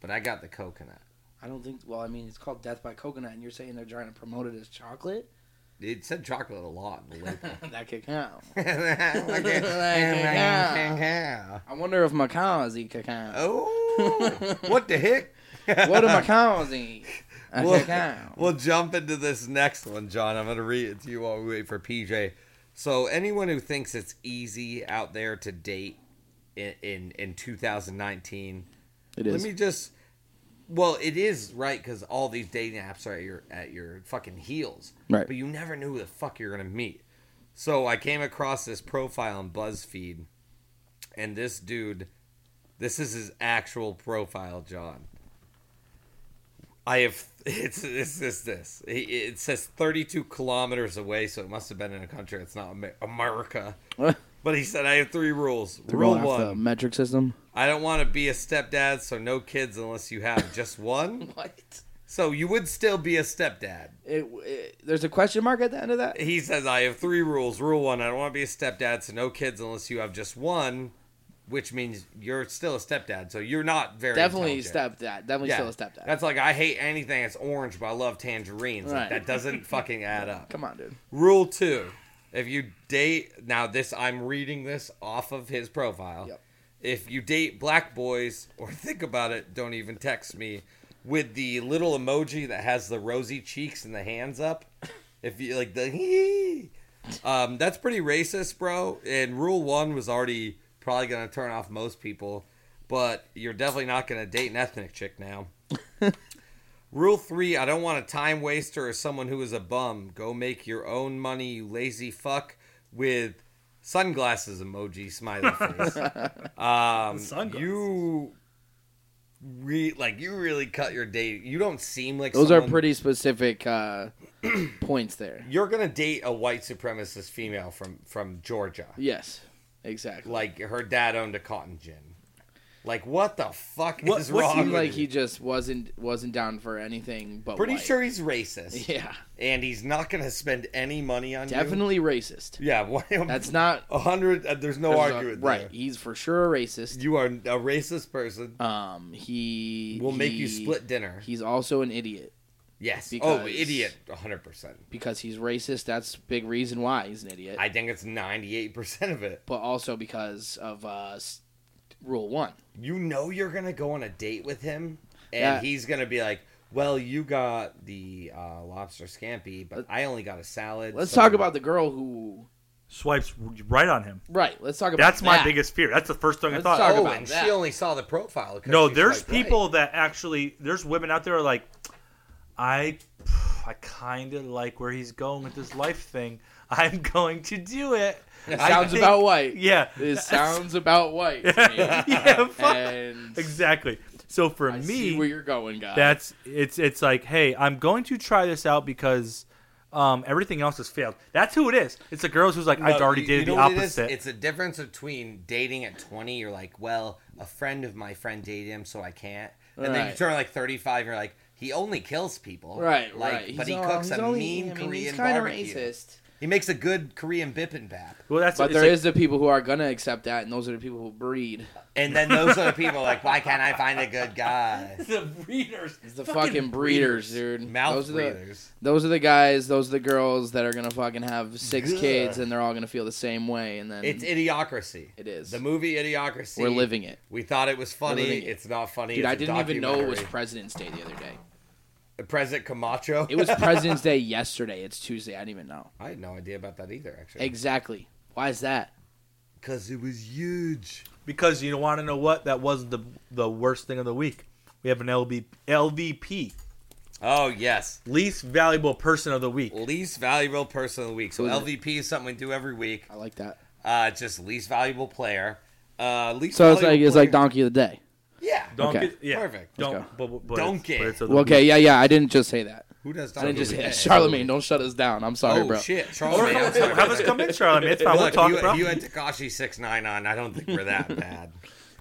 B: but I got the coconut.
C: I don't think. Well, I mean, it's called Death by Coconut, and you're saying they're trying to promote it as chocolate?
B: It said chocolate a lot in the label.
C: that could count.
B: oh,
C: I wonder if macaws eat cacao.
B: what the heck?
C: What do macaws eat? A
B: we'll,
C: cacao.
B: we'll jump into this next one, John. I'm going to read it to you while we wait for PJ. So, anyone who thinks it's easy out there to date in in, in 2019,
C: It
B: let
C: is.
B: me just. Well, it is right because all these dating apps are at your at your fucking heels.
C: Right.
B: But you never knew who the fuck you're gonna meet. So I came across this profile on BuzzFeed, and this dude, this is his actual profile, John. I have it's it's this this He- it says 32 kilometers away, so it must have been in a country that's not Amer- America. But he said I have three rules.
C: They're
B: Rule
C: going off the
B: one:
C: metric system.
B: I don't want to be a stepdad, so no kids unless you have just one.
C: What?
B: So you would still be a stepdad.
C: It, it, there's a question mark at the end of that.
B: He says, I have three rules. Rule one, I don't want to be a stepdad, so no kids unless you have just one, which means you're still a stepdad. So you're not very
C: Definitely
B: intelligent.
C: stepdad. Definitely
B: Yeah.
C: still a stepdad.
B: That's like I hate anything that's orange, but I love tangerines. Like,
C: Right.
B: that doesn't fucking add up.
C: Come on, dude.
B: Rule two: If you date now, this I'm reading this off of his profile.
C: Yep.
B: If you date black boys or think about it, don't even text me with the little emoji that has the rosy cheeks and the hands up. If you like the hee, um, that's pretty racist, bro. And rule one was already probably gonna turn off most people, but you're definitely not gonna date an ethnic chick now. Rule three: I don't want a time waster or someone who is a bum. Go make your own money, you lazy fuck. With sunglasses emoji smiley face. um,
A: Sunglasses.
B: You. Re- like you really cut your date. You don't seem like
C: Those are
B: someone-
C: pretty specific uh, points there.
B: You're gonna date a white supremacist female from from Georgia.
C: Yes, exactly.
B: Like her dad owned a cotton gin. Like what the fuck
A: What-
B: is
A: what's
B: wrong?
A: he
B: with
C: like
B: you?
C: he just wasn't wasn't down for anything but
B: pretty
C: white.
B: sure he's racist.
C: Yeah,
B: and he's not going to spend any money on you.
C: definitely racist.
B: Yeah, why-
C: That's not
B: a hundred. Uh, there's no argument.
C: right.
B: there.
C: He's for sure a racist.
B: You are a racist person.
C: Um, he
B: will make you
C: he-
B: split dinner.
C: He's also an idiot
B: Yes. Oh,
C: because-
B: idiot. A hundred percent.
C: because he's racist. That's a big reason why he's an idiot.
B: I think it's ninety-eight percent of it.
C: but also because of uh, s- rule one.
B: You know you're going to go on a date with him, and
C: Yeah.
B: he's going to be like. Well, you got the uh, lobster scampi, but I only got a salad.
C: Let's
B: so-
C: talk about the girl who.
A: Swipes right on him.
C: Right. Let's talk about.
A: That's my
C: that.
A: biggest fear. That's the first thing I
C: Let's
A: thought.
C: talk
B: Oh,
C: about
B: and
C: that.
B: she only saw the profile. 'cause
A: No,
B: she
A: there's
B: swiped right.
A: people that actually there's women out there are like, I, I kind of like where he's going with this life thing. I'm going to do it.
C: It
A: I
C: sounds
A: think-
C: about white.
A: Yeah,
C: It sounds about white. To me.
A: yeah, fuck.
C: and
A: exactly. So for
C: I
A: me,
C: see where you're going, guy.
A: that's it's it's like, hey, I'm going to try this out because. Um, everything else has failed. That's who it is. It's the girls who's like, I've
B: No,
A: already
B: you-
A: dated
B: you
A: the
B: know what it is?
A: opposite.
B: It's a difference between dating at 20, you're like, well, a friend of my friend dated him, so I can't. And then you
C: Right.
B: turn like 35, you're like, he only kills people.
C: right.
B: Like,
C: right.
B: But
C: He's
B: he
C: all-
B: cooks
C: he's
B: a
C: only-
B: mean
C: I mean,
B: Korean
C: he's kinda
B: barbecue.
C: racist.
B: He makes a good Korean bibimbap.
A: well, that's
C: But
A: it's
C: there is
A: like-
C: the people who are gonna accept that, and those are the people who breed.
B: And then those other people are like, why can't I find a good guy?
A: the breeders.
C: It's the fucking, breeders, dude.
B: Mouth
C: those are the
B: breathers.
C: those are the guys, those are the girls that are gonna fucking have six kids, and they're all gonna feel the same way, and then
B: It's Idiocracy.
C: it is.
B: The movie Idiocracy.
C: We're living it,
B: We thought it was funny.
C: living it.
B: It's not funny.
C: dude.
B: It's
C: I
B: a
C: didn't even know it was
B: documentary.
C: President's Day the other day.
B: President Camacho.
C: It was President's Day yesterday. It's Tuesday. I didn't even know
B: I had no idea about that either, actually.
C: exactly. Why is that?
B: Because it was huge.
A: Because you want to know what? That wasn't the the worst thing of the week. We have an LB, LVP,
B: Oh yes,
A: least valuable person of the week.
B: least valuable person of the week. So
C: Who is it?
B: LVP is something we do every week.
C: I like that.
B: Uh, it's just least valuable player. Uh, least
C: So it's
B: valuable
C: like it's like
B: player-
C: donkey of the day.
B: Yeah,
A: Don't
C: Okay.
A: get yeah.
B: Perfect.
A: Don't
C: Let's go.
A: but, but, but
B: Don't
A: it's-
B: get.
A: but it's of the
C: Well, okay,
A: week.
C: yeah, yeah. I didn't just say that.
B: Who does
C: I didn't just say
B: donkey
C: that.
B: day?
C: Charlemagne, don't shut us down. I'm sorry,
B: Oh
C: bro.
B: shit,
A: Or
B: Charlemagne.
A: have
B: I'm
A: us-
B: sorry.
A: have us come in, Charlie. It's fine. We'll
B: Look,
A: talk
B: you,
A: about.
B: you had Takashi six nine on. I don't think we're that bad.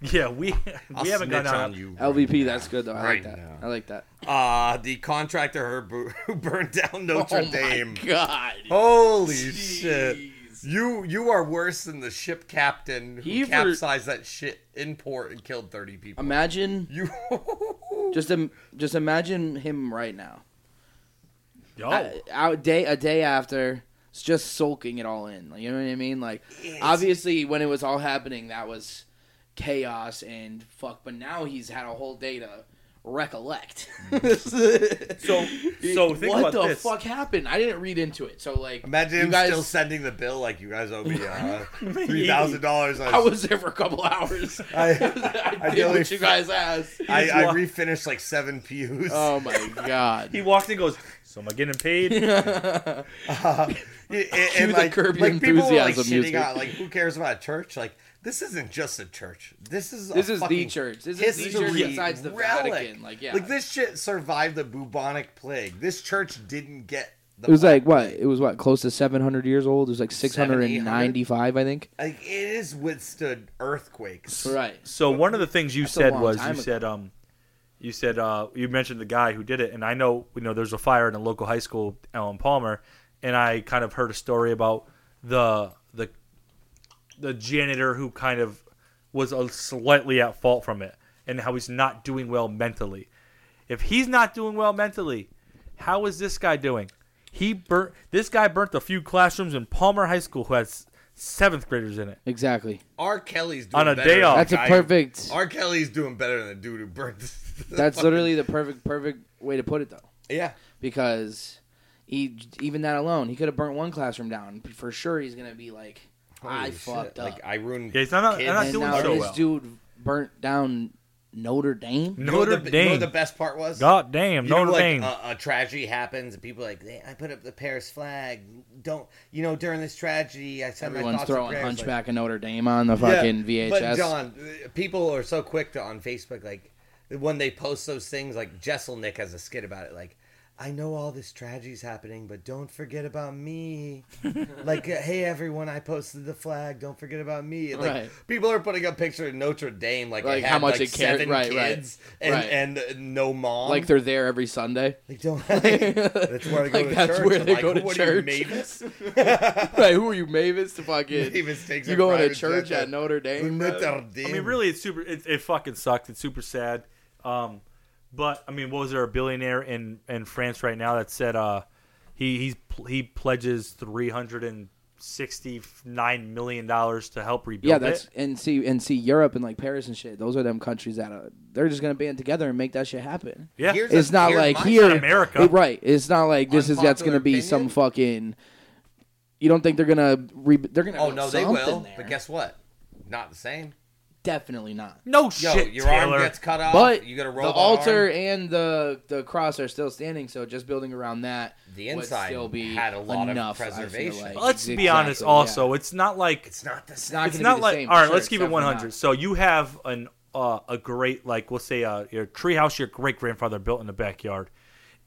A: yeah, we
B: I'll
A: we haven't
B: snitch
A: gone
B: on
A: out.
B: you.
C: LVP, that's good though. I
B: Right
C: like that.
B: now.
C: I like that.
B: Uh, the contractor who bur- who burned down
C: Oh
B: Notre Dame.
C: God,
B: Holy shit. You you are worse than the ship captain who
C: He for-
B: capsized that shit in port and killed 30 people.
C: imagine
B: you
C: just im- just imagine him right now.
A: Yo,
B: Oh.
C: I- out day a day after, it's just soaking it all in. Like, you know what I mean? Like obviously when it was all happening, that was chaos and fuck. But now he's had a whole day to recollect.
B: Mm.
A: so so think
C: what
A: about
C: the
A: this.
C: fuck happened? I didn't read into it. So like,
B: Imagine him
C: you guys,
B: still sending the bill like you guys owe me uh, three thousand dollars.
C: I was there for a couple hours.
B: I,
C: I
B: feel
C: did
B: like-
C: what you guys asked.
B: I, I
A: wa-
B: refinished like seven pews.
C: Oh my god.
A: He walked in, and goes. So am I getting paid?
B: and,
C: Cue
B: and
C: the
B: like,
C: Curb Your
B: like people were like
C: Enthusiasm
B: shitting
C: music.
B: out like who cares about a church? Like this isn't just a church. This is a
C: This is the
B: fucking
C: church. This is the
B: history
C: church besides the
B: relic.
C: Vatican. Like yeah.
B: Like this shit survived the bubonic plague. This church didn't get the
C: It was
B: plague.
C: like what? It was what close to 700 years old. It was like 695, I think.
B: Like it is withstood earthquakes.
C: Right.
A: So one of the things you
C: That's a
A: said
C: long
A: was you
C: time ago.
A: said um, you said uh, you mentioned the guy who did it, and I know you know there's a fire in a local high school, Alan Palmer, and I kind of heard a story about the the the janitor who kind of was a slightly at fault from it, and how he's not doing well mentally. If he's not doing well mentally, how is this guy doing? He burnt this guy burnt a few classrooms in Palmer High School who has seventh graders in it.
C: Exactly.
B: R. Kelly's doing
A: On a
B: better
A: day
B: than
A: off.
B: the
C: That's a
B: guy-
C: perfect.
B: R. Kelly's doing better than the dude who burned. the
C: That's
B: fucking-
C: literally the perfect perfect way to put it though,
B: yeah.
C: because he even that alone, he could have burnt one classroom down. For sure, he's gonna be like,
B: Holy
C: I
B: shit.
C: fucked up.
B: Like I ruined.
A: Yeah, he's not- I'm
B: kids.
A: not
C: and
A: doing
C: now
A: so
C: this
A: well.
C: dude burnt down Notre Dame.
B: You know what
A: Notre
B: the, you know what
A: Dame.
B: the best part was?
A: God damn,
B: You know,
A: Notre
B: like, uh,
A: Dame.
B: A, a tragedy happens, and people are like, "Hey, I put up the Paris flag. Don't you know? During this tragedy, I sent my
C: Everyone's
B: thoughts and
C: throwing
B: prayers," like-
C: Hunchback of Notre Dame on the
B: Yeah,
C: fucking VHS.
B: But John, uh, people are so quick to on Facebook, like when they post those things, like Jesselnick has a skit about it, like. I know all this tragedy's happening, but don't forget about me. like, uh, hey everyone, I posted the flag. Don't forget about me. Like,
C: Right.
B: people are putting up pictures of Notre Dame, like,
C: Like,
B: it had,
C: how much
B: like,
C: it cared-
B: seven
C: right, right,
B: kids and
C: right.
B: and uh, no mom.
C: like they're there every Sunday.
B: They don't. that's where they go
C: Like,
B: to
C: that's
B: church.
C: where
B: I'm
C: they
B: like,
C: go to
B: what are you,
C: church."
B: Mavis?
C: right? Who are you, Mavis? To fucking
B: Mavis takes
C: you
B: a
C: going
B: private
C: to church
B: jet
C: at Notre Dame? bro?
B: Notre
A: I
B: Dame.
A: mean, really, it's super. It, it fucking sucked. It's super sad. Um, but I mean, what was there a billionaire in in France right now that said uh, he he's pl- he pledges three hundred and sixty nine million dollars to help rebuild
C: Yeah, that's
A: it.
C: and see and see Europe and like Paris and shit. Those are them countries that uh, they're just gonna band together and make that shit happen.
A: Yeah,
B: Here's
C: It's
B: a-
C: not
B: here's
C: like
B: my
C: here,
B: side.
A: America.
C: right? It's not like this is that's
B: Unpopular
C: gonna be some
B: opinion?
C: fucking. You don't think they're gonna re- they're gonna?
B: Oh
C: build
B: no, they
C: something
B: will.
C: there.
B: But guess what? Not the same.
C: definitely not.
A: No
B: Yo,
A: shit,
B: your
A: Taylor.
B: arm gets cut off.
C: But
B: Uh, you got to roll
C: the
B: that
C: altar
B: arm.
C: and the the cross are still standing, so just building around that
B: The
C: would
B: inside
C: still be
B: had a lot of
C: enough, I feel
B: preservation.
C: like.
A: Let's be
C: Exactly,
A: honest.
C: yeah.
A: Also, it's not like
B: It's not the
C: It's
B: same.
C: not
A: it's
C: gonna
A: not
C: be the
A: like
C: same, for
A: all right.
C: sure,
A: let's keep it
C: definitely
A: one
C: not.
A: hundred. So you have an uh, a great like we'll say uh, your treehouse your great grandfather built in the backyard,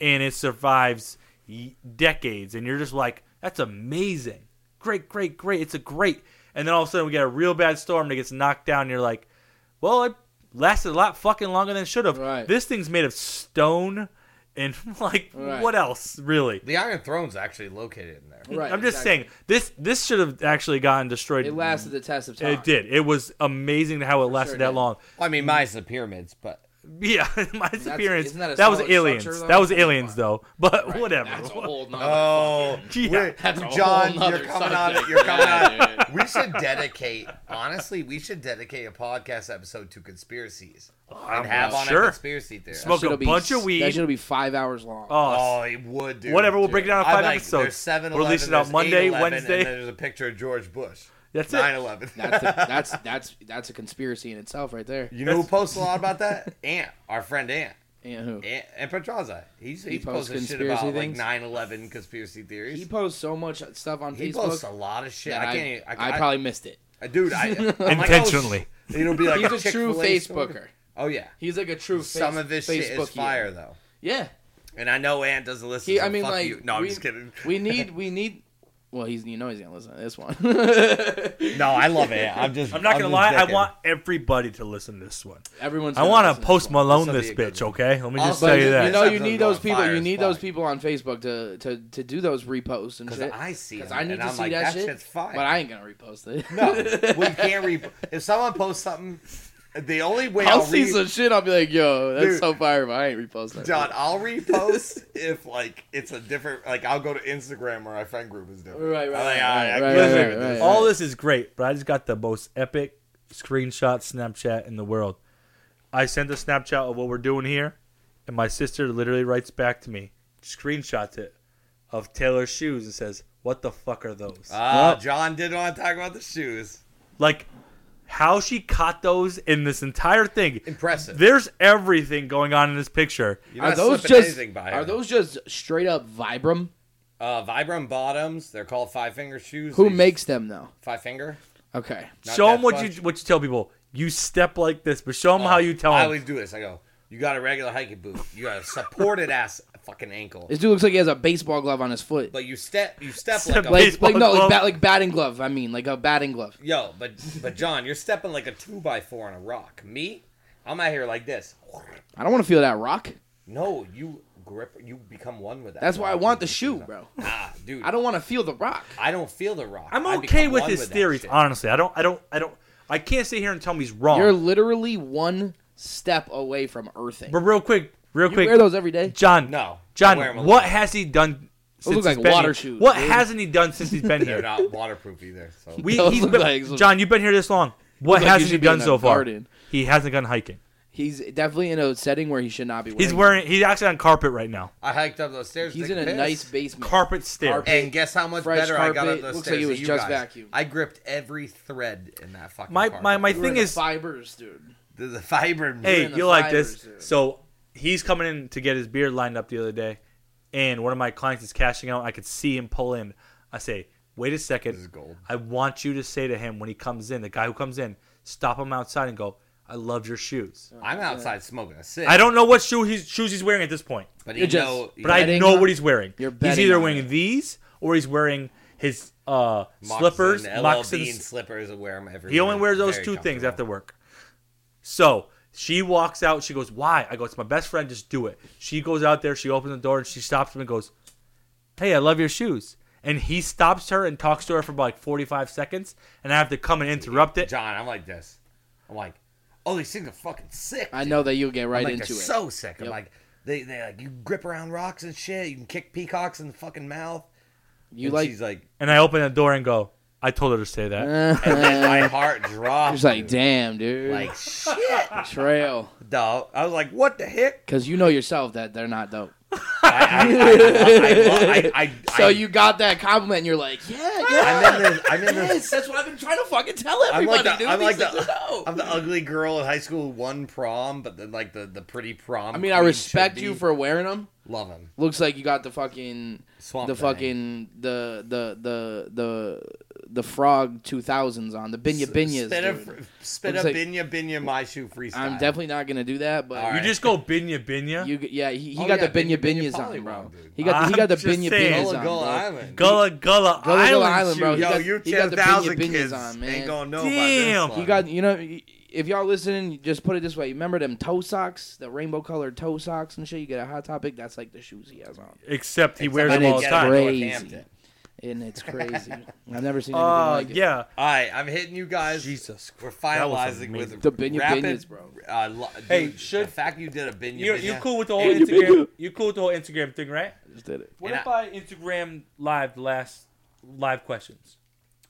A: and it survives y- decades, and you're just like that's amazing, great, great, great. It's a great, and then all of a sudden we get a real bad storm that gets knocked down. And you're like, well, it lasted a lot fucking longer than it should have.
C: Right.
A: This thing's made of stone, and like
C: Right.
A: what else really?
B: The Iron Throne's actually located in there.
C: Right,
A: I'm just
C: exactly.
A: saying this this should have actually gotten destroyed.
C: it lasted the test of time.
A: Mm-hmm. It did. It was amazing how it lasted
C: it
A: that
C: did.
A: long.
B: I mean, mine's the pyramids, but
A: Yeah, my appearance.
C: isn't that a
A: That, was
C: solid
A: aliens.
C: structure, though?
A: That was
C: Come
A: aliens,
C: on.
A: though. But
C: Right,
A: whatever.
C: That's a whole nother.
B: oh,
A: yeah.
F: Wait,
C: that's a
B: John,
C: whole nother
B: you're coming on
C: subject.
B: it. You're coming on
C: Yeah,
B: it. We should dedicate. Honestly, we should dedicate a podcast episode to conspiracies and have on
A: Oh, sure.
B: a conspiracy theory.
A: Smoke
C: Shit'll
A: a
C: be-
A: bunch of
C: That
A: weed.
C: should be five hours long.
A: oh,
B: Oh, it would, dude.
A: whatever. We'll break it down in
B: I'm
A: five
B: like, There's
A: episodes.
B: seven.
A: We'll release it on Monday, Wednesday.
B: And there's a picture of George Bush.
A: That's it.
B: 9/11.
C: That's, a, that's that's that's a conspiracy in itself, right there.
B: You know who posts a lot about that? Ant, our friend Ant.
C: And who?
B: Ant, Ant Petraza. He's, he,
C: posts
B: posts, shit
C: conspiracy
B: about
C: things?
B: like 9-11 conspiracy theories.
C: He
B: He,
C: posts so much stuff on Facebook.
B: posts a lot of shit.
C: that
B: I can't. even- I,
C: I probably missed it.
B: I- dude. I, I'm like,
A: Intentionally.
B: oh, sh- it'll be like
C: He's a true
B: Chick-fil-A
C: Facebooker.
B: store. Oh yeah.
C: He's like a true.
B: Some
C: face-
B: of this shit is
C: Facebookian.
B: fire though.
C: Yeah,
B: And I know Ant doesn't listen.
C: he.
B: so
C: I mean,
B: fuck
C: like,
B: you. no, I'm
C: we,
B: just kidding.
C: we need. We need. Well, he's. You know, he's gonna listen to this one.
B: No, I love Ant. I'm just.
A: I'm not gonna
B: just
A: lie. I
B: dicking.
A: want everybody to listen to this one.
C: Everyone's.
A: I
C: gonna
A: want
C: listen
A: to
C: this
A: post
C: one.
A: Malone
B: This'll be
A: this
B: a good
A: bitch. Okay, let me just
B: Also,
A: tell you
B: you
A: that.
C: You know, you
B: Sometimes
C: need
B: going
C: those people.
B: fire
C: You
B: as
C: need those
B: fuck.
C: people on Facebook to to to, to do those reposts and
B: because
C: shit.
B: I see. Because
C: I need to
B: I'm
C: see
B: like,
C: that, shit.
B: shit's fire.
C: But I ain't gonna repost it.
B: No, we can't re. If someone posts something, the only way
C: I'll
B: I'll,
C: see
B: re-
C: some shit. I'll be like, "Yo, that's
B: Dude.
C: so fire!" But I ain't reposting. that.
B: John, I'll repost if like it's a different. Like I'll go to Instagram where our friend group is different.
C: Right, right,
B: I'm like,
C: right,
B: "All I
C: right,
B: can
C: right,
B: live
A: right,
B: with
C: right,
B: this."
A: All this is great, but I just got the most epic screenshot Snapchat in the world. I sent a Snapchat of what we're doing here, and my sister literally writes back to me, screenshots it of Taylor's shoes and says, "What the fuck are those?"
B: Ah,
A: Well,
B: John didn't want to talk about the shoes.
A: like how she caught those in this entire thing.
B: Impressive.
A: There's everything going on in this picture.
B: You're
C: Are
B: not
C: those
B: slipping
C: just
B: anything by
C: are
B: her.
C: those just straight up Vibram?
B: uh, Vibram bottoms? They're called five finger shoes.
C: Who
B: They-
C: makes them though?
B: five finger?
C: Okay,
B: Not
A: show
B: that
A: them what
B: much.
A: you what you tell people. You step like this, but show them
C: Oh,
A: how you tell
B: I
A: them.
B: always do this. I go. You got a regular hiking boot. You got a supported ass fucking ankle.
C: this dude looks like he has a baseball glove on his foot.
B: But you step. You step,
A: Step
B: like a
A: like-
C: Like, like no,
A: Baseball
C: like,
A: glove.
C: bat, like batting glove. I mean, like a batting glove.
B: Yo, but but John, you're stepping like a two by four on a rock. Me, I'm out here like this.
C: I don't want to feel that rock.
B: No, you grip. You become one with that.
C: That's why I
B: rock.
C: want the shoe, bro.
B: Nah, dude,
C: I don't want to feel the rock.
B: I don't feel the rock.
A: I'm
B: I
A: okay
B: become
A: with
B: one
A: his
B: that
A: theories,
B: shit.
A: honestly. I don't, I don't, I don't, I can't sit here and tell him he's
B: Oh.
A: wrong.
C: You're literally one step away from earthing.
A: but real quick, real
C: You
A: quick,
C: wear those every day.
A: John.
B: No, I wear 'em a
A: John. What
B: lot.
A: has he done? Since
C: look
A: he's
C: like
A: been
C: water
A: here?
C: shoes,
A: What
C: dude.
A: hasn't he done since he's been
B: They're
A: here?
B: not waterproof either. So
A: We,
C: Those
A: he's
C: look
A: been,
C: like-
A: John, you've been here this long. What
C: like you
A: hasn't he
C: should be in
A: done
C: a
A: so far?
C: garden.
A: He hasn't gone hiking.
C: He's definitely in a setting where he should not be. Wearing
A: He's wearing. He's actually on carpet right now.
B: I hiked up those stairs. to
C: He's
B: take
C: in a
B: piss,
C: nice basement.
A: Carpet stairs.
C: Carpet.
B: And guess how much
C: Fresh
B: better I got up
C: carpet.
B: those
C: Looks like
B: stairs.
C: it
B: than
C: was
B: you
C: just
B: guys.
C: vacuumed.
B: I gripped every thread in that fucking.
A: My
B: carpet.
A: my my
C: We're
A: thing
C: the
A: is
C: fibers, dude.
B: The, the fiber.
C: You're
A: hey,
C: in the
A: you like this?
C: fibers, dude.
A: So he's coming in to get his beard lined up the other day, and one of my clients is cashing out. I could see him pull in. I say, wait a second.
B: is gold.
A: I want you to say to him when he comes in, the guy who comes in, stop him outside and go, I love your shoes.
B: I'm outside smoking a cig.
A: I don't know what shoe he's, shoes he's wearing at this point,
B: But
C: You're
B: you
C: just-
B: know,
A: but I
C: Betting
A: know
C: on-
A: what he's wearing.
C: you're
A: he's
C: betting
A: either
C: on
A: wearing
C: it.
A: these or he's wearing his uh,
B: Moxon,
A: slippers,
B: LL
A: moccasins.
B: Bean slippers. I wear 'em every.
A: He only
B: day.
A: wears those
B: Very
A: two things
B: comfortable.
A: after work. So she walks out. She goes, "Why?" I go, "It's my best friend. Just do it." She goes out there. She opens the door and she stops him and goes, "Hey, I love your shoes." And he stops her and talks to her for like forty-five seconds, and I have to come and interrupt it.
B: John, I'm like this. I'm like, oh, these things are fucking sick.
C: I know that you'll get
B: I'm
C: right
B: like,
C: into
B: they're
C: it.
B: So sick. I'm
C: Yep.
B: like, they they like you grip around rocks and shit. You can kick peacocks in the fucking mouth.
C: you
B: and
C: like?
B: She's like,
A: And I open the door and go, "I told her to say that."
B: and then my heart dropped.
C: It's like,
B: dude.
C: damn, dude.
B: like shit,
C: trail,
B: dog. I was like, what the heck?
C: because you know yourself that they're not dope.
B: I, I, I, I, I, I,
C: So
B: I-
C: you got that compliment, and you're like, yeah, yeah.
B: I'm in this. I'm in this
C: Yes, that's what I've been trying to fucking tell
B: I'm
C: everybody,
B: like the,
C: dude.
B: I'm
C: These
B: like
C: things are
B: the,
C: dope.
B: I'm the ugly girl in high school who won prom, but then like the, the pretty prom.
C: I mean, I
B: queen
C: respect
B: should
C: you
B: be-
C: for wearing them.
B: love him.
C: Looks like you got the fucking,
B: Swamp
C: the
B: thing.
C: fucking, the the the the the frog two thousands on the binya binyas.
B: Spit a,
C: dude.
B: fr- spit a
C: Looks like-
B: binya binya my shoe freestyle.
C: I'm definitely not gonna do that, but
B: All
A: You
B: right.
A: just go binya binya.
C: you, yeah, he, he
B: Oh,
C: got
B: yeah,
C: the binya
B: Binya Binya
C: binyas on,
B: Polly
C: bro.
B: one, dude.
C: He got he got the
A: I'm just
C: binya
A: saying.
C: binyas
B: Gullah
C: on,
B: Gullah
C: bro.
B: Island.
A: Gullah Gullah
C: Gullah
A: Island.
C: Gullah Island,
A: shoes.
C: bro. He
B: Yo,
C: got-
B: you
C: he got
B: ten
C: the
B: thousand
C: Binya Binyas
B: kids
C: on, man.
B: ain't gonna know
A: Damn.
B: about this.
C: He got you know if y'all listening, just put it this way. You remember them toe socks, the rainbow colored toe socks and shit. You get a hot topic. That's like the shoes he has on,
A: Except he
B: Except
A: wears
B: I
A: them
C: didn't
A: all the
C: get
A: time.
B: it.
C: crazy,
B: Northampton.
C: and it's crazy. I've never seen anything
A: Uh,
C: like it.
A: yeah.
B: All right, I'm hitting you guys.
A: Jesus
B: We're
A: That was
B: finalizing
A: amazing.
B: with
C: The binya
B: rapid,
C: binyas, bro.
B: Uh, lo- dude,
A: Hey, should-
B: the fact you did a binya
A: You
B: binya?
A: you cool with the whole
C: Binya
A: Instagram?
C: Binya.
A: You cool with the whole Instagram thing, right?
C: Just did it.
A: What
B: And
A: if I, Instagram live the last live questions?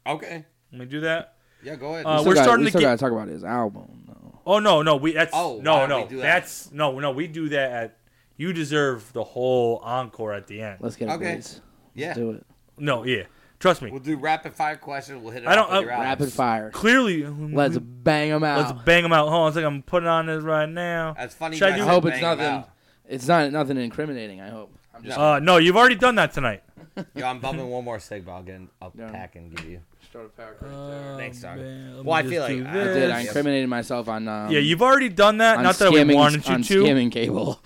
B: Okay,
A: Let me do that.
B: yeah, go ahead.
A: Uh,
C: We
A: we're
C: got,
A: starting
C: we
A: to
C: still
A: get-
C: gotta talk about his album. Though.
A: Oh no, no, we that's
B: Oh,
A: no,
B: why don't
A: no,
B: we do that?
A: that's no, no, we do that at. You deserve the whole encore at the end.
C: Let's get it,
B: Okay.
C: please.
B: yeah,
C: Let's do it.
A: no, yeah, trust me.
B: we'll do rapid fire questions. We'll hit it.
A: I don't-
B: off with
A: uh,
B: your
C: Rapid
B: albums.
C: fire.
A: Clearly,
C: Let's bang them out.
A: let's bang them out. Hold on, a second, I'm putting on this right now.
B: That's funny.
A: Should I
B: you
A: do-
B: guys
C: I hope
B: said
C: it's
B: bang 'em
C: nothing.
B: out.
C: It's not nothing incriminating. I hope. I'm just
A: Uh, no, you've already done that tonight.
B: Yo, I'm bumping one more cig, but I'll get I'll
C: Yeah.
B: pack and give you.
C: throwing a power crash
A: Uh,
B: Uh, Thanks, dog.
A: man, let
B: Well,
A: me
B: I
A: just
B: feel like
A: do
B: I
C: I
A: this.
C: did. I
B: Yes.
C: incriminated myself on. Um,
A: yeah, you've already done that.
C: on
A: Not that we
C: scamming-
A: wanted you
C: on
A: to.
C: scamming cable.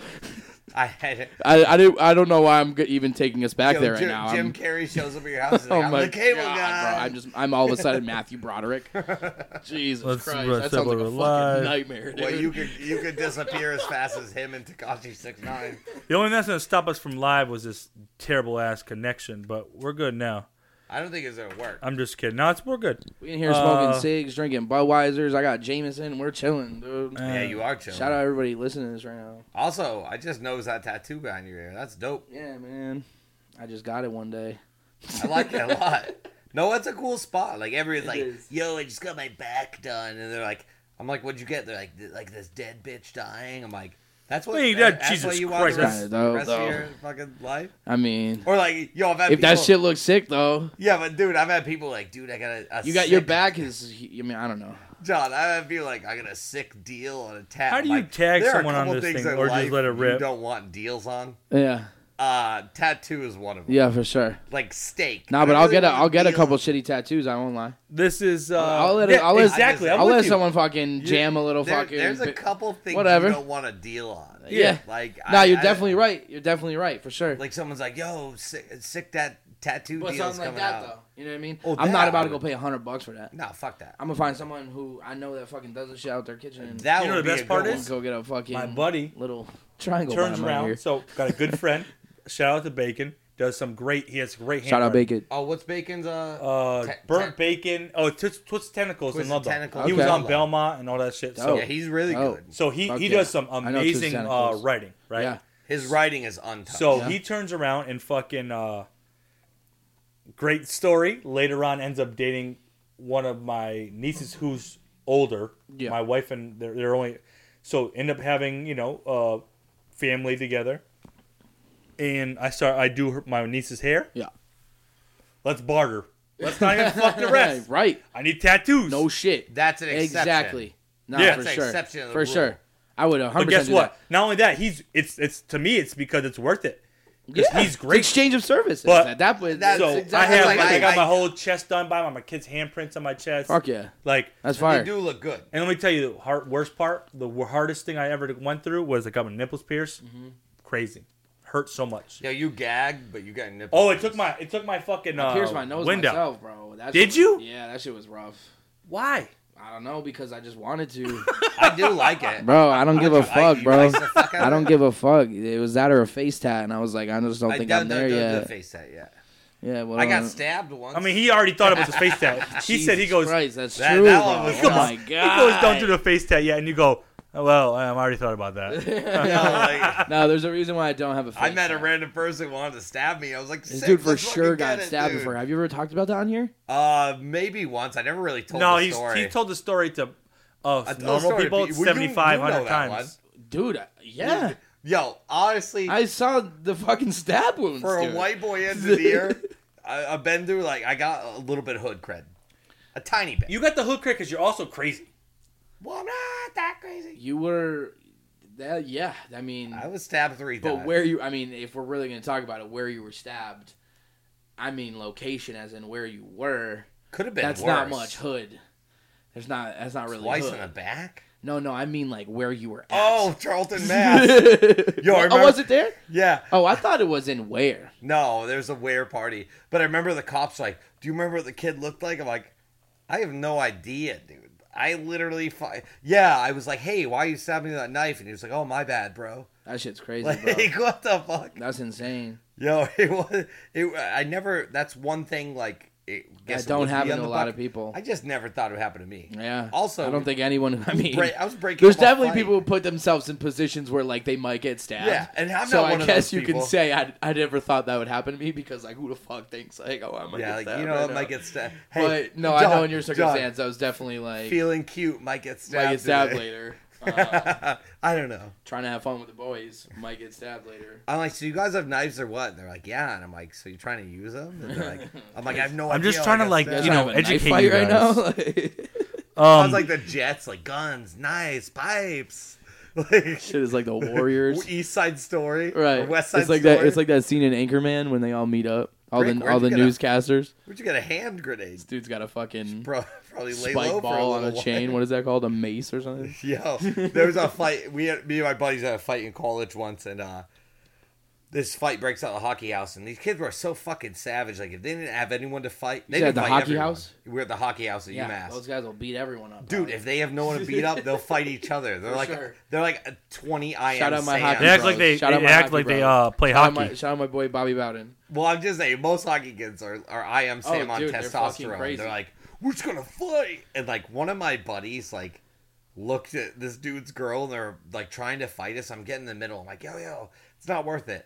B: I had
C: I I, do, I don't know why I'm g- even taking us back
B: Yo,
C: there right
B: Jim,
C: now.
B: Jim
C: I'm,
B: Carrey shows up at your house. And
C: oh
B: I'm
C: my
B: the cable
C: God,
B: guy.
C: bro! I'm just I'm all of a sudden Matthew Broderick. Jesus
A: Let's
C: Christ,
A: rest
C: that sounds like a
A: over
C: fucking
A: live.
C: nightmare, dude.
B: well, you could you could disappear as fast as him and Takashi Six Nine.
A: The only thing that's gonna stop us from live was this terrible ass connection, but we're good now.
B: I don't think it's gonna work.
A: I'm just kidding. No, it's we're good.
C: we in here smoking
A: Uh,
C: cigs, drinking Budweisers. I got Jameson. We're chilling, dude.
A: Uh,
B: yeah, you are chilling.
C: Shout out everybody listening to this right now.
B: Also, I just noticed that tattoo behind your ear. That's dope.
C: Yeah, man. I just got it one day.
B: I like it a lot. No, that's a cool spot. Like everyone's like,
C: is.
B: "Yo, I just got my back done," and they're like, "I'm like, what'd you get?" They're like, "Like this dead bitch dying." I'm like, "That's what."
A: Hey, that-
B: that, that's
A: Jesus
B: what you
A: Christ,
B: want the rest,
C: that's- Kinda dope,
B: rest of
C: though.
B: your fucking life.
C: I mean,
B: Or like, yo, I've had
C: if that
B: people-
C: shit looks sick though,
B: Yeah, but dude, I've had people like, dude, I got a, a
C: you got your
B: sick-
C: back is. I mean, I don't know.
B: John. I've had people like, I got a sick deal on a tap.
A: How do you
B: Like,
A: tag
B: there are a
A: someone on
B: couple
A: this
B: things
A: thing,
B: in
A: or just
B: life
A: let it rip?
B: You don't want deals on.
C: Yeah,
B: Uh, tattoo is one of them.
C: yeah, for sure.
B: like steak.
C: Nah,
B: I
C: but I'll
B: really
C: get a
B: want
C: I'll get a
B: deal.
C: couple shitty tattoos. I won't lie.
A: This is. Uh,
C: I'll let it-
A: yeah,
C: I'll let-
A: exactly. I'm
C: I'll
A: with
C: let
A: you.
C: someone fucking jam a little
B: There-
C: fucking.
B: There's a
C: bit-
B: couple things
C: whatever.
B: you don't want to deal on.
C: Yeah.
B: like
C: No,
B: I-
C: you're
B: I-
C: definitely right. You're definitely right for sure.
B: Like someone's like, "Yo, sick, sick that tattoo
C: but
B: deal's
C: something like
B: coming
C: that
B: out."
C: though, you know what I mean?
B: Oh,
C: I'm not
B: that-
C: about to go pay hundred bucks for that.
B: No, fuck that.
C: I'm gonna find someone who I know that fucking does this shit out their kitchen and
B: That
A: You know
B: would
A: the
B: be
A: best
B: a
A: part
B: good
C: and
B: one.
A: is-
C: go get a fucking
A: My buddy
C: little triangle
A: turns
C: by my ear.
A: around. So got a good friend. Shout out to Bacon. Does some great. He has great.
C: Shout out
A: handwriting.
C: Bacon.
B: Oh, what's bacon's? Uh,
A: Uh,
B: Te-
A: burnt
B: te-
A: bacon. Oh, Toots, Toots Tentacles
B: Twisted
A: in Ludlow.
B: Tentacles
A: He
C: in
A: was on
B: Ludlow.
A: Belmont and all that shit. So,
C: Dope.
B: yeah, he's really
C: Oh.
B: good.
A: so he
C: Fuck
A: he
C: yeah.
A: does some
C: I know Toots
A: amazing uh,
C: Tentacles.
A: writing, right?
C: Yeah.
B: His writing is untouched.
A: So
C: Yeah.
A: he turns around and fucking uh great story. Later on ends up dating one of my nieces who's older.
C: Yeah.
A: My wife and they're, they're only so end up having, you know, uh family together. And I start I do her, my niece's hair.
C: Yeah.
A: Let's barter. Let's not even fuck the rest.
C: right.
A: I need tattoos.
C: No shit.
B: that's an exception.
C: Exactly. No,
A: Yeah.
C: for
B: That's an
C: sure.
B: exception to the
C: for
B: rule.
C: sure. I would 100%
A: But guess
C: do
A: what?
C: that.
A: Not only that, he's it's it's to me it's because it's worth it. 'Cause
C: Yeah.
A: he's
C: It's
A: great.
C: exchange of services.
A: But-
C: That- that would-
B: That's
A: so
B: exactly
A: I have
B: like
A: I,
B: I-
A: got my
B: I-
A: whole chest done by my, my kids' handprints on my chest.
C: Fuck yeah.
A: Like
C: That's
B: They
C: fire.
B: do look good.
A: And let me tell you the hard, worst part, the wor- hardest thing I ever went through was I got my nipples pierced. Crazy. Hurt so much.
B: Mm-hmm. Yeah, you gagged, but you got nipples.
A: Oh, it took my it took my fucking uh,
C: I pierced my nose
A: window.
C: myself, bro. That
A: Did
C: shit was-
A: you?
C: Yeah, that shit was rough.
A: Why?
C: I don't know because I just wanted to,
B: I do like it.
C: bro. I don't give a
B: I-
C: fuck,
B: you
C: bro.
B: nice the fuck out
C: I
B: of
C: don't
B: it.
C: give a fuck. It was that or a face tat, and I was like, I just don't
B: I
C: think
B: don't-
C: I'm
B: don't-
C: there
B: don't do
C: yet. Uh,
B: the face that yet.
C: Yeah, well,
B: I got stabbed once.
A: I mean, he already thought it was a face tat. He said he
C: Jesus
A: goes
C: Christ, that's
B: That-
C: true.
B: that
C: bro.
B: one was-
C: oh
A: he goes,
C: my
A: he
C: god.
A: goes down to the face tat, yeah, and you go, oh, well, I I already thought about that.
B: No, like,
C: No, there's a reason why I don't have a face.
B: I met a
C: tat.
B: random person who wanted to stab me. I was like,
C: This
B: "Sick,
C: dude for
B: let's fucking
C: sure
B: get
C: got
B: it,
C: stabbed
B: dude."
C: before. Have you ever talked about that on here?
B: Uh, maybe once. I never really told.
A: no,
B: the
A: he's
B: story.
A: he told the story to uh,
B: I told the
A: normal
B: story to
A: people
B: pe- well, you-
A: seventy five
B: you know
A: hundred
B: that
A: times.
C: Dude, I- yeah.
B: Yo, honestly,
C: I saw the fucking stab wounds.
B: for a
C: dude.
B: white boy engineer, I, I've been through like I got a little bit of hood cred, a tiny bit.
A: You got the hook because you're also crazy.
B: well, I'm not that crazy.
C: you were that yeah i mean
B: I was stabbed three
C: but
B: times.
C: where you i mean if we're really going to talk about it where you were stabbed i mean location as in where you were
B: could have been
C: that's
B: worse.
C: not much hood there's not that's not really
B: Twice
C: hood.
B: in the back.
C: no no i mean like where you were at.
B: Oh, Charlton, Mass. Yo, I
C: oh,
B: remember-
C: was it there
B: yeah.
C: oh i thought it was in where
B: No, there's a wear party. But I remember the cops like, "Do you remember what the kid looked like?" I'm like, "I have no idea, dude. I literally, fi- yeah." I was like, "Hey, why are you stabbing me with that knife?" And he was like, "Oh, my bad, bro."
C: that shit's crazy bro
B: Like, what the fuck?
C: that's insane
B: Yo, it was. It, I never. That's one thing. Like, it, guess it
C: that don't
B: wouldn't be
C: happen
B: on
C: to a
B: the
C: lot of
B: bucket-
C: people
B: I just never thought it happened to me.
C: yeah
B: Also,
C: i don't think anyone i mean
B: Bra- I was breaking.
C: There's
B: up a
C: definitely
B: fight.
C: people who put themselves in positions where like they might get stabbed.
B: Yeah, and I'm
C: so
B: not
C: I
B: one of
C: guess
B: those
C: you
B: people.
C: can say I I never thought that would happen to me because like who the fuck thinks like oh I might
B: Yeah,
C: get
B: like,
C: stabbed
B: you know,
C: right
B: it
C: now.
B: might get stabbed. Hey,
C: But no, I know
B: John,
C: in your
B: John,
C: circumstance, I was definitely like
B: feeling cute might get stabbed.
C: might get stabbed
B: today.
C: later. Uh,
B: I don't know.
C: trying to have fun with the boys, might get stabbed later.
B: I'm like, so you guys have knives or what? And they're like, yeah. And I'm like, so you're trying to use them? And they're like, I'm like, I have no
A: I'm
B: idea.
A: just trying to,
B: got
A: like,
B: stabbed.
A: You know,
C: Have a knife
A: educate
C: fight
A: you
C: right now.
A: guys.
C: Like,
A: Um,
B: sounds like the Jets, like guns, knives, pipes, like
C: shit is like the Warriors,
B: East Side Story,
C: right?
B: Or West Side
C: it's like
B: Story.
C: that. It's like that scene in Anchorman when they all meet up. All
B: Rick,
C: the
B: where'd
C: all the
B: you get a-
C: newscasters.
B: where'd you get a hand grenade?
C: This dude's got a fucking
B: Bro, probably lay low
C: spike
B: for a
C: ball on a
B: little
C: chain.
B: while.
C: What is that called? A mace or something?
B: Yo, there was a fight. We had, me and my buddies had a fight in college once, and uh, this fight breaks out in the hockey house, and these kids were so fucking savage. Like if they didn't have anyone to fight, they
C: said
B: didn't
C: the
B: fight
C: hockey
B: everyone.
C: house?
B: We're at the hockey house at UMass.
C: those guys will beat everyone up. Uh,
B: Dude,
C: probably.
B: if they have no one to beat up, they'll fight each other. They're
C: For
B: like
C: sure.
B: they're like a twenty I
C: Shout
B: am
C: out my
B: Sam.
C: hockey
A: they act
C: bros.
A: like they,
C: Shout out
A: they
C: my
A: act
C: hockey
A: like they
C: bros.
A: uh, play
C: shout out,
A: hockey.
C: my, shout out my boy Bobby Bowden.
B: Well, I'm just saying, most hockey kids are, are I am Sam
C: Oh,
B: on
C: dude, they're fucking
B: testosterone. They're,
C: crazy.
B: like, we're just gonna fight, and like one of my buddies like looked at this dude's girl, and they're like trying to fight us. I'm getting in the middle. I'm like, yo, yo, it's not worth it.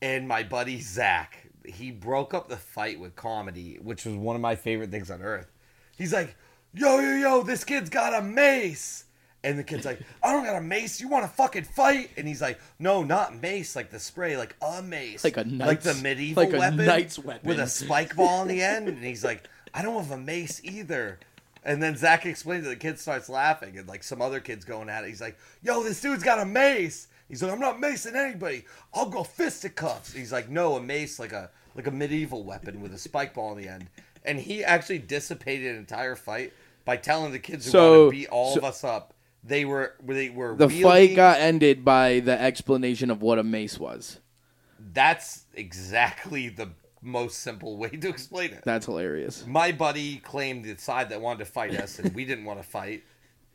B: And my buddy Zach, he broke up the fight with comedy, which was one of my favorite things on earth. He's like, yo, yo, yo, this kid's got a mace. And the kid's like, I don't got a mace. You want to fucking fight? And he's like, No, not mace, like the spray, like a mace,
C: Like a
B: like
C: knight's-
B: the medieval
C: like a
B: weapon,
C: knight's weapon.
B: with a spike ball on the end. And he's like, I don't have a mace either. And then Zach explains it. The kid starts laughing, and like some other kids going at it. He's like, Yo, this dude's got a mace. He's like, I'm not macing anybody. I'll go fisticuffs. He's like, No, a mace, like a like a medieval weapon with a spike ball on the end. And he actually dissipated an entire fight by telling the kids who
C: So-
B: wanted to beat all
C: so-
B: of us up. They were they were
C: The
B: wielding-
C: fight got ended by the explanation of what a mace was.
B: That's exactly the most simple way to explain it.
C: That's hilarious.
B: My buddy claimed the side that wanted to fight us, and we didn't want to fight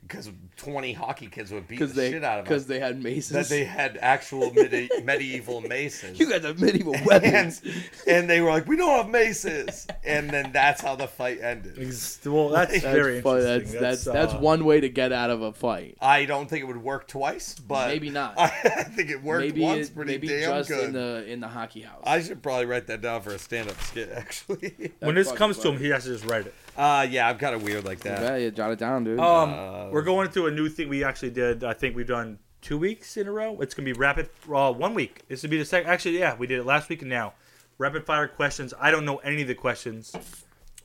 B: because twenty hockey kids would beat the
C: Because they
B: shit out of us.
C: because they had maces.
B: that they had actual medi- medieval maces.
C: you guys have medieval
B: and,
C: weapons.
B: and they were like, "We don't have maces," and then that's how the fight ended.
A: Ex- well, that's
C: That's
A: very
C: fun.
A: interesting.
C: That's that's,
A: uh,
C: that's one way to get out of a fight.
B: I don't think it would work twice, but
C: Maybe not.
B: I, think it worked
C: Maybe
B: once
C: it-
B: pretty
C: maybe
B: damn
C: just
B: good.
C: in the in the hockey house.
B: I should probably write that down for a stand-up skit, actually.
A: When
C: That's
A: this comes to
C: fucking
A: him, he has to just write it.
B: uh, yeah, I'm kind of weird like that.
C: yeah, yeah, jot it down, dude.
A: Um,
B: Uh,
A: we're going through a new thing we actually did. I think we've done two weeks in a row. It's gonna be rapid. Uh, one week. This would be the second. Actually, yeah, we did it last week and now. Rapid fire questions. I don't know any of the questions.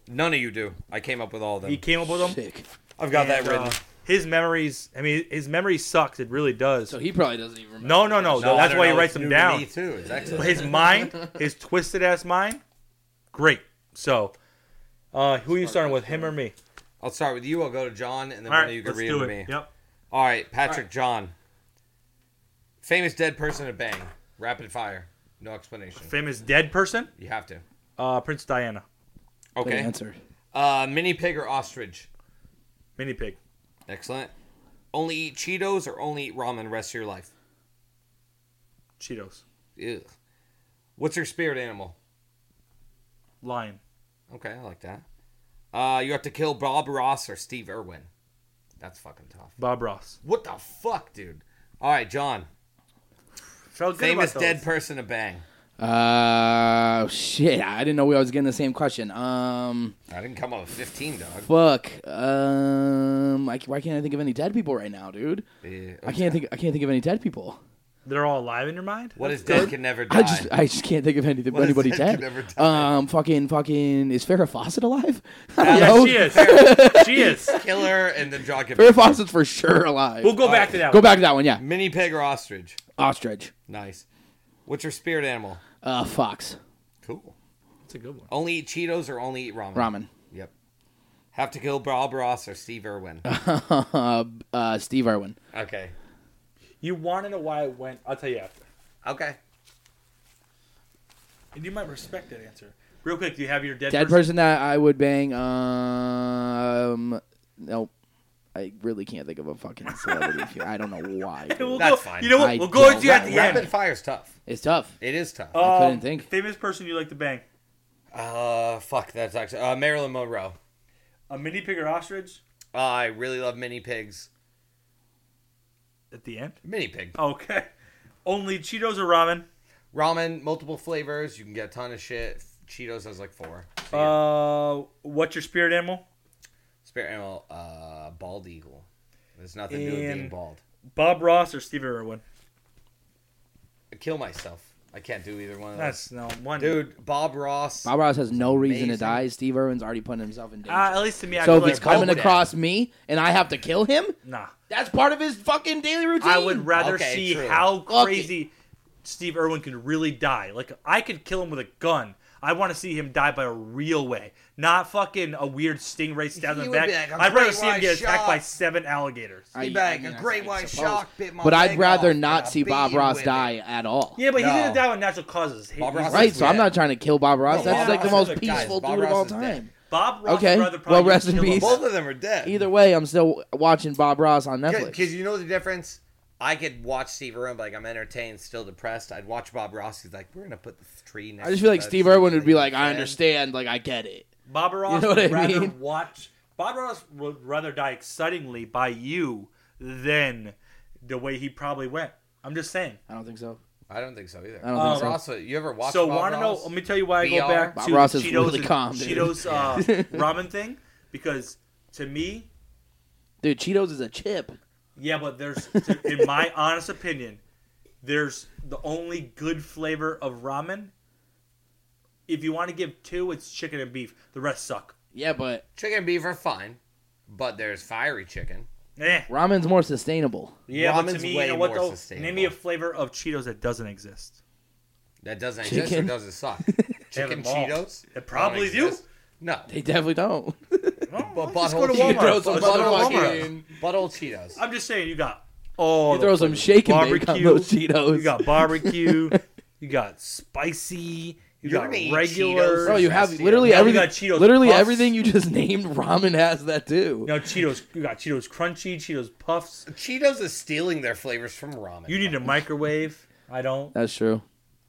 B: None of you do. I came up with all of them.
A: He came up with them.
C: Sick.
B: I've got
A: And,
B: that written.
A: uh, his memories. I mean, his memory sucks. It really does.
C: So he probably doesn't even remember.
A: no, no, no.
B: No, I
A: that's
B: don't
A: why he
B: know.
A: writes them
B: It's new to
A: down.
B: Me too. It's
A: But
B: excellent.
A: his mind, his twisted ass mind, great. So, uh, who are you starting with, him or me?
B: I'll start with you. I'll go to John, and then
A: All
B: one of you
A: right,
B: can
A: let's
B: read
A: do
B: to
A: it.
B: me.
A: Yep.
B: All right, Patrick John. Famous dead person to bang. Rapid fire. No explanation.
A: Famous dead person,
B: You have to.
A: uh, Prince Diana,
C: Good
B: Okay.
C: answer.
B: Uh, mini pig or ostrich?
A: mini pig,
B: Excellent. Only eat Cheetos or only eat ramen the rest of your life?
A: Cheetos,
B: Ew. What's your spirit animal?
A: lion,
B: Okay, I like that. Uh, you have to kill Bob Ross or Steve Irwin. That's fucking tough.
A: Bob Ross.
B: What the fuck, dude? All right, John.
A: Felt good
B: Famous
A: about
B: dead
A: those.
B: person to bang.
C: Uh, shit. I didn't know we was getting the same question. Um,
B: I didn't come up with 15, dog.
C: fuck. Um, I, c- why can't I think of any dead people right now, dude?
B: Yeah.
C: I can't think. I can't think of any dead people.
A: They're all alive in your mind.
B: What is
A: That's good.
B: dead can never die?
C: I just. I just can't think of anything.
B: What is
C: anybody
B: dead
C: dead?
B: could never die?
C: Um, fucking, fucking. Is Farrah Fawcett alive? I don't
A: Yeah,
C: know.
A: she is. she is.
B: Killer and then John can.
C: Farrah Fawcett's for sure alive.
A: We'll go
B: All
A: back
B: right.
A: to that.
C: Go
A: one.
C: back to that one. Yeah,
B: Mini pig or ostrich?
C: ostrich.
B: Nice. What's your spirit animal?
C: Uh, fox.
B: Cool.
A: That's a good one.
B: Only eat Cheetos or only eat ramen?
C: Ramen.
B: Yep. Have to kill Bob Ross or Steve Irwin.
C: uh, uh, Steve Irwin.
B: okay.
A: You want to know why I went? I'll tell you after.
B: Okay.
A: And you might respect that answer. Real quick, do you have your dead,
C: Dead
A: person?
C: person that I would bang. Um, nope. I really can't think of a fucking celebrity here. I don't know why.
A: We'll
C: dude.
A: go-
B: That's fine.
A: You know what?
C: I
A: we'll go
C: don't-
A: to you at the
B: Rapid
A: end.
B: fire's tough.
C: It's tough.
B: It is tough.
A: Um,
C: couldn't think.
A: Famous person you like to bang?
B: Uh, fuck. That's actually uh, Marilyn Monroe.
A: A mini pig or ostrich?
B: Uh, I really love mini pigs.
A: At the end.
B: Mini pig.
A: Okay. Only Cheetos or ramen?
B: Ramen, multiple flavors. You can get a ton of shit. Cheetos has like four. So, yeah.
A: Uh, what's your spirit animal?
B: Spirit animal, uh, bald eagle. There's nothing new in being
A: And-
B: bald.
A: Bob Ross or Steve Irwin?
B: I kill myself. I can't do either one of those.
A: That's no one.
B: Dude, Bob Ross.
C: Bob Ross has no reason to
B: amazing.
C: die. Steve Irwin's already putting himself in danger.
A: Uh, at least to me, I
C: so
A: feel
C: if
A: like
C: it's coming
B: both dead.
C: across me and I have to kill him,
A: nah.
C: that's part of his fucking daily routine.
A: I would rather
B: Okay,
A: see
B: true.
A: how
C: Fuck it.
A: crazy Steve Irwin could really die. Like I could kill him with a gun. I want to see him die by a real way, not fucking a weird stingray stabbed
B: He
A: in the
B: would
A: back.
B: be like, "A
A: I'd rather
B: great
A: see him
B: white
A: get attacked by
B: shark."
A: seven alligators.
C: I-
B: Bang,
C: I mean,
B: a
C: I
B: great
C: suppose.
B: white shark bit my
C: But I'd
B: leg
C: rather
B: off, and
C: not
B: I
C: see Bob
B: beat
C: Ross
B: with
C: die
B: it.
C: at all.
A: yeah, but he's
B: No.
A: gonna die with natural causes. He-
B: Bob
A: he's-
B: Ross
C: Right, so I'm
B: Yeah.
C: not trying to kill Bob Ross.
B: Bob
C: That's like the
B: Ross
C: most
B: is a guy.
C: peaceful
B: Bob
C: dude of
B: Ross
C: all
B: is dead.
C: time.
A: Bob Ross
C: Okay.
A: would rather
C: Well,
A: probably
C: rest in
A: kill him.
C: peace.
B: Both of them are dead.
C: Either way, I'm still watching Bob Ross on Netflix.
B: Because you know the difference? I could watch Steve Irwin, but like I'm entertained, still depressed. I'd watch Bob Ross. He's like, we're going to put the tree next
C: I just feel like
B: to
C: Steve
B: that
C: Irwin
B: tree
C: would be like,
B: that you
C: I
B: said."
C: understand, like I get it.
A: Bob Ross
C: know what
A: would
C: I
A: rather
C: mean?
A: watch. Bob Ross would rather die excitingly by you than the way he probably went. I'm just saying.
C: I don't think so.
B: I don't think so either.
C: I don't
B: Bob
C: think so.
B: Ross, you ever watch
A: so
B: Bob
A: want to know?
B: Ross?
A: Let me tell you why I go
B: VR?
A: back
C: Bob
A: to
C: Ross
A: the
C: is
A: Cheetos,
C: really
A: and-
C: calm, dude.
A: Cheetos uh, ramen thing because to me,
C: Dude, Cheetos is a chip.
A: yeah, but there's to- in my honest opinion, there's the only good flavor of ramen. If you want to give two, it's chicken and beef. The rest suck.
C: Yeah, but
B: Chicken and beef are fine, but there's fiery chicken.
A: Eh.
C: ramen's more sustainable.
A: Yeah, but to
B: Ramen's
A: me,
B: way
A: you know what
B: more
A: though? Name me a
B: sustainable.
A: flavor of Cheetos that doesn't exist.
B: That doesn't exist or
C: Chicken?
B: doesn't suck.
A: have them
B: Chicken
A: all.
B: Cheetos?
A: They probably
B: don't
A: do.
B: exist. No.
C: They definitely don't.
A: Well,
B: But
A: let's go to
B: butthole Cheetos.
A: Walmart.
C: Throw
B: Butthole
C: some
B: Cheetos.
C: motherfucking-
B: Butthole Cheetos.
A: I'm just saying, you got oh,
C: you throw some shake and bake on
A: barbecue.
C: those Cheetos.
A: You got barbecue. you got spicy. You
B: You're
A: got
B: gonna eat
A: regular.
B: Cheetos.
C: Bro, you have
B: Zesty.
C: literally
A: Now we
C: everything.
A: got Cheetos
C: literally
A: Puffs.
C: everything you just named, ramen has that too.
A: No Cheetos. You got Cheetos crunchy, Cheetos puffs.
B: Cheetos is stealing their flavors from ramen.
A: You need a microwave. I don't.
C: That's true,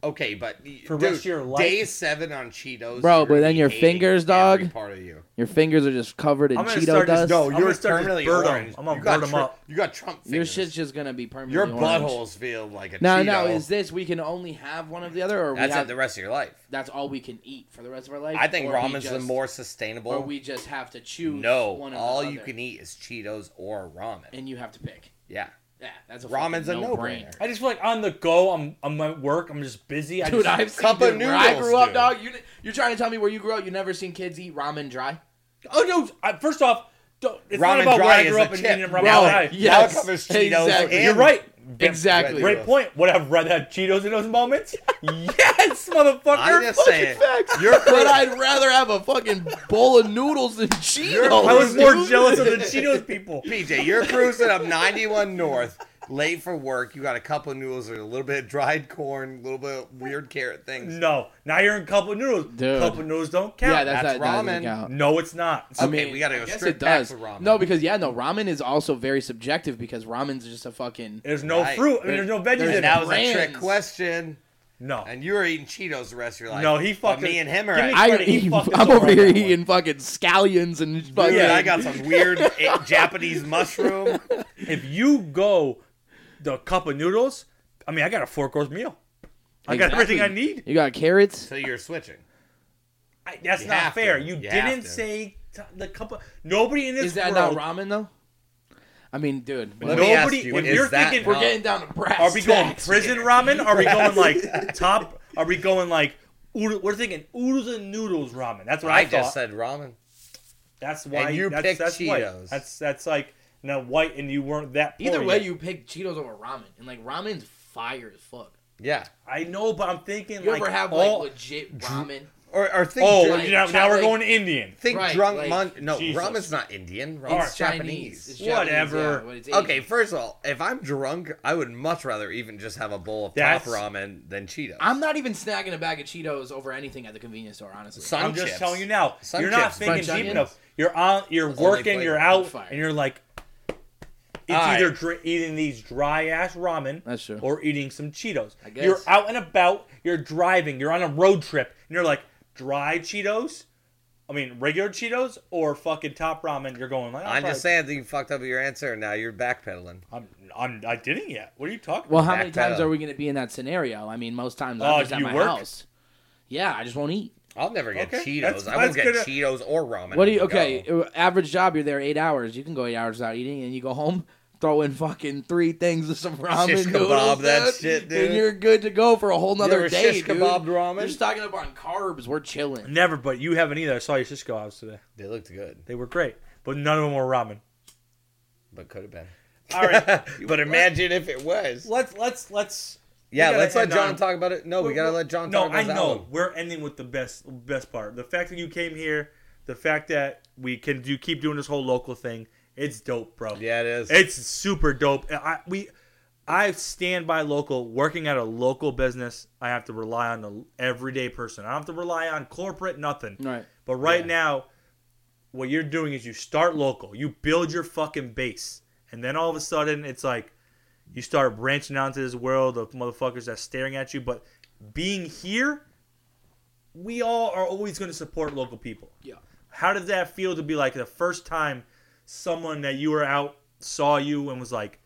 B: Okay, but
A: For
B: dude,
A: rest of your life-
B: day seven on Cheetos,
C: Bro,
B: you're
C: but then
B: gonna
C: your
B: be hating
C: fingers,
B: every
C: dog.
B: Part of you.
C: your fingers are just covered in
A: I'm gonna
C: Cheeto
A: start this-
C: dust.
A: no,
B: I'm
A: you're
B: gonna
A: starting to
B: permanently
A: burn 'em.
B: orange.
A: I'm gonna
B: You got
A: burn 'em
B: Tru-
A: up.
B: You got Trump fingers.
C: your shit's just gonna be permanently.
B: your
C: orange.
B: buttholes feel like a
C: Now,
B: Cheeto.
C: now, is this we can only have one of the other, or we
B: That's
C: have,
B: it the rest of your life.
C: that's all we can eat for the rest of our life?
B: I think
C: or we
B: ramen's the
C: just-
B: more sustainable.
C: Or we just have to choose.
B: no,
C: one or the
B: all you
C: other,
B: can eat is Cheetos or ramen.
C: and you have to pick.
B: yeah,
C: Yeah, that's a
B: ramen's a
C: fucking
B: no-brainer.
A: I just feel like on the go. I'm. I'm at work. I'm just busy. I
C: Dude,
A: just,
C: I've seen
B: cup of
C: dude, where I
B: noodles,
C: grew up,
B: dude.
C: dog. You, you're trying to tell me where you grew up, you never seen kids eat ramen dry?
A: Oh no! I, first off, Don't, it's
B: Ramen
A: not about where
B: dry
A: I
B: is
A: grew
B: a
A: up and
B: chip.
A: eating ramen
B: Now
A: dry.
B: it- Yes, now it covers Cheetos
C: exactly.
B: and-
A: You're right.
C: Exactly.
A: Great point. Would I have rather had Cheetos in those moments? yes, motherfucker.
B: I'm just saying.
C: You're but I'd rather have a fucking bowl of noodles than Cheetos.
A: I was more
C: dude.
A: jealous of the Cheetos people.
B: PJ, you're cruising up 91 North, late for work. You got a couple of noodles, a little bit of dried corn, a little bit of weird carrot things.
A: No. Now you're in cup of noodles.
C: Dude.
A: Cup of noodles don't count.
C: Yeah, that's,
B: That's
C: that
B: ramen.
C: doesn't count.
A: No, it's not.
B: I mean, we gotta
C: I
B: go
C: guess
B: straight
C: it
B: back
C: does.
B: to ramen.
C: No, because yeah, no, ramen is also very subjective because ramen's just a fucking.
A: There's no
B: Right.
A: fruit. I mean, there's no veggies
C: There's
A: in
B: that
A: it.
B: was a trick
C: brands.
B: question,
A: No.
B: and you were eating Cheetos the rest of your life.
A: No, he
B: But
A: fucking-
B: me and him are.
A: Give me-
B: at-
C: I
A: Freddie, he
C: eat,
A: fucked us
C: I'm
A: over
C: over
A: on
C: here
A: that one.
C: eating fucking scallions and fucking.
B: Dude,
A: Yeah.
B: I got some weird eh, Japanese mushroom.
A: If you go the cup of noodles, I mean, I got a four course meal. I got everything I
C: Exactly.
A: need.
C: You got carrots.
B: So you're switching.
A: I, that's
B: You
A: not
B: have to.
A: fair. You,
B: You have
A: didn't
B: to.
A: say t- the cup of. Nobody in this
C: Is that not
A: world.
C: ramen though? I mean, dude,
B: Let
C: we're,
A: Nobody-
B: me ask you,
A: if
B: is
A: you're
B: that
A: thinking-
C: we're
B: not-
C: getting down to brass.
A: Are we going
C: tacks.
A: prison ramen? Are we going like top? Are we going like oodle, we're thinking oodles and noodles ramen? That's what I,
B: I
A: thought.
B: just said ramen.
A: that's why
B: and you
A: that's,
B: picked
A: that's
B: Cheetos.
A: White. That's that's like now white, and you weren't that.
C: Either
A: poor
C: way,
A: yet.
C: you pick Cheetos over ramen, and like ramen's fire as fuck.
B: Yeah.
A: I know, but I'm thinking
C: You
A: like
C: ever have
A: all.
C: like legit ramen?
B: Or, or think
A: oh,
B: drunk,
C: like,
A: now, now we're
C: like-
A: going Indian.
B: think
C: right,
B: drunk
C: like,
B: mon- No,
A: Jesus.
B: ramen's not Indian.
A: Alright.
B: Ramen's Japanese.
C: It's
A: Whatever.
C: yeah, but it's Asian.
B: Okay, first of all, if I'm drunk, I would much rather even just have a bowl of
A: That's-
B: top ramen than Cheetos.
C: I'm not even snagging a bag of Cheetos over anything at the convenience store, honestly.
B: Sun
A: I'm just
B: chips.
A: telling you now.
B: Sun
A: you're not
B: chips.
A: thinking
C: French
A: deep
C: onions.
A: enough. You're on. You're
B: the only
A: working. You're
B: flavor.
A: out,
C: Fire.
A: and you're like, it's
B: All
A: either
B: right.
A: dr- eating these dry ass ramen,
C: That's true.
A: or eating some Cheetos.
C: I guess.
A: You're out and about. You're driving. You're on a road trip, and you're like, dry Cheetos. I mean, regular Cheetos or fucking top ramen. You're going like, I'll
B: I'm
A: probably-
B: just saying that you fucked up your answer, and now you're backpedaling.
A: I'm, I'm, I didn't yet. What are you talking?
C: Well,
A: about?
C: how many
B: Backed
C: times
B: up.
C: are we going to be in that scenario? I mean, most times
A: Oh,
C: I'm just
A: do
C: at
A: you
C: my
A: work?
C: house. Yeah, I just won't eat.
B: I'll never get
A: Okay,
B: Cheetos.
A: that's-
B: I won't
A: that's
B: get
A: gonna-
B: Cheetos or ramen.
C: What do you?
B: on the
C: Okay, uh,
B: go.
C: average job. You're there eight hours. You can go eight hours without eating, and you go home, throw in fucking three things of some ramen
B: Shish
C: noodles,
B: kebab, that
C: dude,
B: shit, dude.
C: and you're good to go for a whole nother
B: ever
C: day,
B: shish
C: dude.
B: kebabbed ramen?
C: We're stocking up on carbs. We're chilling.
A: Never, but you haven't either. I saw your Cisco house today.
B: They looked good,
A: They were great, but none of them were ramen.
B: but could have been.
A: All right,
B: but imagine if it was.
A: let's let's let's
B: Yeah,
A: gotta
B: let's let
A: end
B: John
A: on-
B: talk about it. No, we
A: Well,
B: gotta
A: well,
B: let John
A: No,
B: talk about
A: I
B: his
A: know.
B: album.
A: We're ending with the best best part. The fact that you came here, the fact that we can do keep doing this whole local thing, it's dope, bro.
B: Yeah, it is.
A: It's super dope. I we I stand by local. Working at a local business, I have to rely on the everyday person. I don't have to rely on corporate nothing.
C: Right.
A: But right now, what you're doing is you start local. You build your fucking base, and then all of a sudden, it's like you start branching out into this world of motherfuckers that's staring at you. But being here, we all are always going to support local people.
C: Yeah.
A: How did that feel to be like the first time someone that you were out saw you and was like,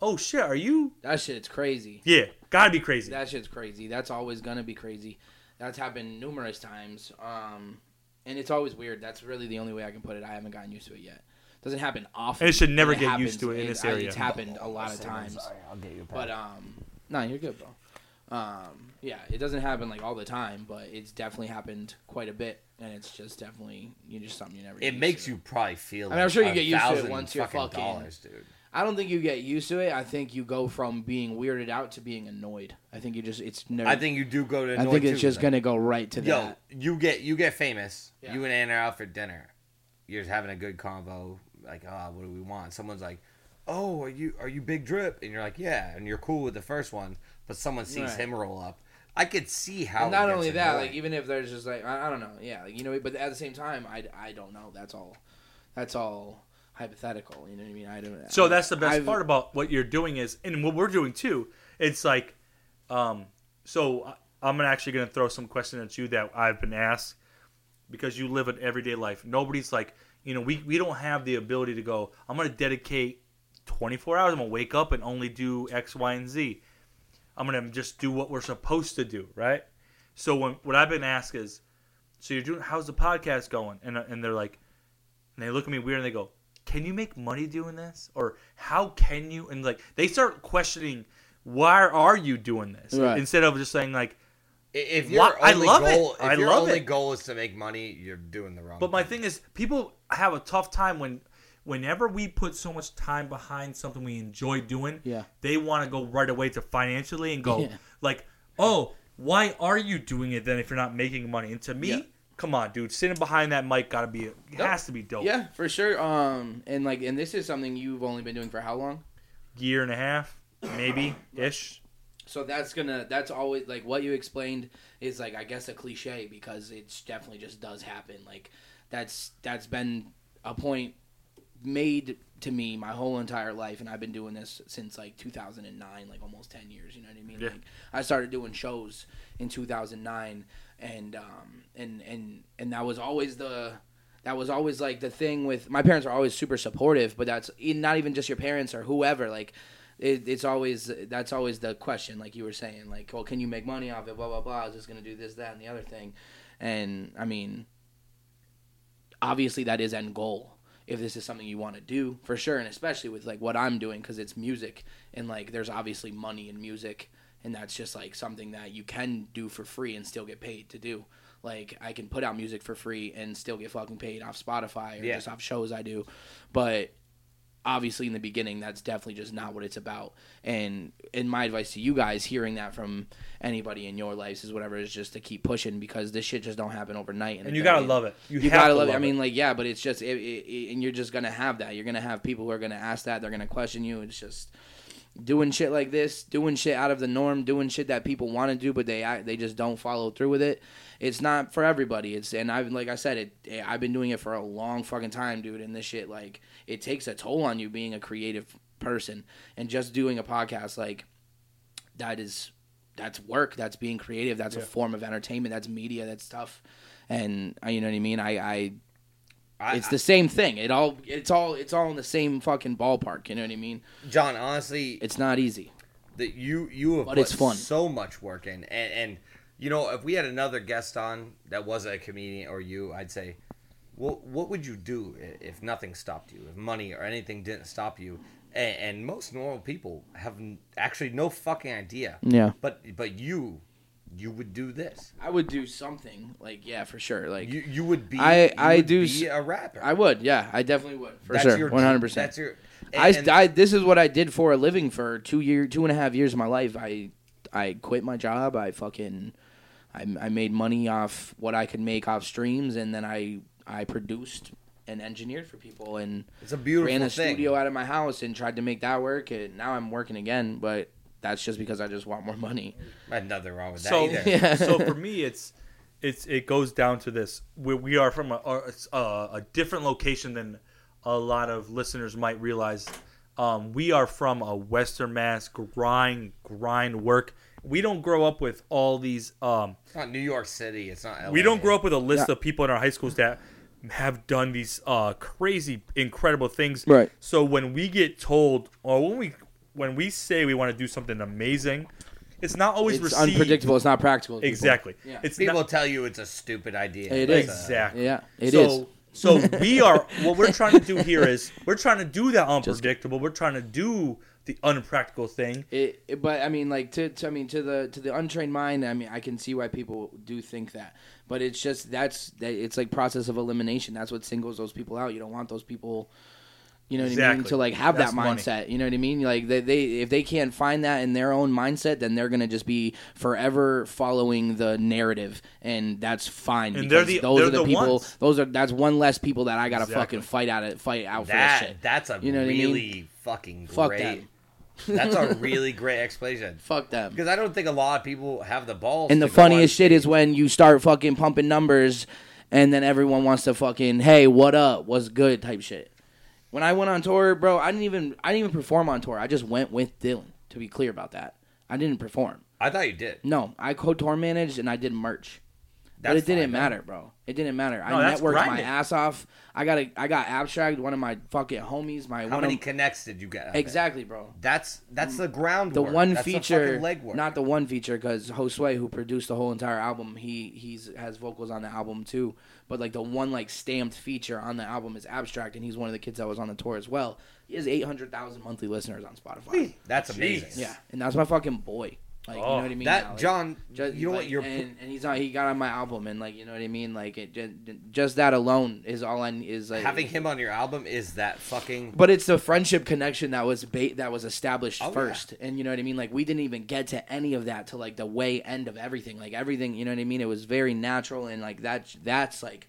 A: "Oh shit, are you?"
C: That shit's crazy.
A: Yeah, gotta be crazy.
C: That shit's crazy. That's always gonna be crazy. That's happened numerous times. Um, and it's always weird. That's really the only way I can put it. I haven't gotten used to it yet. Doesn't happen often.
A: And it should never
C: but
A: get used
C: happens.
A: to it in this
C: I-
A: area.
C: It's happened a lot of times. But um, no, you're good, bro. Um, yeah, it doesn't happen like all the time, but it's definitely happened quite a bit, and it's just definitely you just something you never. get
B: It
C: used
B: makes
C: to.
B: you probably feel.
C: I mean, I'm
B: like
C: sure you get used to
B: 1,000
C: it once you're
B: fucking
C: fucking-
B: dollars, dude.
C: I don't think you get used to it. I think you go from being weirded out to being annoyed. I think you just it's never.
B: I think you do go to.
C: I
B: Noi
C: think it's
B: too,
C: just
B: though.
C: gonna go right to
B: Yo,
C: that.
B: you get you get famous.
C: Yeah.
B: You and Anna are out for dinner. You're just having a good convo. Like, oh, what do we want? Someone's like, oh, are you are you Big Drip? And you're like, yeah. And you're cool with the first one, but someone sees
C: Right.
B: him roll up. I could see how.
C: And
B: it
C: not
B: gets
C: only that,
B: annoying.
C: like even if there's just like I, I don't know, yeah, like, you know, but at the same time, I, I don't know. That's all. That's all hypothetical. You know what I mean? I don't.
A: So that's the best
C: I've-
A: part about what you're doing is, and what we're doing too. It's like, um, so I- I'm gonna- actually going to throw some questions at you that I've been asked because you live an everyday life. Nobody's like, you know, we, we don't have the ability to go, I'm going to dedicate 24 hours. I'm going to wake up and only do X, Y, and Z. I'm going to just do what we're supposed to do, right? So when what I've been asked is, so you're doing, how's the podcast going? And, and they're like, and they look at me weird and they go, "Can you make money doing this?" Or "How can you?" And like they start questioning, "Why are you doing this?"
C: Right.
A: Instead of just saying like,
B: I- if your
A: Wha- I
B: only
A: love it.
B: goal, if
A: I
B: your
A: love
B: only
A: it.
B: goal is to make money, you're doing the wrong.
A: "But my
B: thing.
A: thing is, people have a tough time when whenever we put so much time behind something we enjoy doing,
C: Yeah.
A: they want to go right away to financially and go
C: Yeah.
A: like, "Oh, why are you doing it then if you're not making money?" And to me,
C: Yeah.
A: come on, dude, sitting behind that mic got to be it has to be dope.
C: Yeah, for sure. Um, and like, and this is something you've only been doing for how long?
A: year and a half, maybe ish.
C: So that's gonna that's always like what you explained is like I guess a cliche because it's definitely just does happen. Like that's that's been a point made to me my whole entire life and I've been doing this since like 2009, like almost 10 years, you know what I mean?
A: Yeah.
C: Like I started doing shows in 2009 and um and and and that was always the that was always like the thing with my parents are always super supportive, but that's e- not even just your parents or whoever. Like, it, it's always that's always the question, like you were saying, like, well, can you make money off it? Blah blah blah. I was just gonna do this, that, and the other thing, and I mean, obviously that is end goal. If this is something you want to do for sure, and especially with like what I'm doing because it's music and like there's obviously money in music, and that's just like something that you can do for free and still get paid to do. Like I can put out music for free and still get fucking paid off Spotify or
B: Yeah.
C: just off shows I do, but obviously in the beginning that's definitely just not what it's about and and my advice to you guys hearing that from anybody in your lives is whatever is just to keep pushing because this shit just don't happen overnight
A: And you gotta love it. You,
C: you,
A: have
C: gotta
A: to
C: love it. I mean, like, yeah, but it's just, it, it, it- and you're just gonna have that. You're gonna have people who are gonna ask that. They're gonna question you. It's just doing shit like this, doing shit out of the norm, doing shit that people want to do, but they act- they just don't follow through with it. It's not for everybody. It's and I've like I said, it. I've been doing it for a long fucking time, dude. And this shit, like, it takes a toll on you being a creative person and just doing a podcast, like that is that's work that's being creative that's a form of entertainment that's media that's stuff and uh, you know what i mean i i
B: I-
C: it's the same thing it all it's all it's all in the same fucking ballpark you know what i mean
B: John, honestly,
C: it's not easy
B: that you you have
C: But
B: put
C: it's fun.
B: so much work in, and, and you know if we had another guest on that was a comedian or you, I'd say, what what would you do i- if nothing stopped you, if money or anything didn't stop you? And, and most normal people have n- actually no fucking idea.
C: Yeah.
B: But but you, you would do this.
C: i would do something like yeah for sure like
B: You you would be.
C: I-
B: you
C: I
B: would
C: do s-
B: be a rapper.
C: i would yeah i definitely would for
B: That's
C: sure
B: your-
C: 100%
B: That's your.
C: I,
B: and-
C: I this is what I did for a living for two year two and a half years of my life. I I quit my job. I fucking I, I made money off what I could make off streams, and then I I produced and engineered for people and
B: It's a beautiful
C: ran a
B: thing.
C: studio out of my house and tried to make that work. And now I'm working again, but that's just because I just want more money.
B: Had nothing wrong with that
A: so
B: either.
C: Yeah.
A: so for me it's it's it goes down to this we, we are from a, a, a different location than a lot of listeners might realize um, we are from a western mass grind grind work we don't grow up with all these um,
B: It's not New York City. It's not. LA.
A: we don't grow up with a list
C: Yeah.
A: of people in our high schools that have done these uh, crazy, incredible things.
C: Right.
A: So when we get told, or when we when we say we want to do something amazing, it's not always
C: It's
A: received.
C: unpredictable. It's not practical. to people.
A: Exactly.
C: Yeah.
A: It's
B: People
A: not,
B: tell you it's a stupid idea. It's
C: It is.
B: a-
A: exactly.
C: Yeah, it
A: so,
C: is.
A: So we are what we're trying to do here is we're trying to do that unpredictable. we're trying to do the unpractical thing.
C: It, it- but I mean, like to, to I mean to the to the untrained mind, I mean, I can see why people do think that. But it's just that's that it's like process of elimination. That's what singles those people out. You don't want those people. You know what I mean?
A: Exactly.
C: To like have
A: That's
C: that
A: money.
C: mindset. You know what I mean? Like they, they if they can't find that in their own mindset, then they're gonna just be forever following the narrative, and that's fine.
A: And they're
C: because
A: the-
C: those
A: they're
C: are the,
A: the
C: people.
A: ones.
C: Those are that's one less people that I gotta
A: Exactly.
C: fucking fight out it fight out for
B: That
C: this shit.
B: that's a
C: You know what I mean?
B: really fucking great.
C: Fuck them.
B: that's a really great explanation.
C: Fuck them.
B: Because I don't think a lot of people have the balls.
C: And the
B: to go on
C: funniest shit is
B: stage.
C: when you start fucking pumping numbers and then everyone wants to fucking, hey, what up? What's good? type shit. When I went on tour, bro, I didn't even I didn't even perform on tour. I just went with Dylan, to be clear about that. I didn't perform.
B: I thought you did.
C: No, I co tour managed and I did merch.
B: That's
C: but it didn't
B: fine, though.
C: matter, bro. It didn't matter.
A: No,
C: I
A: that's
C: networked my
A: grinding.
C: ass off. I got a, I got abstract, one of my fucking homies, my
B: How
C: one
B: many
C: of,
B: connects did you get? out of it?
C: Exactly, bro
B: That's that's the ground.
C: the one
B: that's
C: feature,
B: the fucking legwork.
C: not the one feature, because Josue, who produced the whole entire album, he he's has vocals on the album too. But like the one like stamped feature on the album is Abstract, and he's one of the kids that was on the tour as well. He has eight hundred thousand monthly listeners on Spotify.
B: That's amazing.
A: Jeez.
C: Yeah, and that's my fucking boy. Like you
A: Oh,
C: know what I mean?
B: that
C: Now, like,
B: John,
C: just,
B: you know
C: like,
B: what? You're
C: and, and he's on. He got on my album, and like you know what I mean. Like it just, just that alone is all I is like
B: having him on your album is that fucking
C: But it's the friendship connection that was ba- that was established
B: Mm-hmm. Oh, yeah.
C: first, and you know what I mean. Like we didn't even get to any of that to like the way end of everything. Like everything, you know what I mean. It was very natural, and like that. That's like,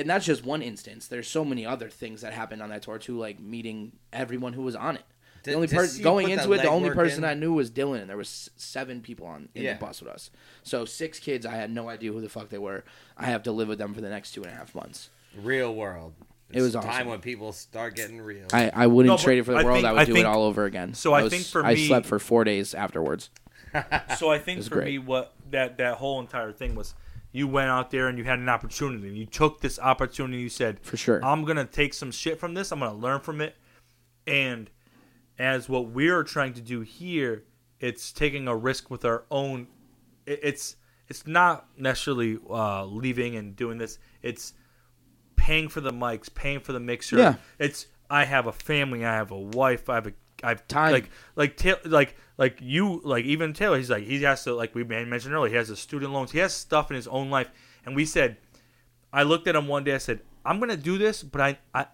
C: and that's just one instance. There's so many other things that happened on that tour too, like meeting everyone who was on it. The
B: Did-
C: only
B: did
C: person
B: you
C: going
B: put that
C: into it, the
B: legwork
C: only person
B: in?
C: I knew was Dylan, and there was s- seven people on in
B: Yeah.
C: the bus with us. So six kids, I had no idea who the fuck they were. I have to live with them for the next two and a half months.
B: real world.
C: It was
B: It's time
C: awesome.
B: when people start getting real.
C: I, I wouldn't
A: No, but
C: trade it for the
A: I
C: world.
A: think-
C: I would
A: I
C: do
A: think-
C: it all over again.
A: so I think for
C: I
A: me-
C: slept for four days afterwards.
A: So I think
C: was
A: for
C: great.
A: me, what that that whole entire thing was, you went out there and you had an opportunity. You took this opportunity. You said,
C: For sure.
A: I'm gonna take some shit from this. I'm gonna learn from it." And as what we're trying to do here, it's taking a risk with our own. it- It's it's not necessarily uh, leaving and doing this. It's paying for the mics, paying for the mixer.
C: Yeah.
A: It's I have a family, I have a wife, I have a I've
C: Time.
A: like like Ta- like like you like even Taylor. He's like he has to like we mentioned earlier. He has the student loans. He has stuff in his own life. And we said, I looked at him one day. I said, I'm gonna do this, but I I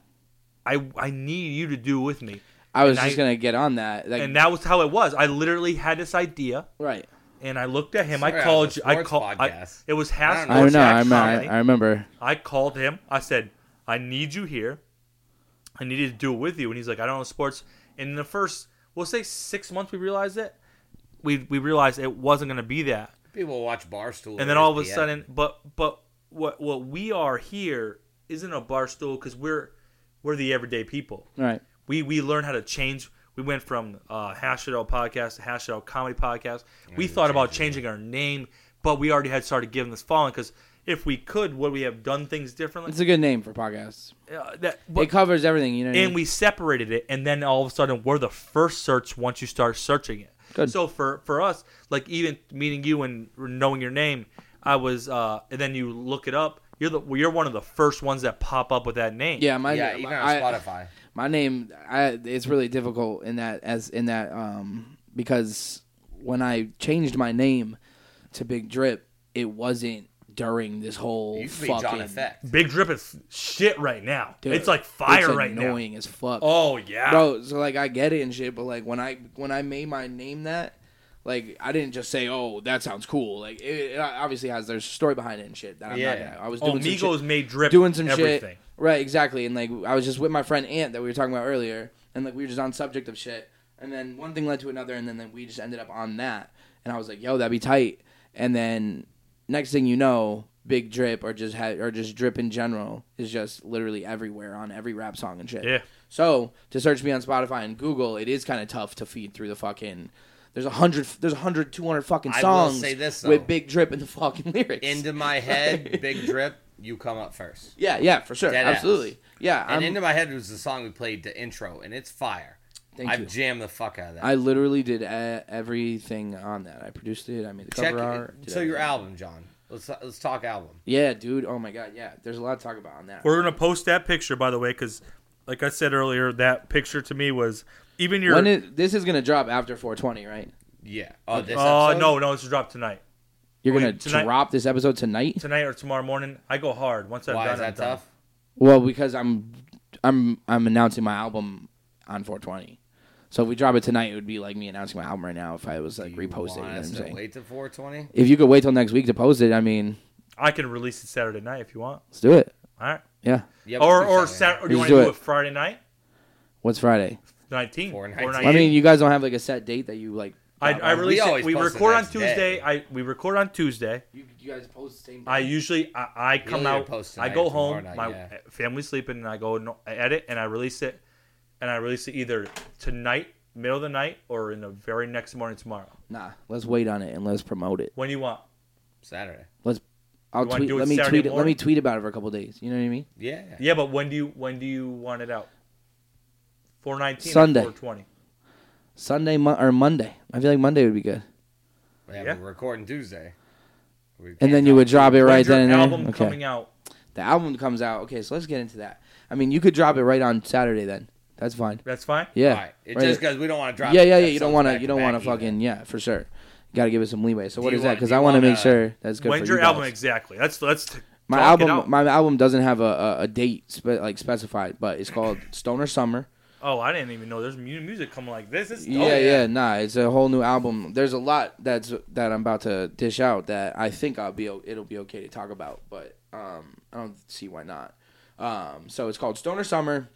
A: I, I need you to do with me.
C: I was
A: And
C: just
A: I-
C: gonna get on that. Like,
A: And that was how it was. I literally had this idea,
C: right.
A: and I looked at him.
B: Sorry,
A: I
B: I
A: called
B: was
A: you.
B: a
A: I
B: sports
A: called. I,
B: podcast.
A: it was
B: I
A: half.
B: don't know.
C: I
B: Oh,
C: don't know.
B: Jack
C: I, remember- I,
A: comedy.
C: I remember.
A: I called him. I said, I need you here. I needed to do it with you. And he's like, I don't know sports. And in the first, we'll say six months, we realized it. We, we realized it wasn't going to be that.
B: people watch Barstool,
A: And then
B: or
A: all of a
B: ESPN.
A: sudden, but but what what we are here isn't a bar stool because we're we're the everyday people.
C: Right.
A: We we learn how to change. We went from uh, Hash It Out podcast to Hash It Out Comedy podcast. we thought about changing our name, but we already had started giving this following because if we could, would we have done things differently?
C: It's a good name for podcasts.
A: Uh, that, but,
C: it covers everything. You know. What I
A: and
C: mean?
A: we separated it, and then all of a sudden we're the first search once you start searching it.
C: Good.
A: So for for us, like even meeting you and knowing your name, I was, uh, and then you look it up. You're the you're one of the first ones that pop up with that name.
C: yeah, my
B: yeah, even on
C: I-
B: Spotify.
C: my name I, it's really difficult in that as in that um because when I changed my name to Big Drip, it wasn't during this whole
B: It used to be
C: fucking
B: John Effect.
A: Big Drip is shit right now.
C: Dude,
A: it's like fire
C: it's
A: right
C: annoying as fuck.
A: now. Oh yeah.
C: bro. So like I get it and shit, but like when I when I made my name that, like I didn't just say, oh, that sounds cool. Like it, it obviously has there's a story behind it and shit. That I'm
B: Yeah.
C: not gonna, I was
A: oh,
C: doing some shit-
A: Migos made Drip
C: doing some
A: everything.
C: shit. Right, exactly. And like I was just with my friend Ant that we were talking about earlier, and like we were just on subject of shit, and then one thing led to another, and then, then we just ended up on that. And I was like, yo, that'd be tight. And then next thing you know, Big Drip or just had or just Drip in general is just literally everywhere on every rap song and shit.
A: Yeah.
C: So to search me on Spotify and Google, it is kind of tough to feed through the fucking. There's a hundred, there's a hundred, two hundred fucking
B: I will
C: songs
B: say this, though.
C: with Big Drip in the fucking lyrics.
B: Into my head, big drip. You come up first.
C: yeah, yeah, for sure,
B: Dead ass.
C: absolutely. Yeah,
B: And
C: I'm-
B: into my head was the song we played the intro, and it's fire.
C: Thank
B: I've
C: you.
B: jammed the fuck out of that.
C: I literally did e- everything on that. I produced it. I made the
B: Check
C: cover art. did
B: so your
C: everything.
B: album, John. Let's let's talk album.
C: Yeah, dude. Oh my god. Yeah. There's a lot to talk about on that.
A: We're gonna post that picture by the way, because like I said earlier, that picture to me was even your.
C: when it, this is gonna drop after 420, right?
B: Yeah. Oh, this
A: oh
B: episode?
A: no, no, it's dropped tonight.
C: You're
A: Wait,
C: gonna
A: tonight-
C: drop this episode tonight?
A: tonight or tomorrow morning. I go hard. Once I've
B: Why
A: done
B: is
A: I'm
B: that
A: done.
B: tough?
C: Well, because I'm, I'm, I'm announcing my album on 420. So if we drop it tonight, it would be like me announcing my album right now if I was like reposting. You know
B: Want
C: what I'm
B: us to
C: saying?
B: wait to 420.
C: If you could wait till next week to post it, I mean,
A: I can release it Saturday night if you want.
C: let's do it.
A: All right.
C: Yeah.
B: Yeah,
A: Or
B: we'll do
A: or
B: Saturday
A: Saturday,
B: night.
A: or do you want
C: Let's
A: to
C: do
A: do
C: it.
A: it Friday night,
C: What's Friday?
A: 19?
B: Or
A: Or
B: 19.
A: 19.
C: I mean, you guys don't have like a set date that you like.
A: I,
C: drop
A: I
C: on?
A: release
B: We
A: it.
B: always
A: We
B: post the
A: record on
B: next day.
A: Tuesday. I we record on Tuesday.
C: You, you guys post the same.
A: I
C: day.
A: usually I, I come
B: either
A: out.
B: post
A: I
B: tonight
A: go
B: or tomorrow
A: home.
B: night,
A: my
B: yeah.
A: family's sleeping, and I go no, I edit and I release it, and I release it either tonight, middle of the night, or in the very next morning tomorrow.
C: Nah, let's wait on it and let's promote it.
A: When you want.
B: Saturday.
C: Let's. I'll
A: You wanna
C: tweet.
A: do it
C: Let me
A: Saturday
C: tweet. it Let me
A: morning?
C: tweet about it for a couple days. You know what I mean?
B: Yeah. yeah.
A: Yeah, but when do you when do you want it out? 419
C: Sunday.
A: or 420.
C: Sunday mon- or Monday. I feel like Monday would be good.
A: Yeah.
B: We're recording Tuesday. We
C: And
B: can't
C: then you would drop it right
A: When's your
C: then and there.
A: album
C: okay.
A: coming out
C: The album comes out. Okay, so let's get into that. I mean, you could drop it right on Saturday then. That's fine.
A: That's fine.
C: Yeah.
B: All right. It
C: right.
B: just because we don't want to drop.
C: yeah, yeah, yeah.
B: episodes
C: You don't want to.
B: back
C: You don't
B: back
C: want to
B: either.
C: fucking. Yeah, for sure. got to give it some leeway. So what
B: you
C: is that?
B: want-
C: Because
B: do
C: I
B: you
C: want to
B: wanna-
C: make sure that's good.
A: When's
C: for you
A: your album
C: guys.
A: exactly? That's that's t-
C: My
A: talk it
C: album,
A: out.
C: my album doesn't have a, a, a date spe- like specified, but it's called Stoner Summer.
A: oh, I didn't even know there's mu- music coming like this. oh, It's
C: Yeah, yeah, nah, it's a whole new album. There's a lot that's that I'm about to dish out that I think I'll be o- it'll be okay to talk about, but um, I don't see why not. Um, so it's called Stoner Summer.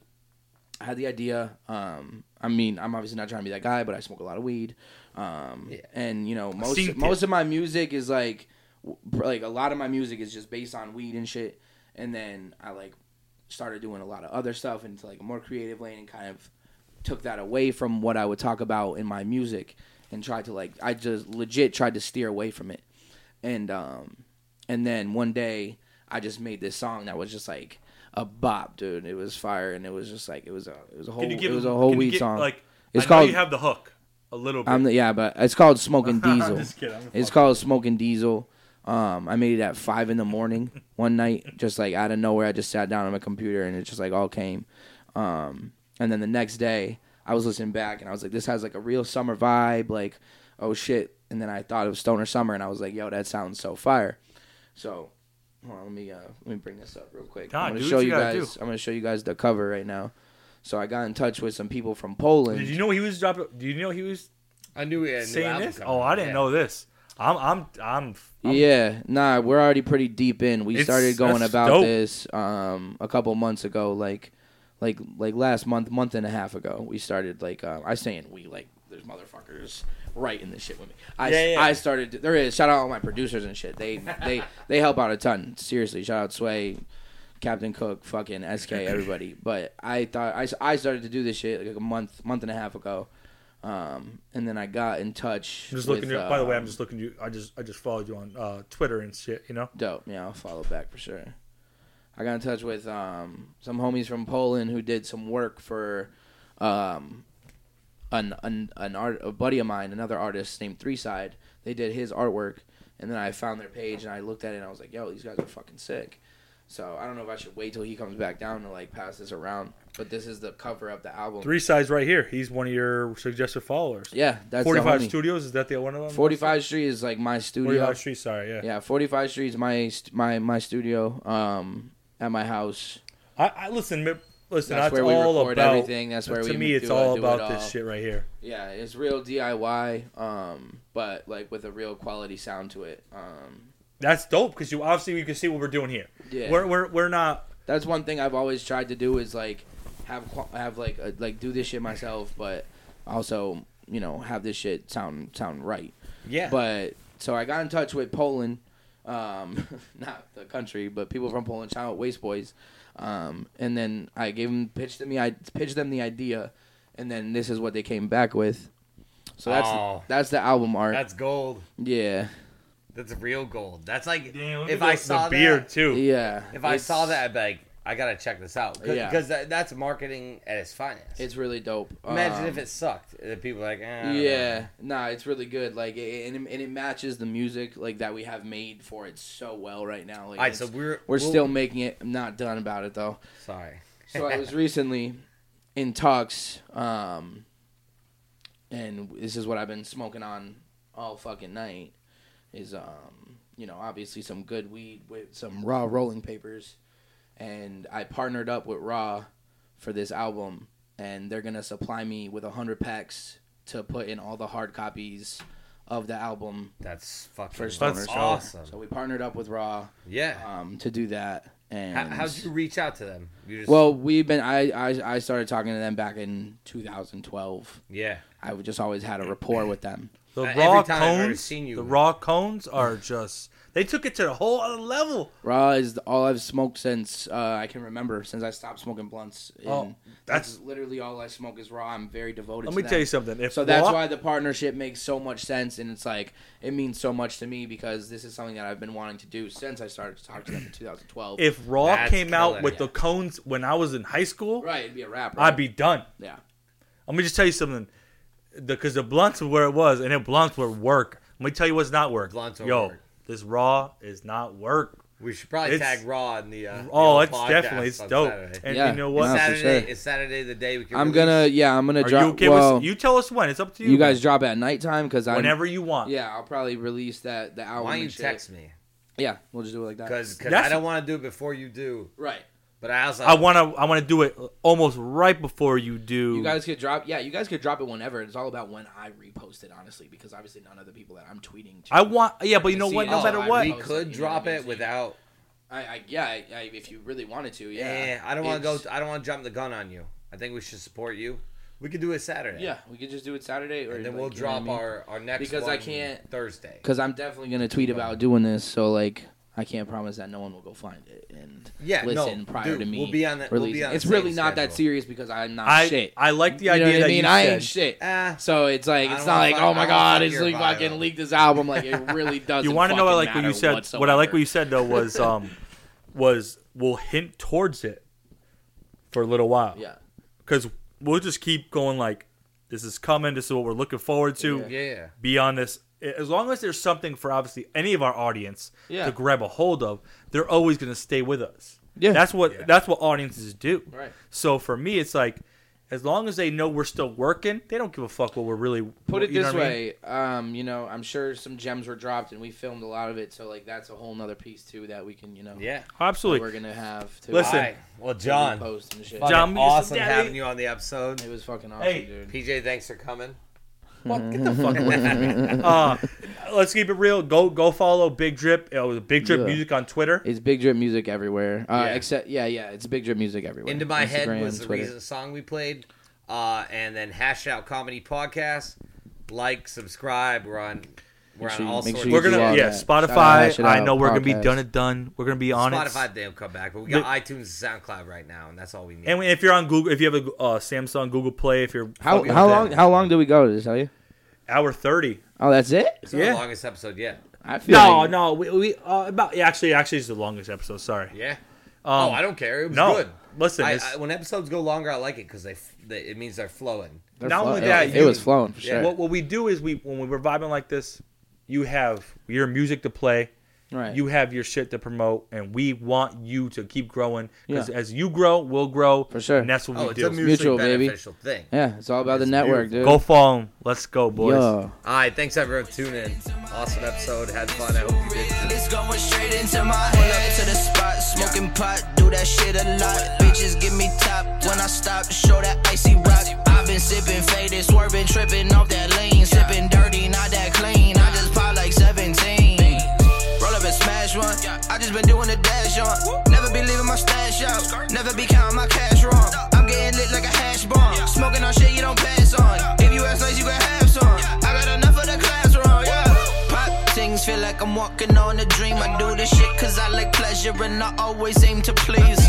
C: I had the idea. Um, I mean, I'm obviously not trying to be that guy, but I smoke a lot of weed. Um, and you know, most
A: seen
C: most of my music is like, w- like a lot of my music is just based on weed and shit. And then I like started doing a lot of other stuff into like a more creative lane and kind of took that away from what I would talk about in my music and tried to like I just legit tried to steer away from it. And um and then one day I just made this song that was just like a bop, dude. It was fire and it was just like it was a it was a whole
A: Can you give
C: it was
A: him-
C: a whole
A: can you
C: weed
A: give-
C: song.
A: Like
C: It's
A: I know
C: called-
A: you have the hook a little bit.
C: I'm the, yeah, but it's called Smoking Diesel.
A: just kidding. I'm
C: It's
A: fucking-
C: called Smoking Diesel. Um, I made it at five in the morning one night, just like out of nowhere. I just sat down on my computer and it just like all came. Um, and then the next day, I was listening back and I was like, this has like a real summer vibe. Like, oh shit. And then I thought of Stoner Summer and I was like, yo, that sounds so fire. So, hold on, let me uh, let me bring this up real quick.
A: Nah,
C: I'm gonna
A: do what
C: show
A: you
C: you
A: gotta
C: guys. I'm gonna show you guys the cover right now. So I got in touch with some people from Poland.
A: Did you know he was dropping? Do you know he was
B: I knew we had a new
A: saying
B: album
A: this?
B: coming
A: Oh,
B: out,
A: I didn't
B: yeah.
A: know this. I'm I'm I'm. I'm
C: yeah, nah, we're already pretty deep in. We
A: It's-
C: started going
A: that's
C: about
A: dope.
C: this um a couple months ago, like like like last month, month and a half ago. We started like uh, I saying we like there's motherfuckers writing this shit with me. I
B: Yeah, yeah.
C: I started there is shout out all my producers and shit. They they they help out a ton. Seriously, shout out Sway, Captain Cook, fucking SK, everybody. But I thought I, I started to do this shit like a month month and a half ago. Um, and then I got in touch.
A: I'm just
C: with,
A: looking. you- by the way, I'm
C: um,
A: just looking. You, I just I just followed you on uh, Twitter and shit. You know.
C: Dope. Yeah, I'll follow back for sure. I got in touch with um, some homies from Poland who did some work for um, an an, an art, a buddy of mine, another artist named Three Side. They did his artwork, and then I found their page and I looked at it and I was like, "Yo, these guys are fucking sick." So I don't know if I should wait till he comes back down to like pass this around, but this is the cover of the album.
A: Three sides right here. He's one of your suggested followers.
C: Yeah, that's
A: Forty five
C: 45 Studio.
A: Studios. Is that the one of them?
C: 45 Street is like my studio.
A: Forty five Street. Sorry, yeah.
C: Yeah, 45 Street's my st- my my studio um at my house.
A: I, I listen. mi- Listen,
C: That's
A: that's,
C: where we
A: all
C: record
A: about
C: everything. That's where
A: to
C: we
A: me.
C: do
A: It's
C: it-
A: all
C: do it
A: about
C: all.
A: this shit right here.
C: Yeah, it's real DIY um but like with a real quality sound to it. Um
A: That's dope because you obviously you can see what we're doing here.
C: Yeah.
A: We're we're we're not.
C: that's one thing I've always tried to do is like have qua- have like a, like do this shit myself but also, you know, have this shit sound sound right.
B: Yeah.
C: But so I got in touch with Poland, um, not the country, but people from Poland, shout out Waste Boys, um, and then I gave them pitched them the I pitched them the idea, and then this is what they came back with. So that's
B: Oh.
C: that's the album art.
B: That's gold.
C: yeah,
B: That's real gold. That's like
A: Damn, look
B: if
A: at
B: I
A: the-
B: saw
A: the
B: that,
A: beard too.
C: yeah.
B: if I saw
C: It's-
B: that, I'd be like, I gotta check this out because
C: Yeah.
B: that, that's marketing at its finest.
C: it's really dope.
B: Imagine
C: Um,
B: if it sucked. The people are like, eh, I don't know.
C: Yeah, nah, it's really good. Like, it, and, it, and it matches the music like that we have made for it so well right now. Like,
B: All right, so
C: it's-
B: we're
C: we're
B: we'll-
C: still making it. I'm not done about it though.
B: sorry.
C: so I was recently in talks, um, and this is what I've been smoking on all fucking night. Is um, you know, obviously some good weed with some raw rolling papers, and I partnered up with Raw for this album, and they're gonna supply me with a hundred packs to put in all the hard copies of the album.
B: That's fucking
C: First
B: that's
C: owner, so-
B: awesome.
C: So we partnered up with Raw
B: yeah.
C: um, to do that. And
B: How, how'd you reach out to them? You just,
C: well, we've been. I, I I started talking to them back in 2012.
B: yeah.
C: I would just always had a rapport with them.
A: The
B: Uh, every
A: raw
B: time I've ever
A: cones,
B: seen you-
A: the raw cones are just. They took it to a whole other level.
C: Raw is all I've smoked since uh, I can remember. Since I stopped smoking blunts. And
A: Oh, that's-
C: literally all I smoke is raw. I'm very devoted.
A: Let
C: to
A: me
C: them.
A: tell you something. If
C: So that's
A: raw-
C: why the partnership makes so much sense, and it's like it means so much to me because this is something that I've been wanting to do since I started to talk to them in 2012.
A: if Raw
B: That's
A: came out
B: killer.
A: with the cones when I was in high school,
C: right, it'd be a rap. right?
A: I'd be done.
C: yeah.
A: Let me just tell you something, because the, blunts were where it was, and the blunts were work. Let me tell you what's not work.
B: Blunts are
A: Yo,
B: work.
A: this Raw is not work.
B: We should probably
A: It's-
B: tag Raw in the. Uh,
A: Oh,
B: the
A: it's
B: podcast
A: definitely it's
B: on
A: dope.
B: Saturday.
A: And
C: Yeah.
A: you know what?
C: No, for
B: Saturday
C: sure.
B: is Saturday the day we can.
C: I'm
B: release.
C: gonna yeah, I'm gonna
A: Are
C: drop.
A: you okay
C: well,
A: with? You tell us when. It's up to you.
C: you guys drop at nighttime because I
A: whenever you want.
C: Yeah, I'll probably release that the album.
B: Why don't you
C: and shit.
B: text me?
C: Yeah, we'll just do it like that.
B: Because
A: That's-
B: I don't want to do it before you do.
C: right,
B: But I also
A: I wanna I wanna do it almost right before you do.
C: you guys could drop. Yeah, you guys could drop it whenever. It's all about when I repost it, honestly, because obviously none of the people that I'm tweeting. To,
A: I want yeah, but you
C: I
A: know
C: see
A: what?
C: it
A: No
C: all.
A: matter
C: I
A: what,
B: we
C: Oh, so
B: could
C: you know
B: drop
C: what I mean,
B: it
C: so you-
B: without.
C: I, I yeah, I, I, if you really wanted to,
B: Yeah,
C: yeah.
B: I don't want to
C: It's-
B: go. I don't want to jump the gun on you. I think we should support you. We could do it Saturday.
C: Yeah, we could just do it Saturday, or
B: and then we'll drop our our next
C: Because I
B: one
C: can't-
B: Thursday.
C: Because I'm definitely gonna tweet about doing this, so like I can't promise that no one will go find it and
B: Yeah, no,
C: listen prior
B: dude,
C: to me.
B: we'll be on the- we'll be
C: releasing.
B: on the
C: it's
B: same
C: really not that
B: schedule.
C: serious because I'm not
A: I
C: shit.
A: I like the
C: You know
A: idea
C: what
A: that
C: I mean?
A: you
C: I
A: said.
C: ain't shit.
B: Ah.
C: so it's like
B: I
C: it's
B: don't
C: not like
B: fuck-
C: oh
B: I
C: my
B: don't
C: god,
B: fuck
C: it's
B: your
C: like
B: bio.
C: fucking leaked this album. Like it really doesn't.
A: you want to know
C: fucking
A: like what you
C: matter
A: said what i like
C: whatsoever.
A: what you said though was um was we'll hint towards it for a little while
C: Yeah.
A: because we'll just keep going like this is coming this is what we're looking forward to
B: Yeah.
A: be on this as long as there's something for obviously any of our audience
C: Yeah.
A: to grab a hold of they're always going to stay with us
C: Yeah.
A: that's what that's what audiences do
C: Right.
A: so for me it's like as long as they know we're still working they don't give a fuck what we're really
C: Put it
A: you know
C: this
A: what I mean?
C: way, um, you know, I'm sure some gems were dropped and we filmed a lot of it, so like that's a whole nother piece too that we can, you know,
B: Yeah.
C: that we're
A: absolutely
C: gonna have to
A: Listen,
B: All right. Well,
C: to
B: John,
C: repost and shit.
B: fucking
A: John, we just-
B: awesome
A: yeah,
B: having
A: they-
B: you on the episode.
C: It was fucking awesome,
A: Hey.
C: dude.
B: PJ, thanks for coming.
A: Fuck, get the fuck away from me. Uh, let's keep it real. Go go follow Big Drip. It was Big Drip
C: Yeah.
A: Music on Twitter.
C: It's Big Drip Music everywhere. Uh,
B: Yeah.
C: Except, yeah, yeah, it's Big Drip Music everywhere.
B: Into my head
C: Instagram,
B: was the
C: Twitter.
B: reason song we played, uh, and then hash out comedy podcast. Like, subscribe. We're on. We're
C: Make
B: on
C: sure you-
B: all
C: make
B: sorts.
C: sure you
A: We're
B: of
C: do
A: gonna
C: all
A: yeah
C: that. Shout out,
A: Spotify.
C: shout
A: I
C: out,
A: know we're gonna be
C: podcast.
A: done and done. We're gonna be on
B: Spotify
A: it.
B: didn't come back, but we got iTunes and SoundCloud right now, and that's all we need.
A: And if you're on Google, if you have a uh, Samsung Google Play, if you're
C: How,
A: fucking
C: how
A: with
C: long?
A: it,
C: How long do we go? Did I tell you?
A: hour thirty.
C: Oh, that's it.
B: it's not
A: yeah.
B: the longest episode yet.
C: I feel
A: No,
C: like-
A: no, we, we uh, about yeah, actually actually it's the longest episode. Sorry. Um,
B: Yeah. oh, I don't care. It was
A: no.
B: good.
A: Listen,
B: I,
A: it's-
B: I, when episodes go longer, I like it because they, f- they it means they're flowing.
C: They're
A: Not
C: flow-
A: only
C: it-
A: that,
C: it,
A: you-
C: was flowing for sure.
A: What what we do is we when we're vibing like this, you have your music to play.
C: right.
A: You have your shit to promote, and we want you to keep growing because
C: Yeah.
A: as you grow, we'll grow.
C: For sure.
A: and that's what
B: Oh,
A: we
B: it's
A: do.
B: a mutually
C: Mutual, baby.
B: beneficial thing.
C: yeah, it's all about the network, dude.
A: Go follow 'em. Let's go, boys.
C: Yo.
B: All right, thanks everyone for tuning in. Awesome episode. Had fun. I hope you did. too.
G: It's going straight into my head. to the spot, smoking pot, do that shit a lot. Bitches give me top when I stop, show that icy rock. I've been sipping faded, swerving, tripping off that lane. Sipping dirty, not that clean. I just pop like 17. Roll up and smash one. I just been doing the dash on. Never be leaving my stash out. Never be counting my cash wrong. I'm getting lit like a hash bomb. Smoking on shit you don't pass on. If you ask nice, you can have some. I got enough of the class wrong, yeah. Pop things feel like I'm walking on a dream. I do this shit cause I like pleasure and I always aim to please.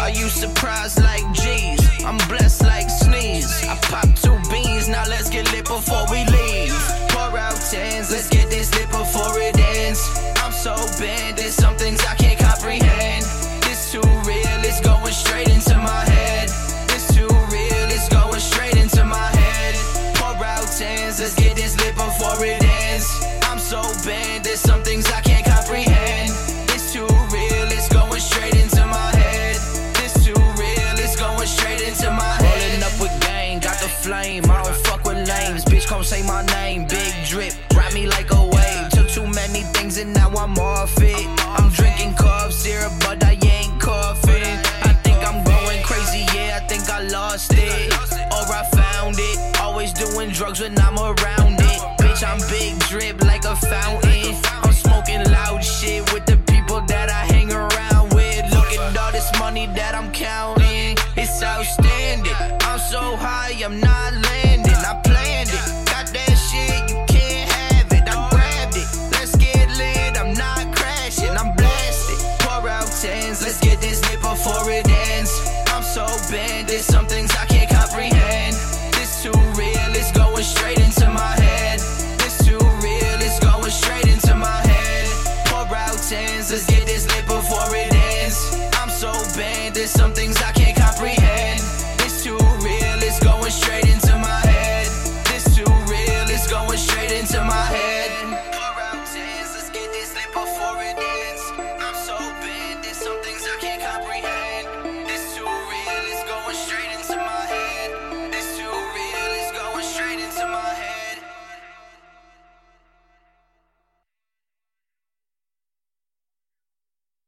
G: Are you surprised like G's? I'm blessed like sneeze. I pop two beans, now let's get lit before we leave. Pour out tens, let's get this lit before it ends. I'm so bent, there's some things I can't comprehend. This too real, it's going straight into my head. This too real, it's going straight into my head. Pour out tens, let's get this lit before it ends. I'm so bent, there's some things I can't comprehend. It's too real, it's going straight into my head. This too real, it's going straight into my head. Rolling up with gang, got the flame. I don't fuck with lames. Bitch, come say my name. Big drip, ride me like a wave. Took too many things and now I'm off it. I'm drinking cough syrup, but I ain't coughing. I think I'm going crazy, yeah, I think I lost it. Or I found it. Always doing drugs when I'm around it. Bitch, I'm big drip like a fountain. I'm smoking loud shit with the people that I hang around with. Look at all this money that I'm counting. It's outstanding. I'm so high, I'm not landing. I planned it. Got that shit, you can't have it. I grabbed it. Let's get lit, I'm not crashing, I'm blasted. Pour out tens, let's get this lit before it ends. I'm so bent, there's some things I can't comprehend. This too real, it's going straight into my head. This too real, it's going straight into my head. Pour out tens, let's get this lit before it ends. I'm so bent, there's some things I can't comprehend.